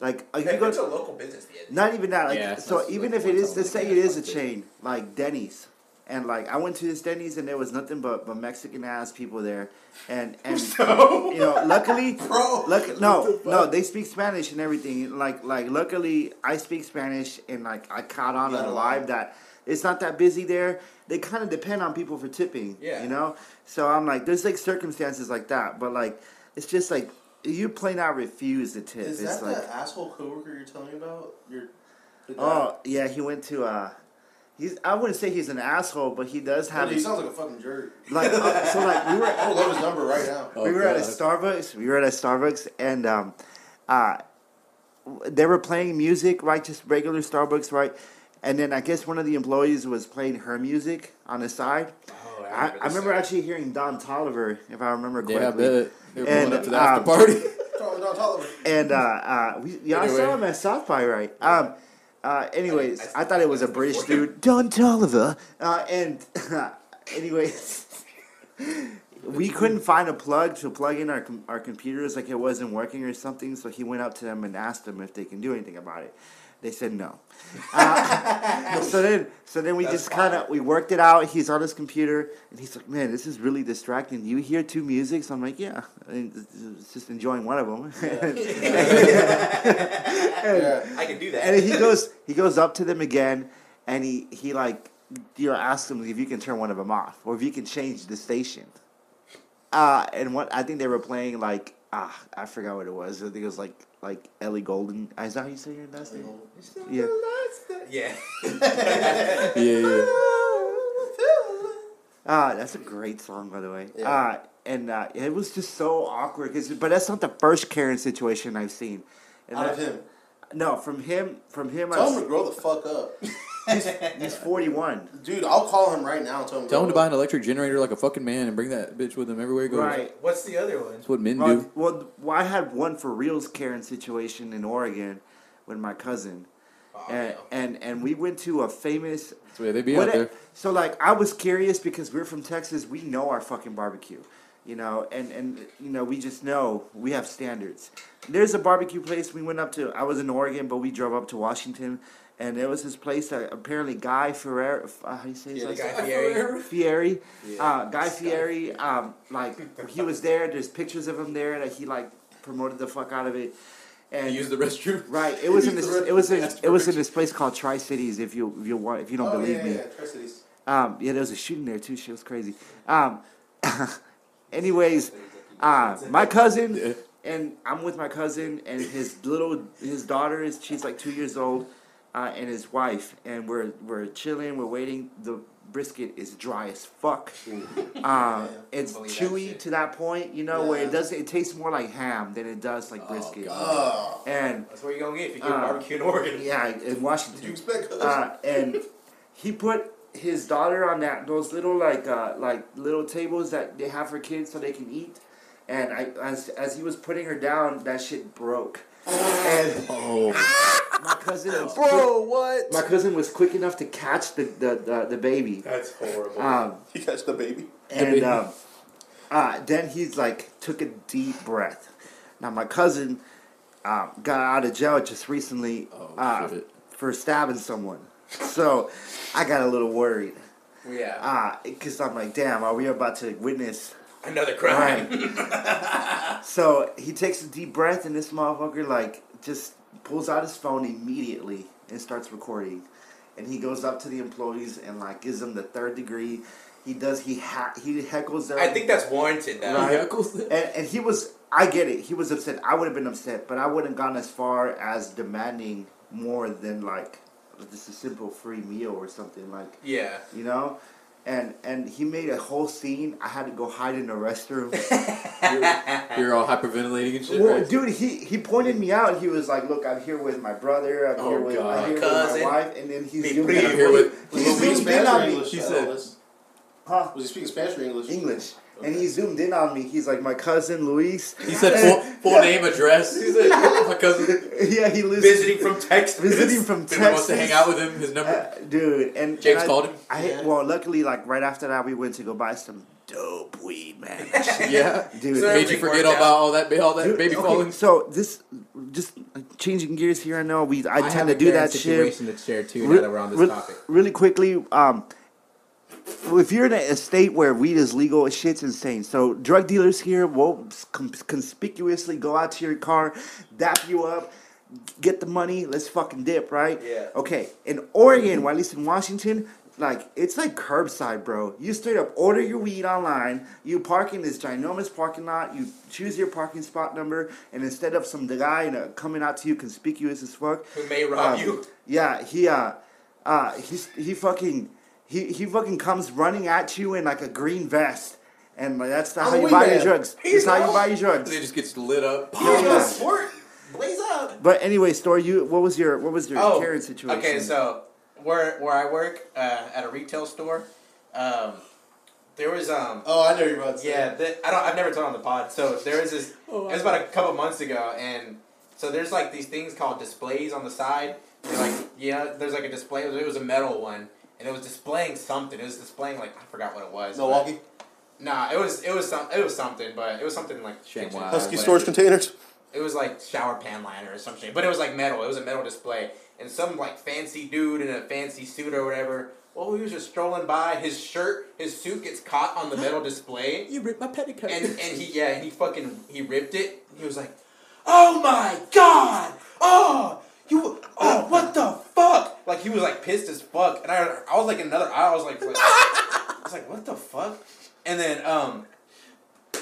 Speaker 5: like if
Speaker 4: If
Speaker 5: you go
Speaker 4: it's a local business, yeah.
Speaker 5: Not even that. Like,
Speaker 2: Yeah, it's
Speaker 5: so
Speaker 2: not-
Speaker 5: even
Speaker 2: like,
Speaker 5: if it
Speaker 2: one
Speaker 5: is,
Speaker 2: time
Speaker 5: let's say
Speaker 2: only,
Speaker 5: it
Speaker 2: yeah,
Speaker 5: is a
Speaker 2: fuck it.
Speaker 5: chain like Denny's, and like I went to this Denny's and there was nothing but, but Mexican ass people there, and and
Speaker 4: Oh,
Speaker 5: you know, luckily,
Speaker 4: Bro,
Speaker 5: luck, no, no, they speak Spanish and everything. Like like luckily, I speak Spanish and like I caught on
Speaker 4: Yeah.
Speaker 5: and alive that it's not that busy there. They kind of depend on people for tipping.
Speaker 4: Yeah.
Speaker 5: you know. So I'm like, there's like circumstances like that, but like it's just like you plain out refuse to tip.
Speaker 3: Is
Speaker 5: it's
Speaker 3: that
Speaker 5: like,
Speaker 3: that asshole coworker you're telling me about? Your the guy?
Speaker 5: Oh yeah, he went to. uh He's. I wouldn't say he's an asshole, but he does
Speaker 3: Well,
Speaker 5: have.
Speaker 3: he sounds like a fucking jerk.
Speaker 5: like uh, so, like we were
Speaker 3: I would love his number right now.
Speaker 2: Oh,
Speaker 5: we were at a
Speaker 2: God.
Speaker 5: Starbucks. We were at a Starbucks, and um, uh, w- they were playing music, right? Just regular Starbucks, right? And then I guess one of the employees was playing her music on the side.
Speaker 4: Oh,
Speaker 5: I, I remember actually hearing Don Tolliver, if I remember
Speaker 2: Yeah, I
Speaker 5: correctly.
Speaker 2: bet. They were going
Speaker 5: And,
Speaker 2: up to the after
Speaker 5: um,
Speaker 2: party.
Speaker 3: Charlie Don Tolliver.
Speaker 5: and uh, uh, we, yeah, I
Speaker 2: Anyway.
Speaker 5: saw him at South by right. Um, uh, anyways,
Speaker 4: I-
Speaker 5: I, thought it was a British dude, Don Tolliver. Uh, and anyways, we couldn't find a plug to plug in our com- our computers, like it wasn't working or something. So he went up to them and asked them if they can do anything about it. They said no. Uh, so then, so then we just kind of we worked it out. He's on his computer, and he's like, "Man, this is really distracting. Do you hear two music?" So I'm like, "Yeah, and it's just enjoying one of them."
Speaker 3: Yeah.
Speaker 4: I can do that.
Speaker 5: And he goes, he goes up to them again, and he he like, you know, asks them if you can turn one of them off or if you can change the station. Uh, and what I think they were playing like ah, I forgot what it was. I think it was like like Ellie Golden. Is that how you say your last name? Yeah.
Speaker 4: yeah.
Speaker 2: yeah, yeah.
Speaker 5: Ah, that's a great song, by the way.
Speaker 3: Yeah.
Speaker 5: Ah, and uh, it was just so awkward. 'cause- but that's not the first Karen situation I've seen. And
Speaker 3: Out of
Speaker 5: that-
Speaker 3: him.
Speaker 5: No, from him, from him.
Speaker 3: Tell him
Speaker 5: I've,
Speaker 3: to grow the fuck up.
Speaker 5: he's forty-one.
Speaker 3: Dude, I'll call him right now and tell him.
Speaker 2: Tell him
Speaker 3: grow
Speaker 2: to buy
Speaker 3: up.
Speaker 2: an electric generator like a fucking man and bring that bitch with him everywhere he goes.
Speaker 5: Right.
Speaker 4: What's the other one?
Speaker 2: That's what men
Speaker 5: Well,
Speaker 2: do.
Speaker 5: well, well, I had one for reals Karen situation in Oregon with my cousin, and, and and we went to a famous.
Speaker 2: Oh, That's where they be
Speaker 5: what
Speaker 2: out
Speaker 5: a-
Speaker 2: there.
Speaker 5: So like, I was curious because we're from Texas. We know our fucking barbecue, you know, and and you know we just know we have standards. There's a barbecue place we went up to. I was in Oregon, but we drove up to Washington, and there was this place that apparently Guy Ferrer, uh, how you say his
Speaker 4: The
Speaker 5: last
Speaker 4: guy Fieri.
Speaker 5: name? Fieri, uh, Guy Fieri, um, like he was there. There's pictures of him there that he like promoted the fuck out of it. And
Speaker 2: Use the restroom.
Speaker 5: right, it was in
Speaker 3: Use
Speaker 5: this.
Speaker 3: the
Speaker 5: It was in.
Speaker 3: restroom.
Speaker 5: It was in this place called Tri Cities. If you if you want if you don't
Speaker 3: Oh,
Speaker 5: believe
Speaker 3: yeah,
Speaker 5: me,
Speaker 3: yeah, Tri-Cities.
Speaker 5: um, yeah, there was a shooting there too. Shit was crazy. Um, anyways, uh, my cousin and I'm with my cousin and his little his daughter is she's like two years old, uh, and his wife and we're we're chilling. We're waiting. The brisket is dry as fuck. Uh, it's
Speaker 4: believe that
Speaker 5: chewy
Speaker 4: shit.
Speaker 5: to that point, you know, where
Speaker 3: Yeah.
Speaker 5: it does not it tastes more like ham than it does like brisket.
Speaker 3: Oh,
Speaker 5: And
Speaker 4: That's where you're gonna get if you get
Speaker 5: Uh,
Speaker 4: barbecue in Oregon.
Speaker 5: yeah, in Washington.
Speaker 3: you expect us?
Speaker 5: Uh, and he put his daughter on that those little like uh, like little tables that they have for kids so they can eat. And I as as he was putting her down, that shit broke. And
Speaker 2: Oh.
Speaker 5: my cousin was quick,
Speaker 6: what?
Speaker 5: my cousin was quick enough to catch the the, the, the baby.
Speaker 4: That's horrible.
Speaker 5: Um,
Speaker 6: You catch the baby?
Speaker 5: and um, uh, then he's like took a deep breath. Now my cousin um, got out of jail just recently
Speaker 2: Oh,
Speaker 5: uh,
Speaker 2: shit.
Speaker 5: for stabbing someone, so I got a little worried.
Speaker 4: yeah.
Speaker 5: Uh, cause I'm like, damn, are we about to witness?
Speaker 4: Another
Speaker 5: All
Speaker 4: crime.
Speaker 5: right. so he takes a deep breath, and this motherfucker like just pulls out his phone immediately and starts recording. And he goes up to the employees and like gives them the third degree. He does. He ha- he heckles them.
Speaker 4: I think that's warranted now.
Speaker 5: Right.
Speaker 2: Heckles them.
Speaker 5: And, and he was, I get it. He was upset. I would have been upset, but I wouldn't have gone as far as demanding more than like just a simple free meal or something like
Speaker 4: Yeah.
Speaker 5: you know. And and he made a whole scene. I had to go hide in the restroom.
Speaker 2: You're, you're all hyperventilating and shit.
Speaker 5: well,
Speaker 2: right?
Speaker 5: dude, he he pointed me out. He was like, "Look, I'm here with my brother. I'm
Speaker 2: Oh,
Speaker 5: here with
Speaker 2: God.
Speaker 5: I'm here with
Speaker 4: Cousin.
Speaker 5: my wife." And then he's
Speaker 4: Be
Speaker 5: zoomed
Speaker 4: free.
Speaker 5: in-
Speaker 2: I'm here with.
Speaker 3: was
Speaker 5: he
Speaker 3: he speaking
Speaker 5: zoomed in
Speaker 3: Spanish or
Speaker 5: on me.
Speaker 3: English?
Speaker 2: He
Speaker 3: That's
Speaker 2: said-
Speaker 3: all this.
Speaker 5: Huh?
Speaker 3: Was he speaking Spanish or English?
Speaker 5: English. And he zoomed in on me. He's like, "My cousin Luis."
Speaker 2: He said full, full name, address. He said my cousin
Speaker 5: yeah, he lives
Speaker 4: Visiting from Texas.
Speaker 5: visiting from
Speaker 2: If anyone
Speaker 5: Texas.
Speaker 2: wants to hang out with him. His number.
Speaker 5: Uh, dude, and
Speaker 2: James
Speaker 5: and I-
Speaker 2: called him?
Speaker 5: I hit, well, luckily, like right after that, we went to go buy some dope weed, man.
Speaker 2: Yeah.
Speaker 5: dude,
Speaker 2: Made
Speaker 4: So
Speaker 2: you
Speaker 4: Everything
Speaker 2: forget
Speaker 4: worked
Speaker 2: all about
Speaker 4: out.
Speaker 2: all that all that
Speaker 5: Dude,
Speaker 2: baby
Speaker 5: okay,
Speaker 2: falling.
Speaker 5: So this, just changing gears here. I know we, I,
Speaker 7: I
Speaker 5: tend
Speaker 7: have
Speaker 5: to
Speaker 7: a
Speaker 5: do
Speaker 7: Karen
Speaker 5: that shit.
Speaker 7: situation to share too.
Speaker 5: Re-
Speaker 7: now that we're on this
Speaker 5: re-
Speaker 7: topic,
Speaker 5: Really quickly, um, if you're in a state where weed is legal, shit's insane. So drug dealers here will com- conspicuously go out to your car, dap you up, get the money, let's fucking dip, right?
Speaker 4: Yeah.
Speaker 5: Okay, in Oregon, or at least in Washington, like it's like curbside, bro. You straight up order your weed online. You park in this ginormous parking lot. You choose your parking spot number, and instead of some guy you know, coming out to you conspicuous as fuck,
Speaker 4: Who may rob
Speaker 5: um,
Speaker 4: you.
Speaker 5: Yeah, he uh, uh, he's he fucking he he fucking comes running at you in like a green vest, and like, that's how
Speaker 3: a
Speaker 5: you buy your
Speaker 3: wingman.
Speaker 5: drugs.
Speaker 4: He's
Speaker 5: That's how you
Speaker 4: not-
Speaker 5: buy your drugs.
Speaker 2: It just gets lit up.
Speaker 5: Yeah, yeah.
Speaker 4: Sport. Blaze up.
Speaker 5: But anyway, story. You what was your what was your
Speaker 4: oh,
Speaker 5: Karen situation?
Speaker 4: Okay, so where where I work uh, at a retail store, um, there was um
Speaker 3: Oh, I know you're about to say.
Speaker 4: yeah the, I don't I've never told on the pod. So there was this
Speaker 5: Oh,
Speaker 4: it was about a couple months ago, and so there's like these things called displays on the side. They're like yeah, there's like a display. It was a metal one, and it was displaying something. It was displaying like I forgot what it was. but-
Speaker 3: Milwaukee.
Speaker 4: Nah, it was it was some it was something, but it was something like
Speaker 2: Shame
Speaker 4: kitchen-
Speaker 2: why.
Speaker 6: Husky
Speaker 2: Uh,
Speaker 6: storage containers.
Speaker 4: it was like shower pan liner or something, but it was like metal. It was a metal display, and some like fancy dude in a fancy suit or whatever. Well, he was just strolling by. His shirt, his suit gets caught on the metal display,
Speaker 2: You ripped my petticoat.
Speaker 4: and and he yeah, and he fucking he ripped it. He was like, "Oh my god! Oh you! Oh what the fuck!" Like he was like pissed as fuck, and I I was like in another aisle. I was like, like I was like, "What the fuck?" And then um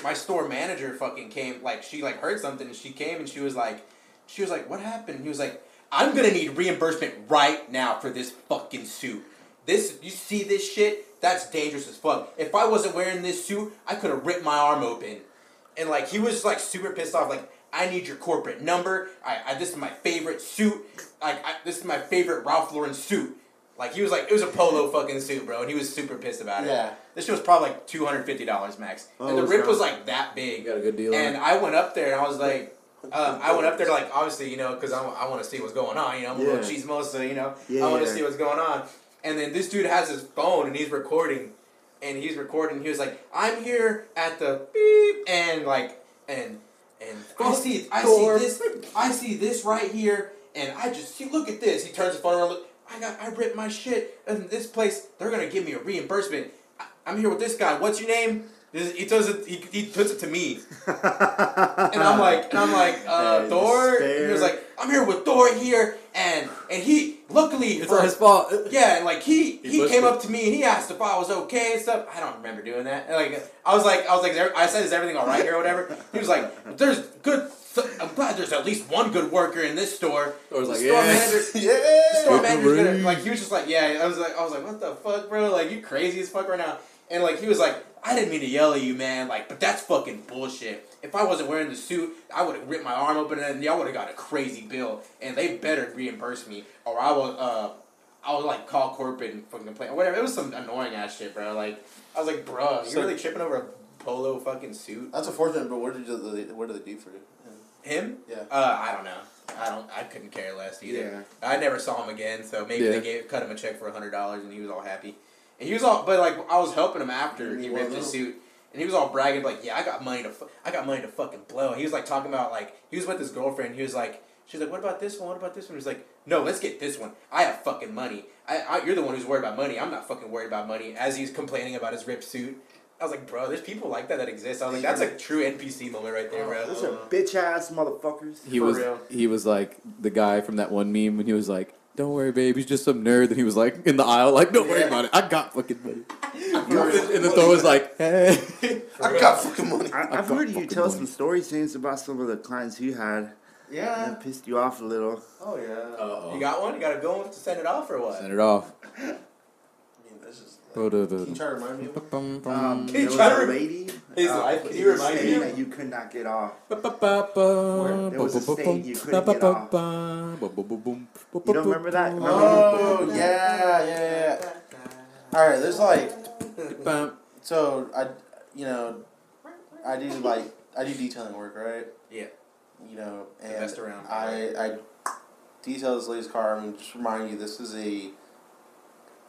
Speaker 4: my store manager fucking came like she like heard something and she came and she was like she was like what happened and he was like i'm gonna need reimbursement right now for this fucking suit this you see this shit that's dangerous as fuck if i wasn't wearing this suit i could have ripped my arm open and like he was like super pissed off like i need your corporate number i, I this is my favorite suit like I, this is my favorite ralph lauren suit like he was like it was a polo fucking suit bro and he was super pissed about it
Speaker 3: Yeah.
Speaker 4: this shit was probably like two hundred fifty dollars max, and
Speaker 5: Oh,
Speaker 4: the rip
Speaker 5: so-
Speaker 4: was like that big.
Speaker 2: You got a good deal on
Speaker 4: And
Speaker 2: it.
Speaker 4: I went up there and I was like, um, I went up there like obviously you know because I, want to see what's going on. You know, I'm a little
Speaker 5: Yeah.
Speaker 4: chismosa. You know,
Speaker 5: Yeah,
Speaker 4: I want to
Speaker 5: yeah.
Speaker 4: see what's going on. And then this dude has his phone and he's recording, and he's recording. He was like, I'm here at the beep and like and and I see I see this I see this right here. And I just see, look at this. He turns the phone around. Look, I got I ripped my shit and this place they're gonna give me a reimbursement. I, I'm here with this guy. What's your name? This, he does it. He, he puts it to me, and I'm like, and I'm like, uh,
Speaker 5: That is
Speaker 4: Thor. And he was
Speaker 5: fair.
Speaker 4: like, I'm here with Thor here, and and he luckily
Speaker 2: It's
Speaker 4: for
Speaker 2: not his fault.
Speaker 4: yeah, and like he
Speaker 2: He
Speaker 4: he,
Speaker 2: pushed
Speaker 4: came
Speaker 2: it.
Speaker 4: up to me and he asked if I was okay and stuff. I don't remember doing that. And, like I was like I was like "Is every- I said is everything all right here or whatever. He was like there's good. I'm glad there's at least one good worker in this store.
Speaker 2: Or was
Speaker 4: The
Speaker 2: like,
Speaker 4: store
Speaker 2: "Yeah."
Speaker 4: manager- the
Speaker 3: Yeah.
Speaker 4: store manager's gonna like he was just like yeah. I was like I was like what the fuck, bro? Like you crazy as fuck right now. And like he was like I didn't mean to yell at you, man. Like but that's fucking bullshit. If I wasn't wearing the suit, I would have ripped my arm open and y'all would have got a crazy bill. And they better reimburse me or I will. uh I was like call corporate and fucking complain or whatever. It was some annoying ass shit, bro. Like I was like, bro, you
Speaker 3: So-
Speaker 4: really tripping over a polo fucking suit?
Speaker 3: That's unfortunate, but what did you, what did they do for you?
Speaker 4: Him?
Speaker 3: Yeah.
Speaker 4: Uh, I don't know. I don't. I couldn't care less either. I never saw him again, so maybe
Speaker 2: Yeah.
Speaker 4: they gave cut him a check for hundred dollars, and he was all happy. And he was all, but like I was helping him after he
Speaker 8: Well,
Speaker 4: ripped his
Speaker 8: no.
Speaker 4: suit, and he was all bragging like, "Yeah, I got money to, fu- I got money to fucking blow." He was like talking about like he was with his girlfriend. He was like, she's like, "What about this one? What about this one?" He's like, "No, let's get this one. I have fucking money. I, I you're the one who's worried about money. I'm not fucking worried about money." As he's complaining about his ripped suit. I was like, bro, there's people like that that exist. I was like, that's a true NPC moment right there, bro.
Speaker 5: Those are bitch ass motherfuckers.
Speaker 2: He
Speaker 4: For
Speaker 2: was
Speaker 4: real.
Speaker 2: he was like the guy from that one meme when he was like, "Don't worry, babe, he's just some nerd." And he was like in the aisle, like, "Don't worry
Speaker 3: Yeah.
Speaker 2: about it, I got fucking money." and then Thor was like, "Hey."
Speaker 3: I got fucking money.
Speaker 5: I, I've
Speaker 2: got
Speaker 5: heard you
Speaker 2: fucking
Speaker 5: tell
Speaker 2: money.
Speaker 5: some stories, James, about some of the clients you had
Speaker 8: Yeah.
Speaker 4: Uh,
Speaker 5: that pissed you off a little.
Speaker 8: Oh yeah.
Speaker 4: You got one? You got a good one to send it off or what?
Speaker 2: Send it off.
Speaker 8: I mean, that's just. Like,
Speaker 2: Bro, duh,
Speaker 8: can you
Speaker 2: duh, duh.
Speaker 8: try to remind me? Of one?
Speaker 2: Bum,
Speaker 5: Um,
Speaker 2: bum.
Speaker 4: Can
Speaker 5: there
Speaker 4: you
Speaker 5: was
Speaker 4: try to
Speaker 5: a
Speaker 4: re-
Speaker 5: lady.
Speaker 4: His
Speaker 5: uh,
Speaker 4: life-
Speaker 5: it
Speaker 4: can you
Speaker 5: was a
Speaker 4: remind
Speaker 5: state
Speaker 4: me?
Speaker 5: that you could not get off.
Speaker 2: Ba-ba-ba-ba.
Speaker 5: There was a state you couldn't get off.
Speaker 2: Ba-ba-ba-ba. Ba-ba-ba-boom.
Speaker 5: You don't remember that? Remember
Speaker 3: Oh yeah, yeah, yeah. All right, there's like
Speaker 2: Bum.
Speaker 3: so I, you know, I do like I do detailing work, right?
Speaker 4: Yeah.
Speaker 3: You know, and
Speaker 4: best around.
Speaker 3: I I detail this lady's car. I'm just reminding you, this is a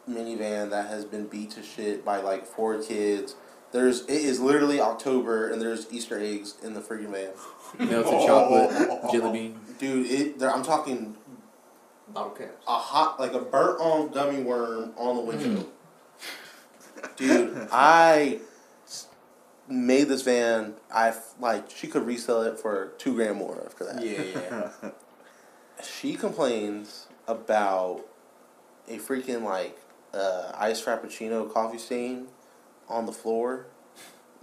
Speaker 3: minivan that has been beat to shit by like four kids. There's it is literally October and there's Easter eggs in the freaking van,
Speaker 2: Melted chocolate, jelly bean.
Speaker 3: dude. It there, I'm talking
Speaker 8: Bottle caps.
Speaker 3: a hot like a burnt on gummy worm on
Speaker 4: Mm.
Speaker 3: the windshield. Dude, I s- made this van. I f- like she could resell it for two grand more after that.
Speaker 4: Yeah, yeah.
Speaker 3: She complains about a freaking like uh, iced frappuccino coffee stain on the floor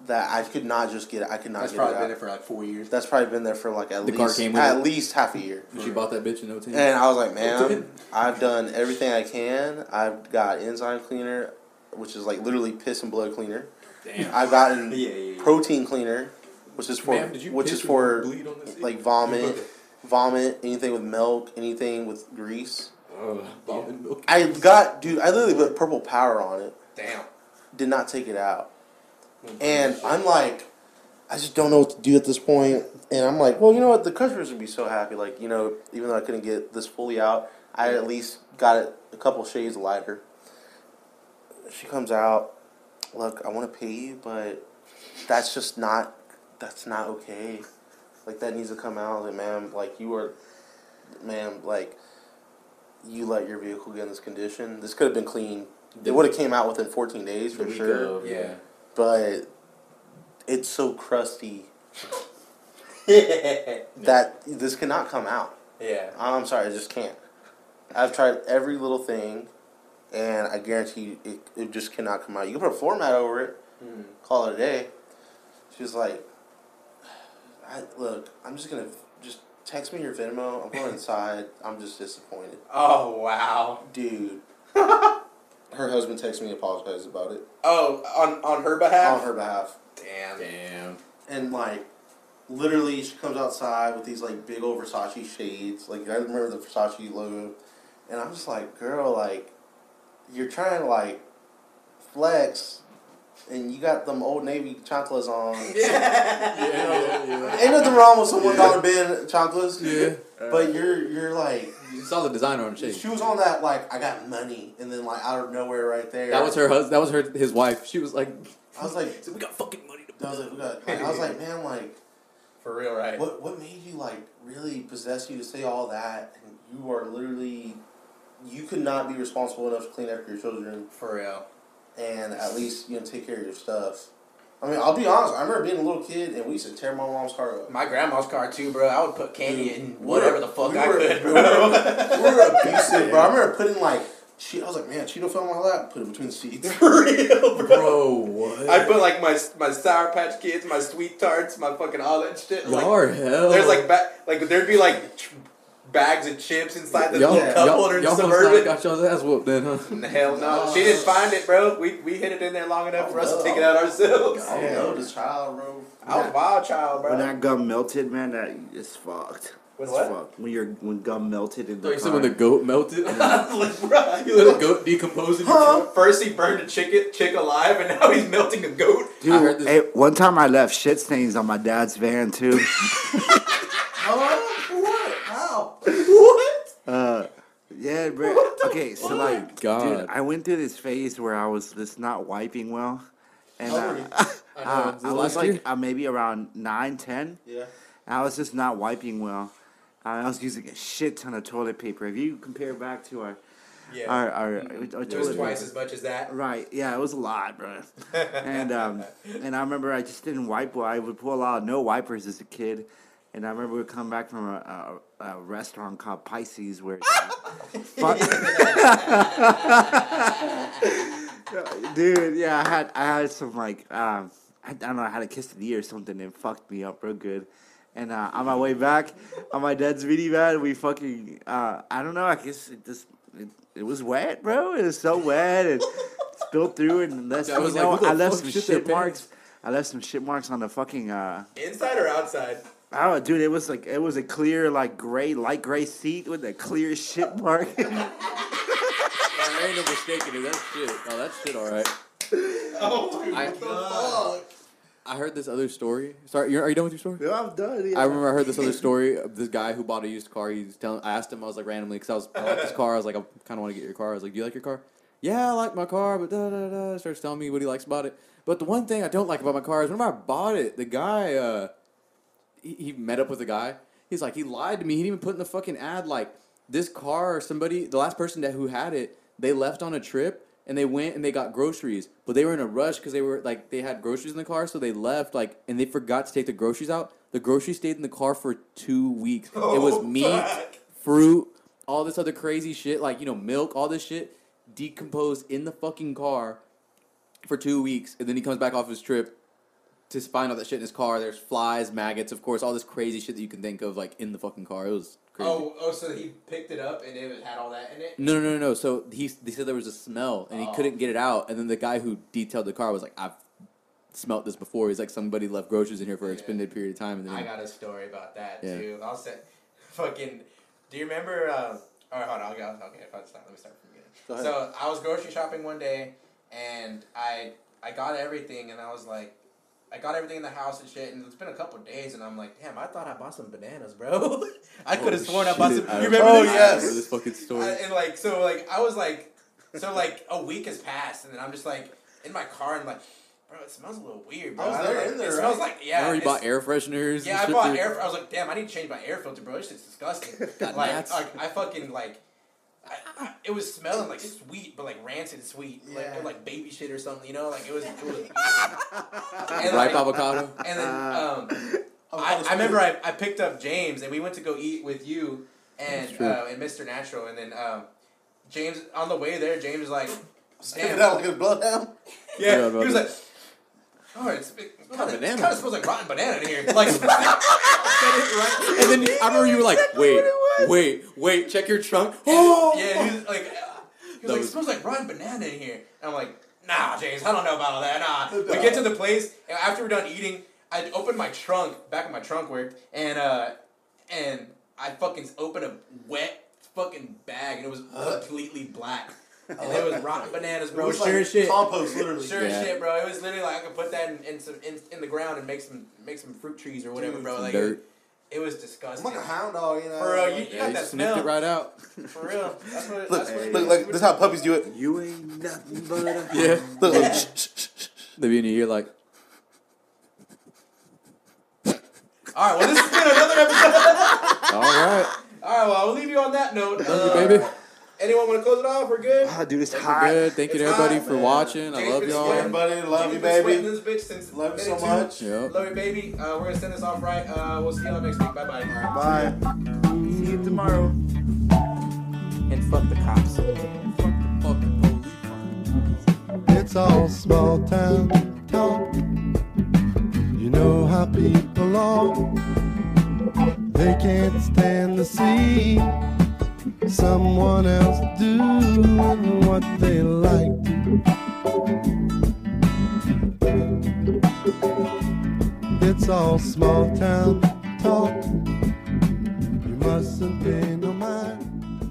Speaker 3: that I could not just get. it. I could not
Speaker 4: That's
Speaker 3: get it
Speaker 4: probably
Speaker 3: out.
Speaker 4: been there for like four years.
Speaker 3: That's probably been there for like at
Speaker 2: The
Speaker 3: least
Speaker 2: car came with
Speaker 3: at
Speaker 2: it?
Speaker 3: least half a year.
Speaker 2: She bought that bitch in no time.
Speaker 3: And I was like, ma'am, I've done everything I can. I've got enzyme cleaner, which is like literally piss and blood cleaner.
Speaker 2: Damn.
Speaker 3: I've gotten
Speaker 4: Yeah, yeah, yeah.
Speaker 3: protein cleaner, which is for
Speaker 2: Ma'am, did you
Speaker 3: which
Speaker 2: piss
Speaker 3: is for
Speaker 2: and bleed on this?
Speaker 3: like vomit, vomit, anything with milk, anything with grease.
Speaker 2: Vomit milk.
Speaker 3: I got dude, I literally put purple power on it.
Speaker 4: Damn.
Speaker 3: Did not take it out, and I'm like, I just don't know what to do at this point. And I'm like, well, you know what? The customers would be so happy. Like, you know, even though I couldn't get this fully out, I at least got it a couple shades lighter. She comes out. Look, I want to pay you, but that's just not. That's not okay. Like that needs to come out. I was Like, ma'am, like you are, ma'am, like you let your vehicle get in this condition. This could have been clean. It would have came out within fourteen days for sure
Speaker 4: Yeah.
Speaker 3: but it's so crusty
Speaker 4: yeah.
Speaker 3: that this cannot come out.
Speaker 4: Yeah.
Speaker 3: I'm sorry, I just can't. I've tried every little thing, and I guarantee you, it, it just cannot come out. You can put a floor mat over it, call it a day. She's like, I, look, I'm just gonna just text me your Venmo. I'm going inside. I'm just disappointed,
Speaker 4: Oh wow.
Speaker 3: dude. her husband texted me and apologized about it
Speaker 4: Oh, on on her behalf.
Speaker 3: on her behalf.
Speaker 4: Damn.
Speaker 2: Damn.
Speaker 3: and like literally she comes outside with these like big old Versace shades. Like I remember the Versace logo. And I'm just like, girl, like you're trying to like flex and you got them old navy chocolates on.
Speaker 2: Yeah, yeah.
Speaker 3: Ain't nothing wrong with some one dollar bin chocolates.
Speaker 2: Yeah.
Speaker 3: But you're you're like
Speaker 2: You saw the designer on the shade.
Speaker 3: she was on that like I got money and then like out of nowhere right there.
Speaker 2: That was her husband. That was her. His wife. She was like,
Speaker 3: I was like
Speaker 2: "We got fucking money to
Speaker 3: I was like, we got, I was like, man, like
Speaker 4: For real, right?
Speaker 3: What what made you like really possess you to say all that? And you are literally you could not be responsible enough to clean after your children
Speaker 9: For real.
Speaker 3: and at least you know take care of your stuff. I mean, I'll be honest. I remember being a little kid and we used to tear my mom's car up.
Speaker 9: My grandma's car too, bro. I would put candy
Speaker 3: Dude,
Speaker 9: in
Speaker 3: we
Speaker 9: whatever
Speaker 3: were-
Speaker 9: the fuck
Speaker 3: we
Speaker 9: I
Speaker 3: were-
Speaker 9: could,
Speaker 3: we
Speaker 9: bro.
Speaker 3: We were abusive, bro. I remember putting like, che- I was like, man, Cheeto fell on my lap, put it between the seats.
Speaker 4: For real, bro.
Speaker 2: Bro, what?
Speaker 4: I put like my my Sour Patch Kids, my Sweet Tarts, my fucking all that shit.
Speaker 2: y'all
Speaker 4: Like,
Speaker 2: are hell.
Speaker 4: There's like ba- like there'd be like ch- bags of chips inside the
Speaker 2: y'all,
Speaker 4: little cup
Speaker 2: y'all,
Speaker 4: holder in
Speaker 2: y'all
Speaker 4: the
Speaker 2: must not
Speaker 4: suburban.
Speaker 2: got y'all's ass whooped then, huh?
Speaker 4: Hell no, she didn't find it, bro. We we hid it in there long enough for us to
Speaker 3: no.
Speaker 4: take it out ourselves.
Speaker 3: I don't know "Oh, this child, bro.
Speaker 4: I was a wild child,
Speaker 5: When
Speaker 4: bro.
Speaker 5: that gum melted, man, that it's fucked.
Speaker 4: When
Speaker 5: It's
Speaker 4: what?
Speaker 5: fucked. When your when gum melted in
Speaker 2: So
Speaker 5: the
Speaker 2: you said
Speaker 5: car.
Speaker 2: when the goat melted,
Speaker 4: Like, bro,
Speaker 2: you let a goat decompose in your
Speaker 4: Huh? First he burned a chick chick alive, and now he's melting a goat.
Speaker 5: Dude,
Speaker 2: I heard this-
Speaker 5: hey, one time I left shit stains on my dad's van too.
Speaker 9: Huh? What? How?
Speaker 5: Uh, yeah, bro. Okay, so like,
Speaker 2: God.
Speaker 5: dude, I went through this phase where I was just not wiping well, and
Speaker 3: How old were
Speaker 5: I,
Speaker 3: you?
Speaker 5: uh,
Speaker 2: this
Speaker 5: I
Speaker 2: is
Speaker 5: was
Speaker 2: last year?
Speaker 5: like uh, maybe around nine, ten.
Speaker 3: Yeah.
Speaker 5: I was just not wiping well. I was using a shit ton of toilet paper. If you compare back to our
Speaker 4: Yeah,
Speaker 5: our, our, our
Speaker 4: it was
Speaker 5: toilet
Speaker 4: twice
Speaker 5: paper.
Speaker 4: as much as that.
Speaker 5: Right, yeah, it was a lot, bro. and um, and I remember I just didn't wipe well. I would pull out no wipers as a kid, and I remember we would come back from a, a, a restaurant called Pisces where. Fuck. Dude, yeah, I had I had some like um, I, I don't know, I had a kiss of the year or something, and it fucked me up real good. And uh, on my way back, on my dad's mini van, we fucking uh, I don't know, I guess it just it, it was wet, bro. It was so wet and spilled through, and that's
Speaker 2: I was
Speaker 5: you
Speaker 2: like,
Speaker 5: know,
Speaker 2: what the
Speaker 5: I left
Speaker 2: fuck
Speaker 5: some
Speaker 2: shit
Speaker 5: shit,
Speaker 2: their
Speaker 5: marks. I left some shit marks on the fucking uh,
Speaker 4: Inside or outside?
Speaker 5: I don't know, dude. It was like it was a clear, like gray, light gray seat with a clear shit mark.
Speaker 2: I ain't no mistaken, dude. That's shit. Oh, that's shit, all right.
Speaker 4: Oh,
Speaker 2: I, I heard this other story. Sorry, you're, are you done with your story?
Speaker 5: no, I'm done. Yeah.
Speaker 2: I remember I heard this other story of this guy who bought a used car. He's telling. I asked him. I was like randomly because I was I like this car. I was like I kind of want to get your car. I was like, do you like your car? Yeah, I like my car, but da da da. Starts telling me what he likes about it. But the one thing I don't like about my car is whenever I bought it, the guy uh, he, he met up with a guy. He's like he lied to me. He didn't even put in the fucking ad like this car. Somebody, the last person that who had it, they left on a trip and they went and they got groceries, but they were in a rush because they were like they had groceries in the car, so they left like and they forgot to take the groceries out. The groceries stayed in the car for two weeks. it was meat, fruit, all this other crazy shit like you know milk, all this shit decomposed in the fucking car for two weeks, and then he comes back off his trip to find all that shit in his car. There's flies, maggots, of course, all this crazy shit that you can think of, like in the fucking car. It was crazy.
Speaker 4: oh, oh, so he picked it up and it had all that in it.
Speaker 2: No, no, no, no. So he they said there was a smell, and he
Speaker 4: Oh.
Speaker 2: couldn't get it out. And then the guy who detailed the car was like, "I've smelt this before." He's like, "Somebody left groceries in here for an
Speaker 4: Yeah.
Speaker 2: extended period of time." And then
Speaker 4: I
Speaker 2: he-
Speaker 4: got a story about that
Speaker 2: Yeah.
Speaker 4: too. I'll say, fucking. Do you remember? Um, or hold on, I'll go. Okay, if I start, let me start from the beginning.
Speaker 3: Go ahead.
Speaker 4: So I was grocery shopping one day, and I I got everything, and I was like, I got everything in the house and shit, and it's been a couple days, and I'm like, damn, I thought I bought some bananas, bro. I could have sworn I bought some.
Speaker 2: Shit, Oh,
Speaker 4: You remember?
Speaker 2: I
Speaker 4: this? Uh,
Speaker 2: remember this fucking story.
Speaker 4: I, and like so like I was like so like a week has passed and then I'm just like in my car and like bro it smells a little weird bro
Speaker 3: I was
Speaker 4: don't
Speaker 3: there
Speaker 4: know,
Speaker 3: in there,
Speaker 4: it smells like yeah
Speaker 2: Remember you
Speaker 4: it's-
Speaker 2: bought air fresheners?
Speaker 4: yeah
Speaker 2: and
Speaker 4: I
Speaker 2: shit
Speaker 4: bought
Speaker 2: for-
Speaker 4: air I was like damn I need to change my air filter bro this shit's disgusting like,
Speaker 2: nuts.
Speaker 4: like I fucking like I, I, it was smelling like sweet but like rancid sweet like
Speaker 3: Yeah.
Speaker 4: like baby shit or something you know like it was it was
Speaker 2: Ripe
Speaker 4: like-
Speaker 2: avocado.
Speaker 4: and then um, I, I remember I, I picked up James and we went to go eat with you and uh, and Mr. Natural and then um, James on the way there James was like
Speaker 3: Damn.
Speaker 4: damn
Speaker 3: That like a bloodhound.
Speaker 4: yeah he
Speaker 2: about
Speaker 4: was
Speaker 2: that.
Speaker 4: like oh it's, it kind of
Speaker 2: banana.
Speaker 4: kind of smells like rotten banana in here like
Speaker 2: And then I remember you were like, "Wait, wait, wait! Check your trunk." Oh,
Speaker 4: yeah he was like uh, he was
Speaker 2: That
Speaker 4: like
Speaker 2: was-
Speaker 4: it smells like rotten banana in here and I'm like nah James I don't know about all that nah we get to the place and after we're done eating I opened my trunk back of my trunk worked and uh and I fucking opened a wet fucking bag and it was completely black. And it was rotten bananas, bro.
Speaker 3: It's
Speaker 4: Sure
Speaker 2: sure
Speaker 3: like
Speaker 2: as shit.
Speaker 3: Compost, literally.
Speaker 4: Sure as
Speaker 2: Yeah.
Speaker 4: shit, bro. It was literally like I could put that in, in some in, in the ground and make some make some fruit trees or whatever, bro. Like
Speaker 2: dirt.
Speaker 4: it was
Speaker 3: I'm
Speaker 4: disgusting.
Speaker 3: like a hound dog, you know.
Speaker 4: For real,
Speaker 3: Like,
Speaker 4: you
Speaker 2: Yeah,
Speaker 4: got
Speaker 2: you
Speaker 4: that
Speaker 2: sniffed
Speaker 4: smell.
Speaker 2: it right out.
Speaker 4: For real, that's what.
Speaker 3: Look,
Speaker 4: that's what
Speaker 3: look, like this is how puppies do it.
Speaker 5: You ain't nothing but a.
Speaker 2: Yeah,
Speaker 3: Look, look, shh, shh, shh, shh.
Speaker 2: they be in your ear like,
Speaker 4: All right, well this has been another episode.
Speaker 2: "All right,
Speaker 4: All right, well I'll leave you on that note.
Speaker 2: love you,
Speaker 4: Uh,
Speaker 2: baby."
Speaker 4: Anyone want to close it off? We're good.
Speaker 5: Ah, dude, it's
Speaker 2: We're
Speaker 5: hot.
Speaker 2: good. Thank you to
Speaker 3: It's
Speaker 2: everybody
Speaker 3: hot,
Speaker 2: for
Speaker 3: man.
Speaker 2: watching. I
Speaker 4: James,
Speaker 2: love
Speaker 4: it's
Speaker 2: y'all.
Speaker 4: fun.
Speaker 3: Everybody, love you,
Speaker 4: You've been sweating
Speaker 3: baby.
Speaker 4: this bitch since
Speaker 3: Love you so
Speaker 4: minute two.
Speaker 3: much.
Speaker 2: Yep.
Speaker 4: Love you, baby. Uh, we're gonna send this off right. Uh, we'll see y'all next week. Bye bye.
Speaker 5: Bye. See you tomorrow.
Speaker 2: And fuck the cops. fucking police.
Speaker 10: It's all small town talk. You know how people are. They can't stand to see someone else doing what they like. It's all small town talk. You mustn't pay no mind.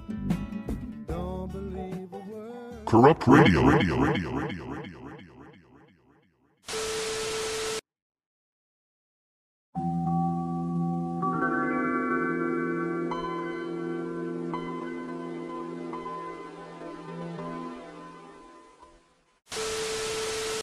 Speaker 10: Don't believe a word.
Speaker 1: Corrupt radio, radio, radio, radio, radio.